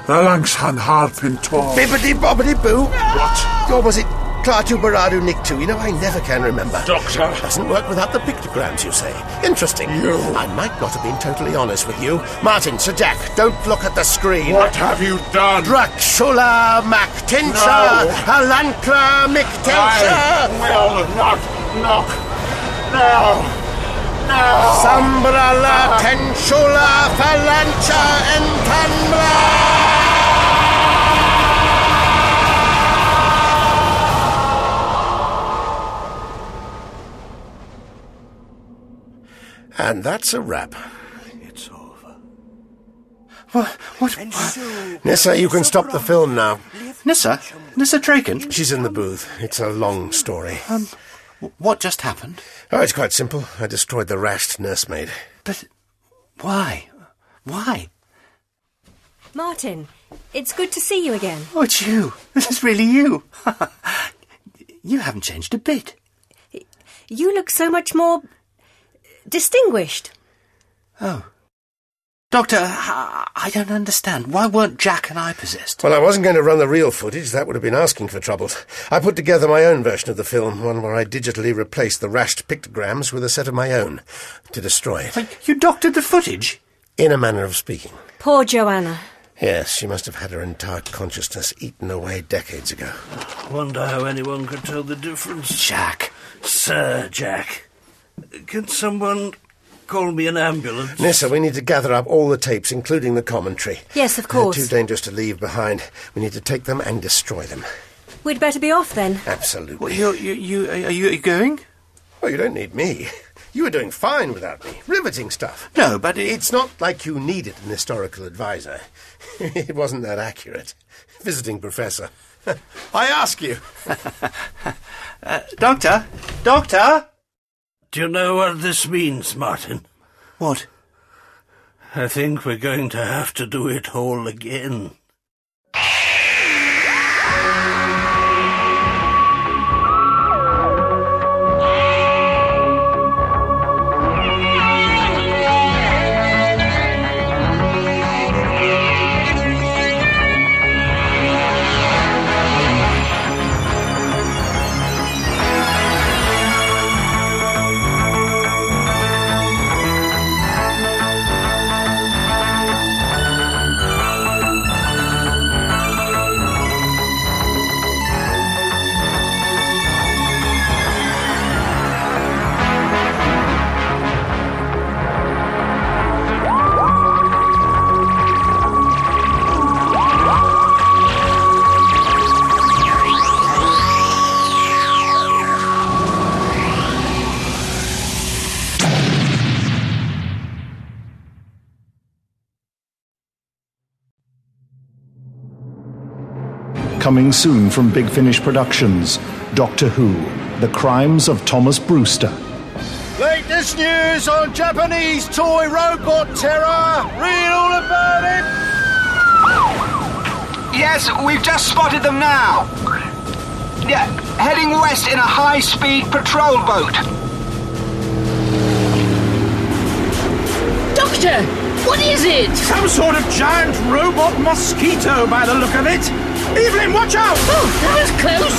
Speaker 18: Relaxen harpintor.
Speaker 1: Bibbidi bobbidi boo. What? Or was it Klaatu Baradu Niktu? You know, I never can remember.
Speaker 23: Doctor.
Speaker 1: Doesn't work without the pictograms, you say. Interesting.
Speaker 23: You.
Speaker 1: I might not have been totally honest with you. Martin, Sir Jack, don't look at the screen.
Speaker 23: What have you done?
Speaker 1: Draxula Mactinsha,
Speaker 23: No.
Speaker 1: Alankra
Speaker 23: I
Speaker 1: Mictelsha.
Speaker 23: will not knock. No. No.
Speaker 1: Sambrala Tensula Phalancha and And that's a wrap.
Speaker 18: It's over.
Speaker 1: What? What? Nissa, you can stop the film now. Nissa? Nissa Draken? She's in the booth. It's a long story. Um, what just happened? Oh, it's quite simple. I destroyed the rashed nursemaid. But why? Why?
Speaker 5: Martin, it's good to see you again.
Speaker 18: Oh, it's you. This is really you. you haven't changed a bit.
Speaker 5: You look so much more distinguished.
Speaker 18: Oh. Doctor, I I don't understand. Why weren't Jack and I possessed?
Speaker 1: Well, I wasn't going to run the real footage. That would have been asking for troubles. I put together my own version of the film, one where I digitally replaced the rashed pictograms with a set of my own to destroy it.
Speaker 18: you doctored the footage?
Speaker 1: In a manner of speaking.
Speaker 5: Poor Joanna.
Speaker 1: Yes, she must have had her entire consciousness eaten away decades ago.
Speaker 9: Wonder how anyone could tell the difference.
Speaker 18: Jack.
Speaker 9: Sir Jack. Can someone call me an ambulance?
Speaker 1: Nissa, we need to gather up all the tapes, including the commentary.
Speaker 5: Yes, of
Speaker 1: They're
Speaker 5: course.
Speaker 1: too dangerous to leave behind. We need to take them and destroy them.
Speaker 5: We'd better be off then.
Speaker 1: Absolutely.
Speaker 18: you, you, you, are you are you going?
Speaker 1: Well, you don't need me. You were doing fine without me. Riveting stuff.
Speaker 18: No, but
Speaker 1: it's not like you needed an historical advisor. it wasn't that accurate. Visiting professor. I ask you.
Speaker 18: Uh, doctor? Doctor?
Speaker 9: Do you know what this means, Martin?
Speaker 18: What?
Speaker 9: I think we're going to have to do it all again. coming soon from Big Finish Productions Doctor Who The Crimes of Thomas Brewster.
Speaker 24: Latest news on Japanese toy robot terror. Read all about it.
Speaker 25: Yes, we've just spotted them now. Yeah, heading west in a high-speed patrol boat.
Speaker 26: Doctor, what is it?
Speaker 6: Some sort of giant robot mosquito by the look of it. Evelyn, watch out! Oh, that was close.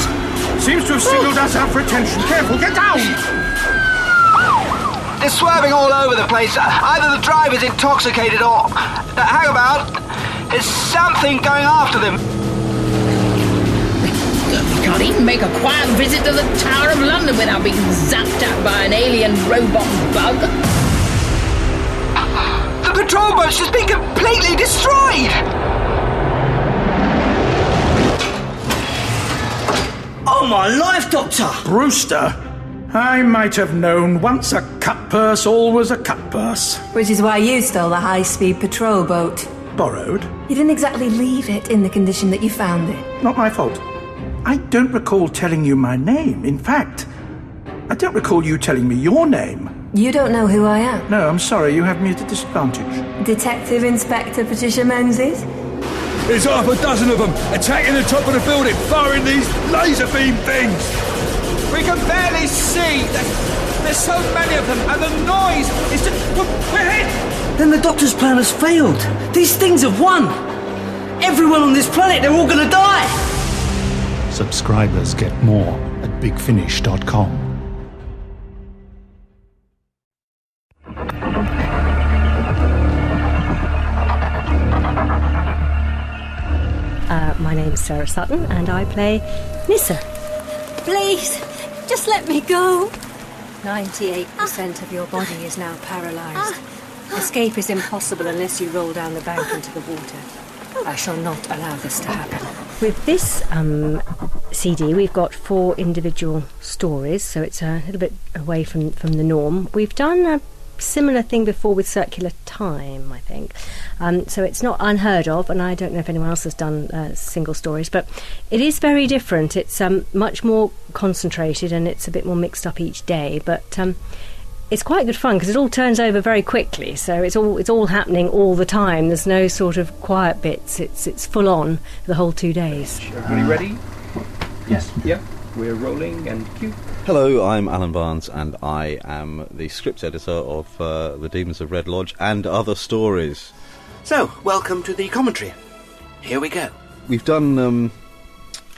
Speaker 6: Seems to have singled us out for attention. Careful, get down!
Speaker 25: They're swerving all over the place. Either the driver's intoxicated or... Uh, hang about. There's something going after them.
Speaker 26: We can't even make a quiet visit to the Tower of London without being zapped out by an alien robot bug.
Speaker 25: The patrol boat's Oh, just been completely destroyed!
Speaker 6: Oh, my life, Doctor! Brewster? I might have known once a cut purse, always a cut purse.
Speaker 11: Which is why you stole the high speed patrol boat.
Speaker 9: Borrowed?
Speaker 11: You didn't exactly leave it in the condition that you found it.
Speaker 6: Not my fault. I don't recall telling you my name. In fact, I don't recall you telling me your name.
Speaker 11: You don't know who I am.
Speaker 6: No, I'm sorry, you have me at a disadvantage.
Speaker 11: Detective Inspector Patricia Menzies?
Speaker 12: There's half a dozen of them attacking the top of the building, firing these laser beam things.
Speaker 27: We can barely see. There's, there's so many of them, and the noise is just. we're- We're hit!
Speaker 8: Then the doctor's plan has failed. These things have won. Everyone on this planet, they're all gonna die.
Speaker 9: Subscribers get more at bigfinish.com.
Speaker 2: Uh, my name's Sarah Sutton and I play Nissa.
Speaker 28: Please, just let me go. 98% of your body is now paralysed.
Speaker 5: Ah.
Speaker 28: Escape is impossible unless you roll down the bank into the water. I shall not allow this to happen.
Speaker 2: With this um, CD, we've got four individual stories, so it's a little bit away from, from the norm. We've done a similar thing before with Circular Time, I think. Um, so it's not unheard of, and I don't know if anyone else has done uh, single stories, but it is very different. It's um, much more concentrated and it's a bit more mixed up each day, but. Um, it's quite good fun because it all turns over very quickly. So it's all it's all happening all the time. There's no sort of quiet bits. It's it's full on the whole two days.
Speaker 29: Everybody ready? Yes. Yep. We're rolling and cue.
Speaker 30: Hello, I'm Alan Barnes, and I am the script editor of uh, The Demons of Red Lodge and Other Stories.
Speaker 31: So, welcome to the commentary. Here we go.
Speaker 30: We've done um,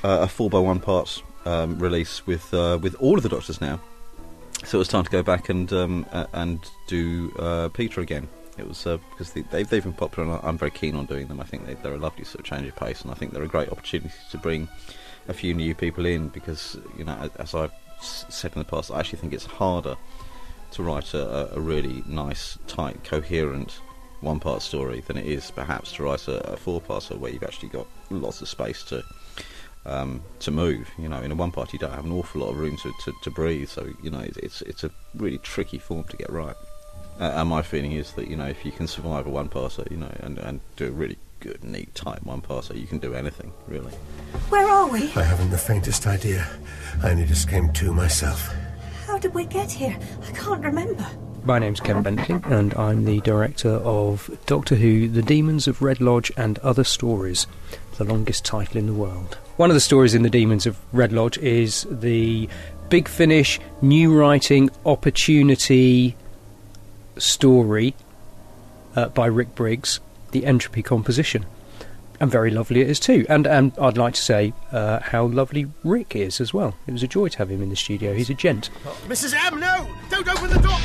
Speaker 30: uh, a four by one part um, release with uh, with all of the Doctors now, so it's time to go back and um, uh, and do uh, Peter again. It was uh, because they, they've they've been popular, and I- I'm very keen on doing them. I think they, they're a lovely sort of change of pace, and I think they're a great opportunity to bring a few new people in because you know as I've s- said in the past, I actually think it's harder to write a, a- a really nice, tight, coherent one part story than it is perhaps to write a, a four parter where you've actually got lots of space to um, to move. You know, in a one part you don't have an awful lot of room to, to, to breathe, so you know it's, it's it's a really tricky form to get right. Uh, and my feeling is that you know if you can survive a one parter, you know, and, and do a really good, neat, tight one parter, you can do anything really.
Speaker 32: Where are we?
Speaker 33: I haven't the faintest idea. I only just came to myself.
Speaker 32: How did we get here? I can't remember.
Speaker 29: My name's Kevin Bentley, and I'm the director of Doctor Who, The Demons of Red Lodge, and Other Stories, the longest title in the world. One of the stories in The Demons of Red Lodge is the Big Finish New Writing Opportunity story uh, by Rick Briggs, The Entropy Composition. And very lovely it is too. And, and I'd like to say uh, how lovely Rick is as well. It was a joy to have him in the studio. He's a gent.
Speaker 1: Mrs. M, no! Don't open the door!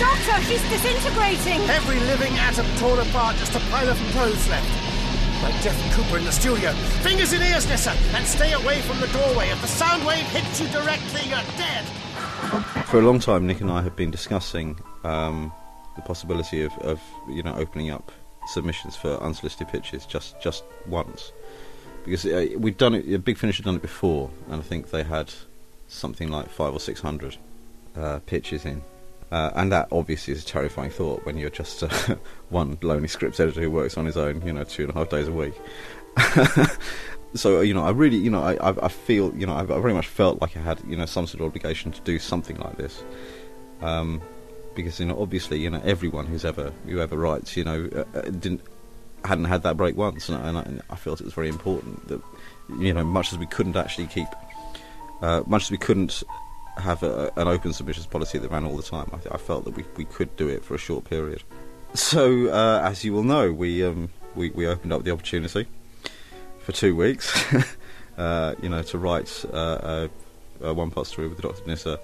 Speaker 32: Doctor, she's disintegrating!
Speaker 1: Every living atom torn apart, just a pile of clothes left. Like Jeff Cooper in the studio. Fingers in ears, Nissa, and stay away from the doorway. If the sound wave hits you directly, you're dead!
Speaker 30: For a long time, Nick and I have been discussing um, the possibility of, of you know opening up submissions for unsolicited pitches just just once, because uh, we've done it. Big Finish had done it before, and I think they had something like five or six hundred uh, pitches in, Uh, and that obviously is a terrifying thought when you're just uh, one lonely script editor who works on his own, you know, two and a half days a week. so you know, I really, you know, I, I, I feel, you know, I, I very much felt like I had, you know, some sort of obligation to do something like this, um, because you know, obviously, you know, everyone who's ever who ever writes, you know, uh, uh, didn't hadn't had that break once, and I, and I, and I felt it was very important that, you know, much as we couldn't actually keep, uh, much as we couldn't have a, an open submissions policy that ran all the time, I, I felt that we, we could do it for a short period. So, uh, as you will know, we, um, we we opened up the opportunity for two weeks, uh, you know, to write uh, a, a one-part story with the Doctor Nissa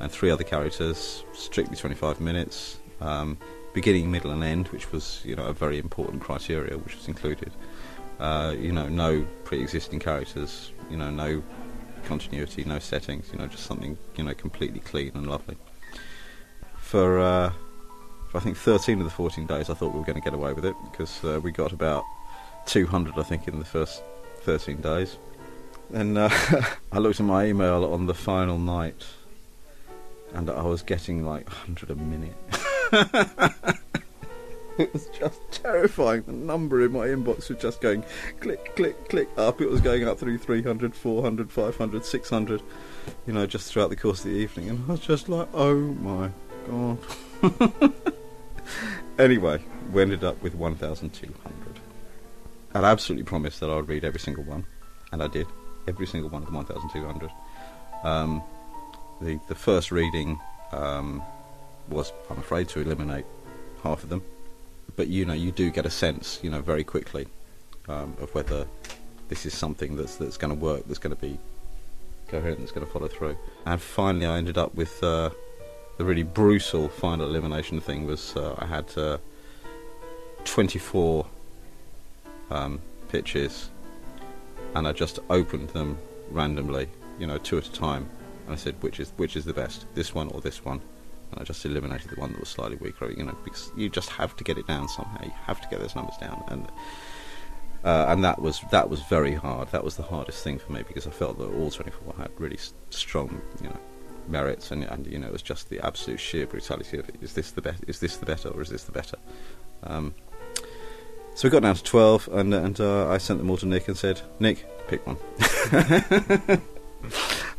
Speaker 30: and three other characters, strictly 25 minutes, um, beginning, middle, and end, which was you know a very important criteria, which was included. Uh, you know, no pre-existing characters, you know, no continuity, no settings, you know, just something you know completely clean and lovely. For uh, for I think 13 of the 14 days, I thought we were going to get away with it because uh, we got about 200, I think, in the first 13 days. And uh, I looked at my email on the final night, and I was getting like 100 a minute. it was just terrifying. The number in my inbox was just going click, click, click up. It was going up through 300, 400, 500, 600, you know, just throughout the course of the evening. And I was just like, oh my god. anyway, we ended up with 1,200. And I absolutely promised that I would read every single one, and I did. Every single one of the 1,200. Um, the, the first reading um, was, I'm afraid, to eliminate half of them but you know you do get a sense you know very quickly um, of whether this is something that's that's going to work that's going to be coherent that's going to follow through and finally I ended up with uh, the really brutal final elimination thing was uh, I had uh, 24 um, pitches and I just opened them randomly you know two at a time and I said which is which is the best this one or this one and I just eliminated the one that was slightly weaker. You know, because you just have to get it down somehow. You have to get those numbers down, and uh, and that was that was very hard. That was the hardest thing for me because I felt that all 24 had really s- strong, you know, merits, and and you know, it was just the absolute sheer brutality of it. Is this the best? Is this the better, or is this the better? Um, so we got down to 12, and and uh, I sent them all to Nick and said, Nick, pick one.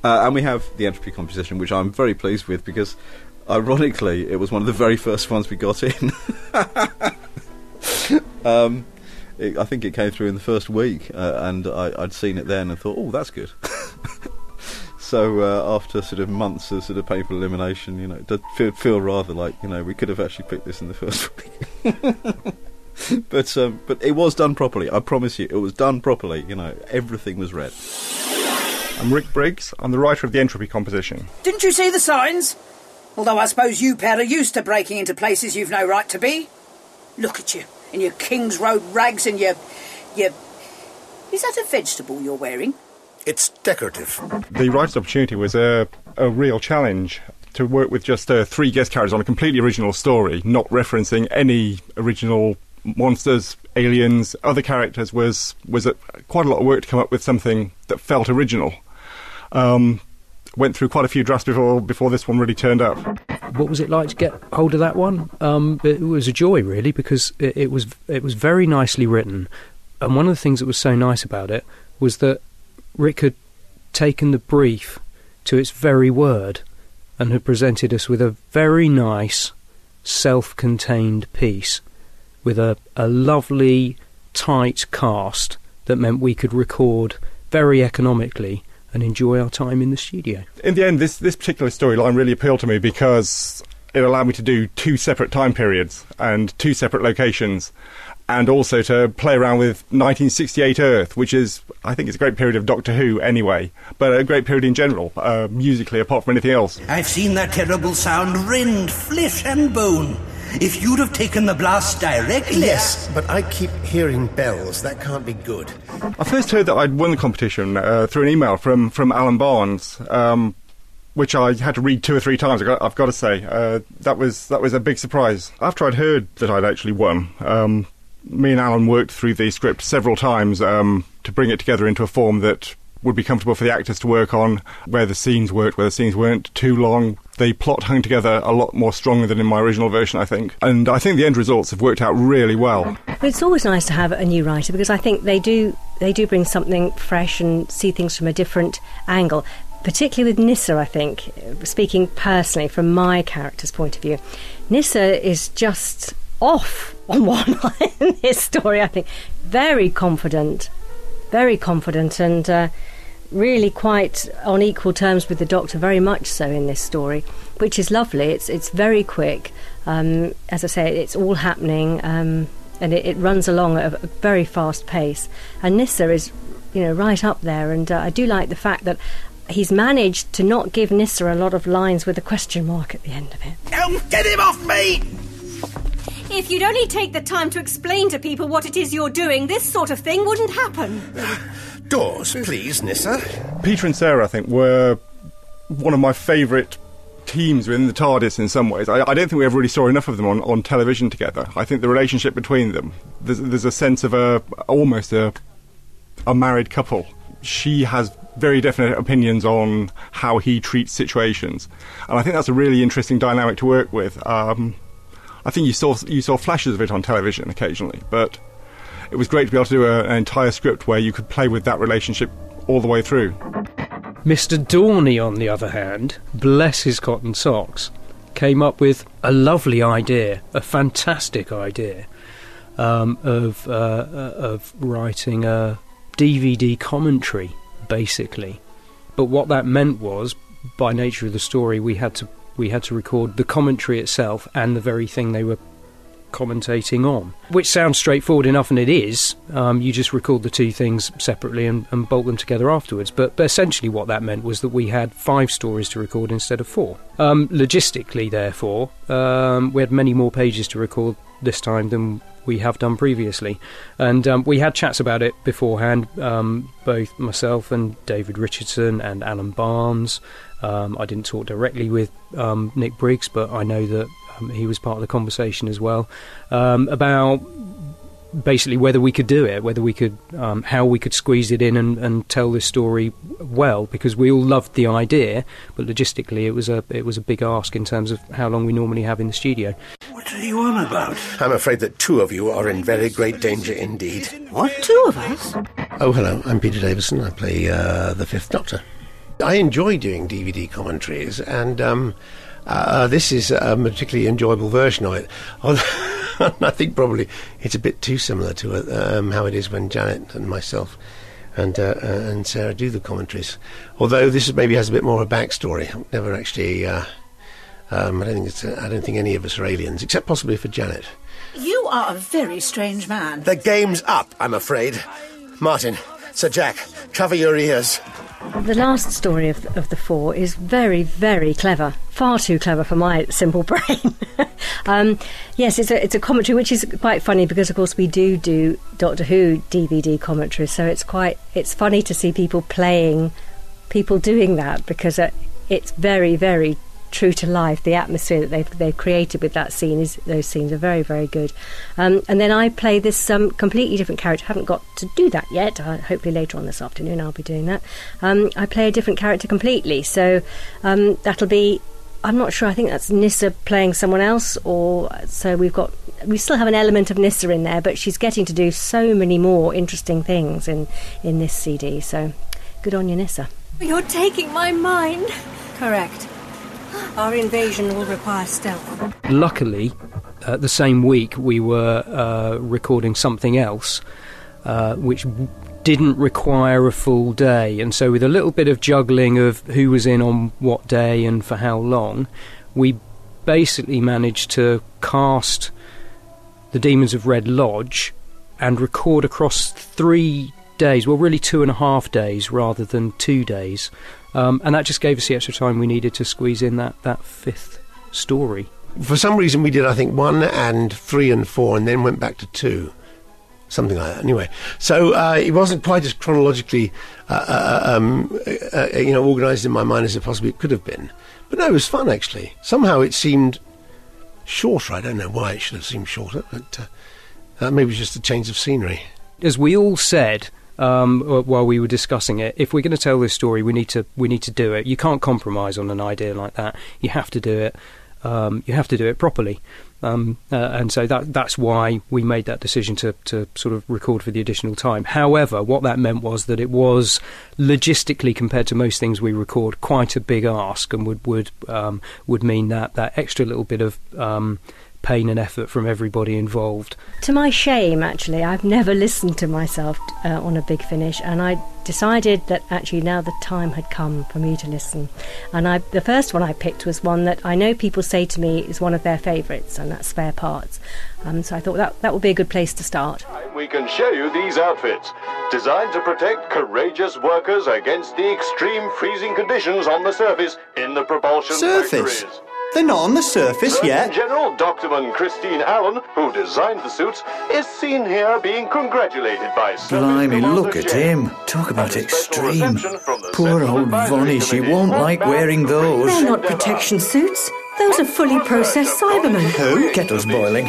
Speaker 30: Uh, and we have the entropy composition, which I'm very pleased with because ironically, it was one of the very first ones we got in. um, it, I think it came through in the first week, uh, and I, I'd seen it then and thought, oh, that's good. so uh, after sort of months of sort of painful elimination, you know, it did feel, feel rather like you know we could have actually picked this in the first week. but um, but it was done properly. I promise you, it was done properly. You know, everything was read.
Speaker 3: I'm Rick Briggs. I'm the writer of the entropy composition.
Speaker 6: Didn't you see the signs? Although I suppose you pair are used to breaking into places you've no right to be. Look at you, in your King's Road rags and your. your. Is that a vegetable you're wearing?
Speaker 1: It's decorative.
Speaker 3: The writer's opportunity was a, a real challenge to work with just uh, three guest characters on a completely original story, not referencing any original monsters, aliens, other characters was was a, quite a lot of work to come up with something that felt original. Um, went through quite a few drafts before before this one really turned up.
Speaker 29: What was it like to get hold of that one? Um, it was a joy, really, because it, it was it was very nicely written, and one of the things that was so nice about it was that Rick had taken the brief to its very word and had presented us with a very nice, self-contained piece with a, a lovely, tight cast that meant we could record very economically and enjoy our time in the studio.
Speaker 3: In the end, this this particular storyline really appealed to me because it allowed me to do two separate time periods and two separate locations, and also to play around with 1968 Earth, which is I think it's a great period of Doctor Who anyway, but a great period in general, uh, musically apart from anything else.
Speaker 7: I've seen that terrible sound rend flesh and bone. If you'd have taken the blast directly.
Speaker 1: Yes, but I keep hearing bells. That can't be good.
Speaker 3: I first heard that I'd won the competition uh, through an email from, from Alan Barnes, um, which I had to read two or three times. I got, I've got to say uh, that was that was a big surprise. After I'd heard that I'd actually won, um, me and Alan worked through the script several times um, to bring it together into a form that would be comfortable for the actors to work on, where the scenes worked, where the scenes weren't too long. The plot hung together a lot more strongly than in my original version, I think. And I think the end results have worked out really well.
Speaker 2: It's always nice to have a new writer because I think they do they do bring something fresh and see things from a different angle. Particularly with Nissa, I think, speaking personally from my character's point of view, Nissa is just off on one line in this story, I think. Very confident, very confident, and uh, really quite on equal terms with the Doctor, very much so in this story, which is lovely. It's, it's very quick. Um, as I say, it's all happening. Um, and it, it, runs along at a very fast pace. And Nissa is, you know, right up there. And uh, I do like the fact that he's managed to not give Nissa a lot of lines with a question mark at the end of it.
Speaker 11: No, get him off me!
Speaker 34: If you'd only take the time to explain to people what it is you're doing, this sort of thing wouldn't happen.
Speaker 1: Doors, please, Nissa.
Speaker 3: Peter and Sarah, I think, were one of my favourite teams within the TARDIS in some ways. I, I, don't think we ever really saw enough of them on, on television together. I think the relationship between them, there's, there's a sense of a almost a, a married couple. She has very definite opinions on how he treats situations, and I think that's a really interesting dynamic to work with. Um, I think you saw you saw flashes of it on television occasionally, but it was great to be able to do a, an entire script where you could play with that relationship all the way through.
Speaker 29: Mr. Dorney, on the other hand, bless his cotton socks, came up with a lovely idea, a fantastic idea, um, of uh, uh, of writing a DVD commentary, basically. But what that meant was, by nature of the story, we had to we had to record the commentary itself and the very thing they were commentating on. Which sounds straightforward enough, and it is. Um, you just record the two things separately and, and bolt them together afterwards. But, but, essentially, what that meant was that we had five stories to record instead of four. Um, logistically, therefore, um, we had many more pages to record this time than we have done previously. And um, we had chats about it beforehand, um, both myself and David Richardson and Alan Barnes. Um, I didn't talk directly with um, Nick Briggs, but I know that um, he was part of the conversation as well um, about basically whether we could do it, whether we could, um, how we could squeeze it in and, and tell this story well, because we all loved the idea, but logistically it was a it was a big ask in terms of how long we normally have in the studio.
Speaker 11: What are you on about?
Speaker 1: I'm afraid that two of you are in very great danger indeed.
Speaker 11: What?
Speaker 10: Two of us?
Speaker 1: Oh, hello. I'm Peter Davison. I play uh, the Fifth Doctor. I enjoy doing DVD commentaries, and um, uh, this is a particularly enjoyable version of it. I think probably it's a bit too similar to um, how it is when Janet and myself and uh, and Sarah do the commentaries. Although this maybe has a bit more of a backstory. I've never actually. uh, Um, I don't think it's, uh, I don't think any of us are aliens, except possibly for Janet.
Speaker 10: You are a very strange man.
Speaker 1: The game's up, I'm afraid. Martin, Sir Jack, cover your ears.
Speaker 2: The last story of, of the four is very, very clever. Far too clever for my simple brain. um, yes, it's a, it's a commentary, which is quite funny because, of course, we do do Doctor Who DVD commentaries, so it's quite it's funny to see people playing, people doing that because uh, it's very, very true to life. The atmosphere that they've, they've created with that scene is those scenes are very very good. Um, and then I play this um, completely different character. I haven't got to do that yet. Uh, hopefully later on this afternoon I'll be doing that. Um, I play a different character completely. So um, that'll be. I'm not sure. I think that's Nissa playing someone else, or so we've got. We still have an element of Nissa in there, but she's getting to do so many more interesting things in in this CD. So, good on you, Nissa.
Speaker 34: You're taking my mind. Correct. Our invasion will require stealth.
Speaker 29: Luckily, uh, the same week we were uh, recording something else, uh, which w- didn't require a full day. And so, with a little bit of juggling of who was in on what day and for how long, we basically managed to cast the Demons of Red Lodge and record across three days, well, really two and a half days rather than two days. Um, and that just gave us the extra time we needed to squeeze in that, that fifth story.
Speaker 1: For some reason, we did, I think, one and three and four, and then went back to two. Something like that, anyway. So uh, it wasn't quite as chronologically, uh, uh, um, you know, organised in my mind as it possibly could have been. But no, it was fun actually. Somehow it seemed shorter. I don't know why uh, it should have seemed shorter, but maybe it was just a change of scenery.
Speaker 29: As we all said, um, wh- while we were discussing it. If we're going to tell this story, we need to we need to do it. You can't compromise on an idea like that. You have to do it. Um, you have to do it properly. Um, uh, and so that that's why we made that decision to to sort of record for the additional time. However, what that meant was that it was logistically compared to most things we record quite a big ask, and would would um, would mean that that extra little bit of um, pain and effort from everybody involved.
Speaker 2: To my shame, actually, I've never listened to myself uh, on a big finish, and I decided that actually now the time had come for me to listen. And I, the first one I picked was one that I know people say to me is one of their favourites, and that's Spare Parts. Um, so I thought that, that would be a good place to start.
Speaker 9: We can show you these outfits, designed to protect courageous workers against the extreme freezing conditions on the surface in the propulsion
Speaker 8: Surface?
Speaker 9: factories.
Speaker 8: They're not on the surface
Speaker 9: Surgeon
Speaker 8: yet.
Speaker 9: General Doctorman Christine Allen, who designed the suits, is seen here being congratulated by
Speaker 8: Blimey, look at him. Talk about extreme. Poor old Vonnie, she won't like wearing
Speaker 35: They're
Speaker 8: those.
Speaker 35: not protection suits. Those are fully processed Cybermen.
Speaker 8: Who? Kettle's boiling.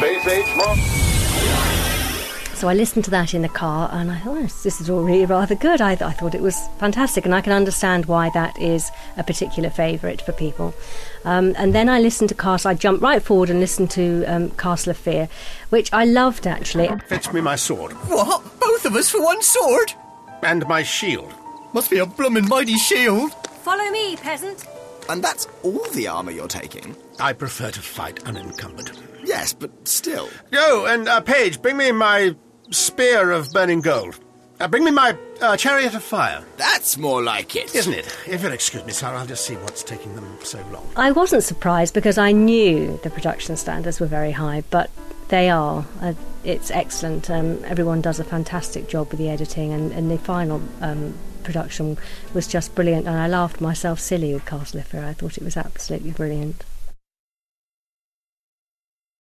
Speaker 2: So I listened to that in the car, and I thought "Oh, this is all really rather good. I, I thought it was fantastic, and I can understand why that is a particular favourite for people. Um, and then I listened to Castle. I jumped right forward and listened to um, Castle of Fear, which I loved actually.
Speaker 1: Fetch me my sword.
Speaker 8: What? Both of us for one sword?
Speaker 1: And my shield.
Speaker 8: Must be a bloomin' mighty shield.
Speaker 36: Follow me, peasant.
Speaker 8: And that's all the armour you're taking?
Speaker 1: I prefer to fight unencumbered.
Speaker 8: Yes, but still.
Speaker 1: Yo, and uh, Page, bring me my spear of burning gold. Uh, bring me my uh, chariot of fire.
Speaker 8: That's more like it.
Speaker 1: Isn't it? If you'll excuse me, sir, I'll just see what's taking them so long.
Speaker 2: I wasn't surprised because I knew the production standards were very high, but they are. Uh, it's excellent. Um, everyone does a fantastic job with the editing, and, and the final um, production was just brilliant. And I laughed myself silly with Castle of Fear. I thought it was absolutely brilliant.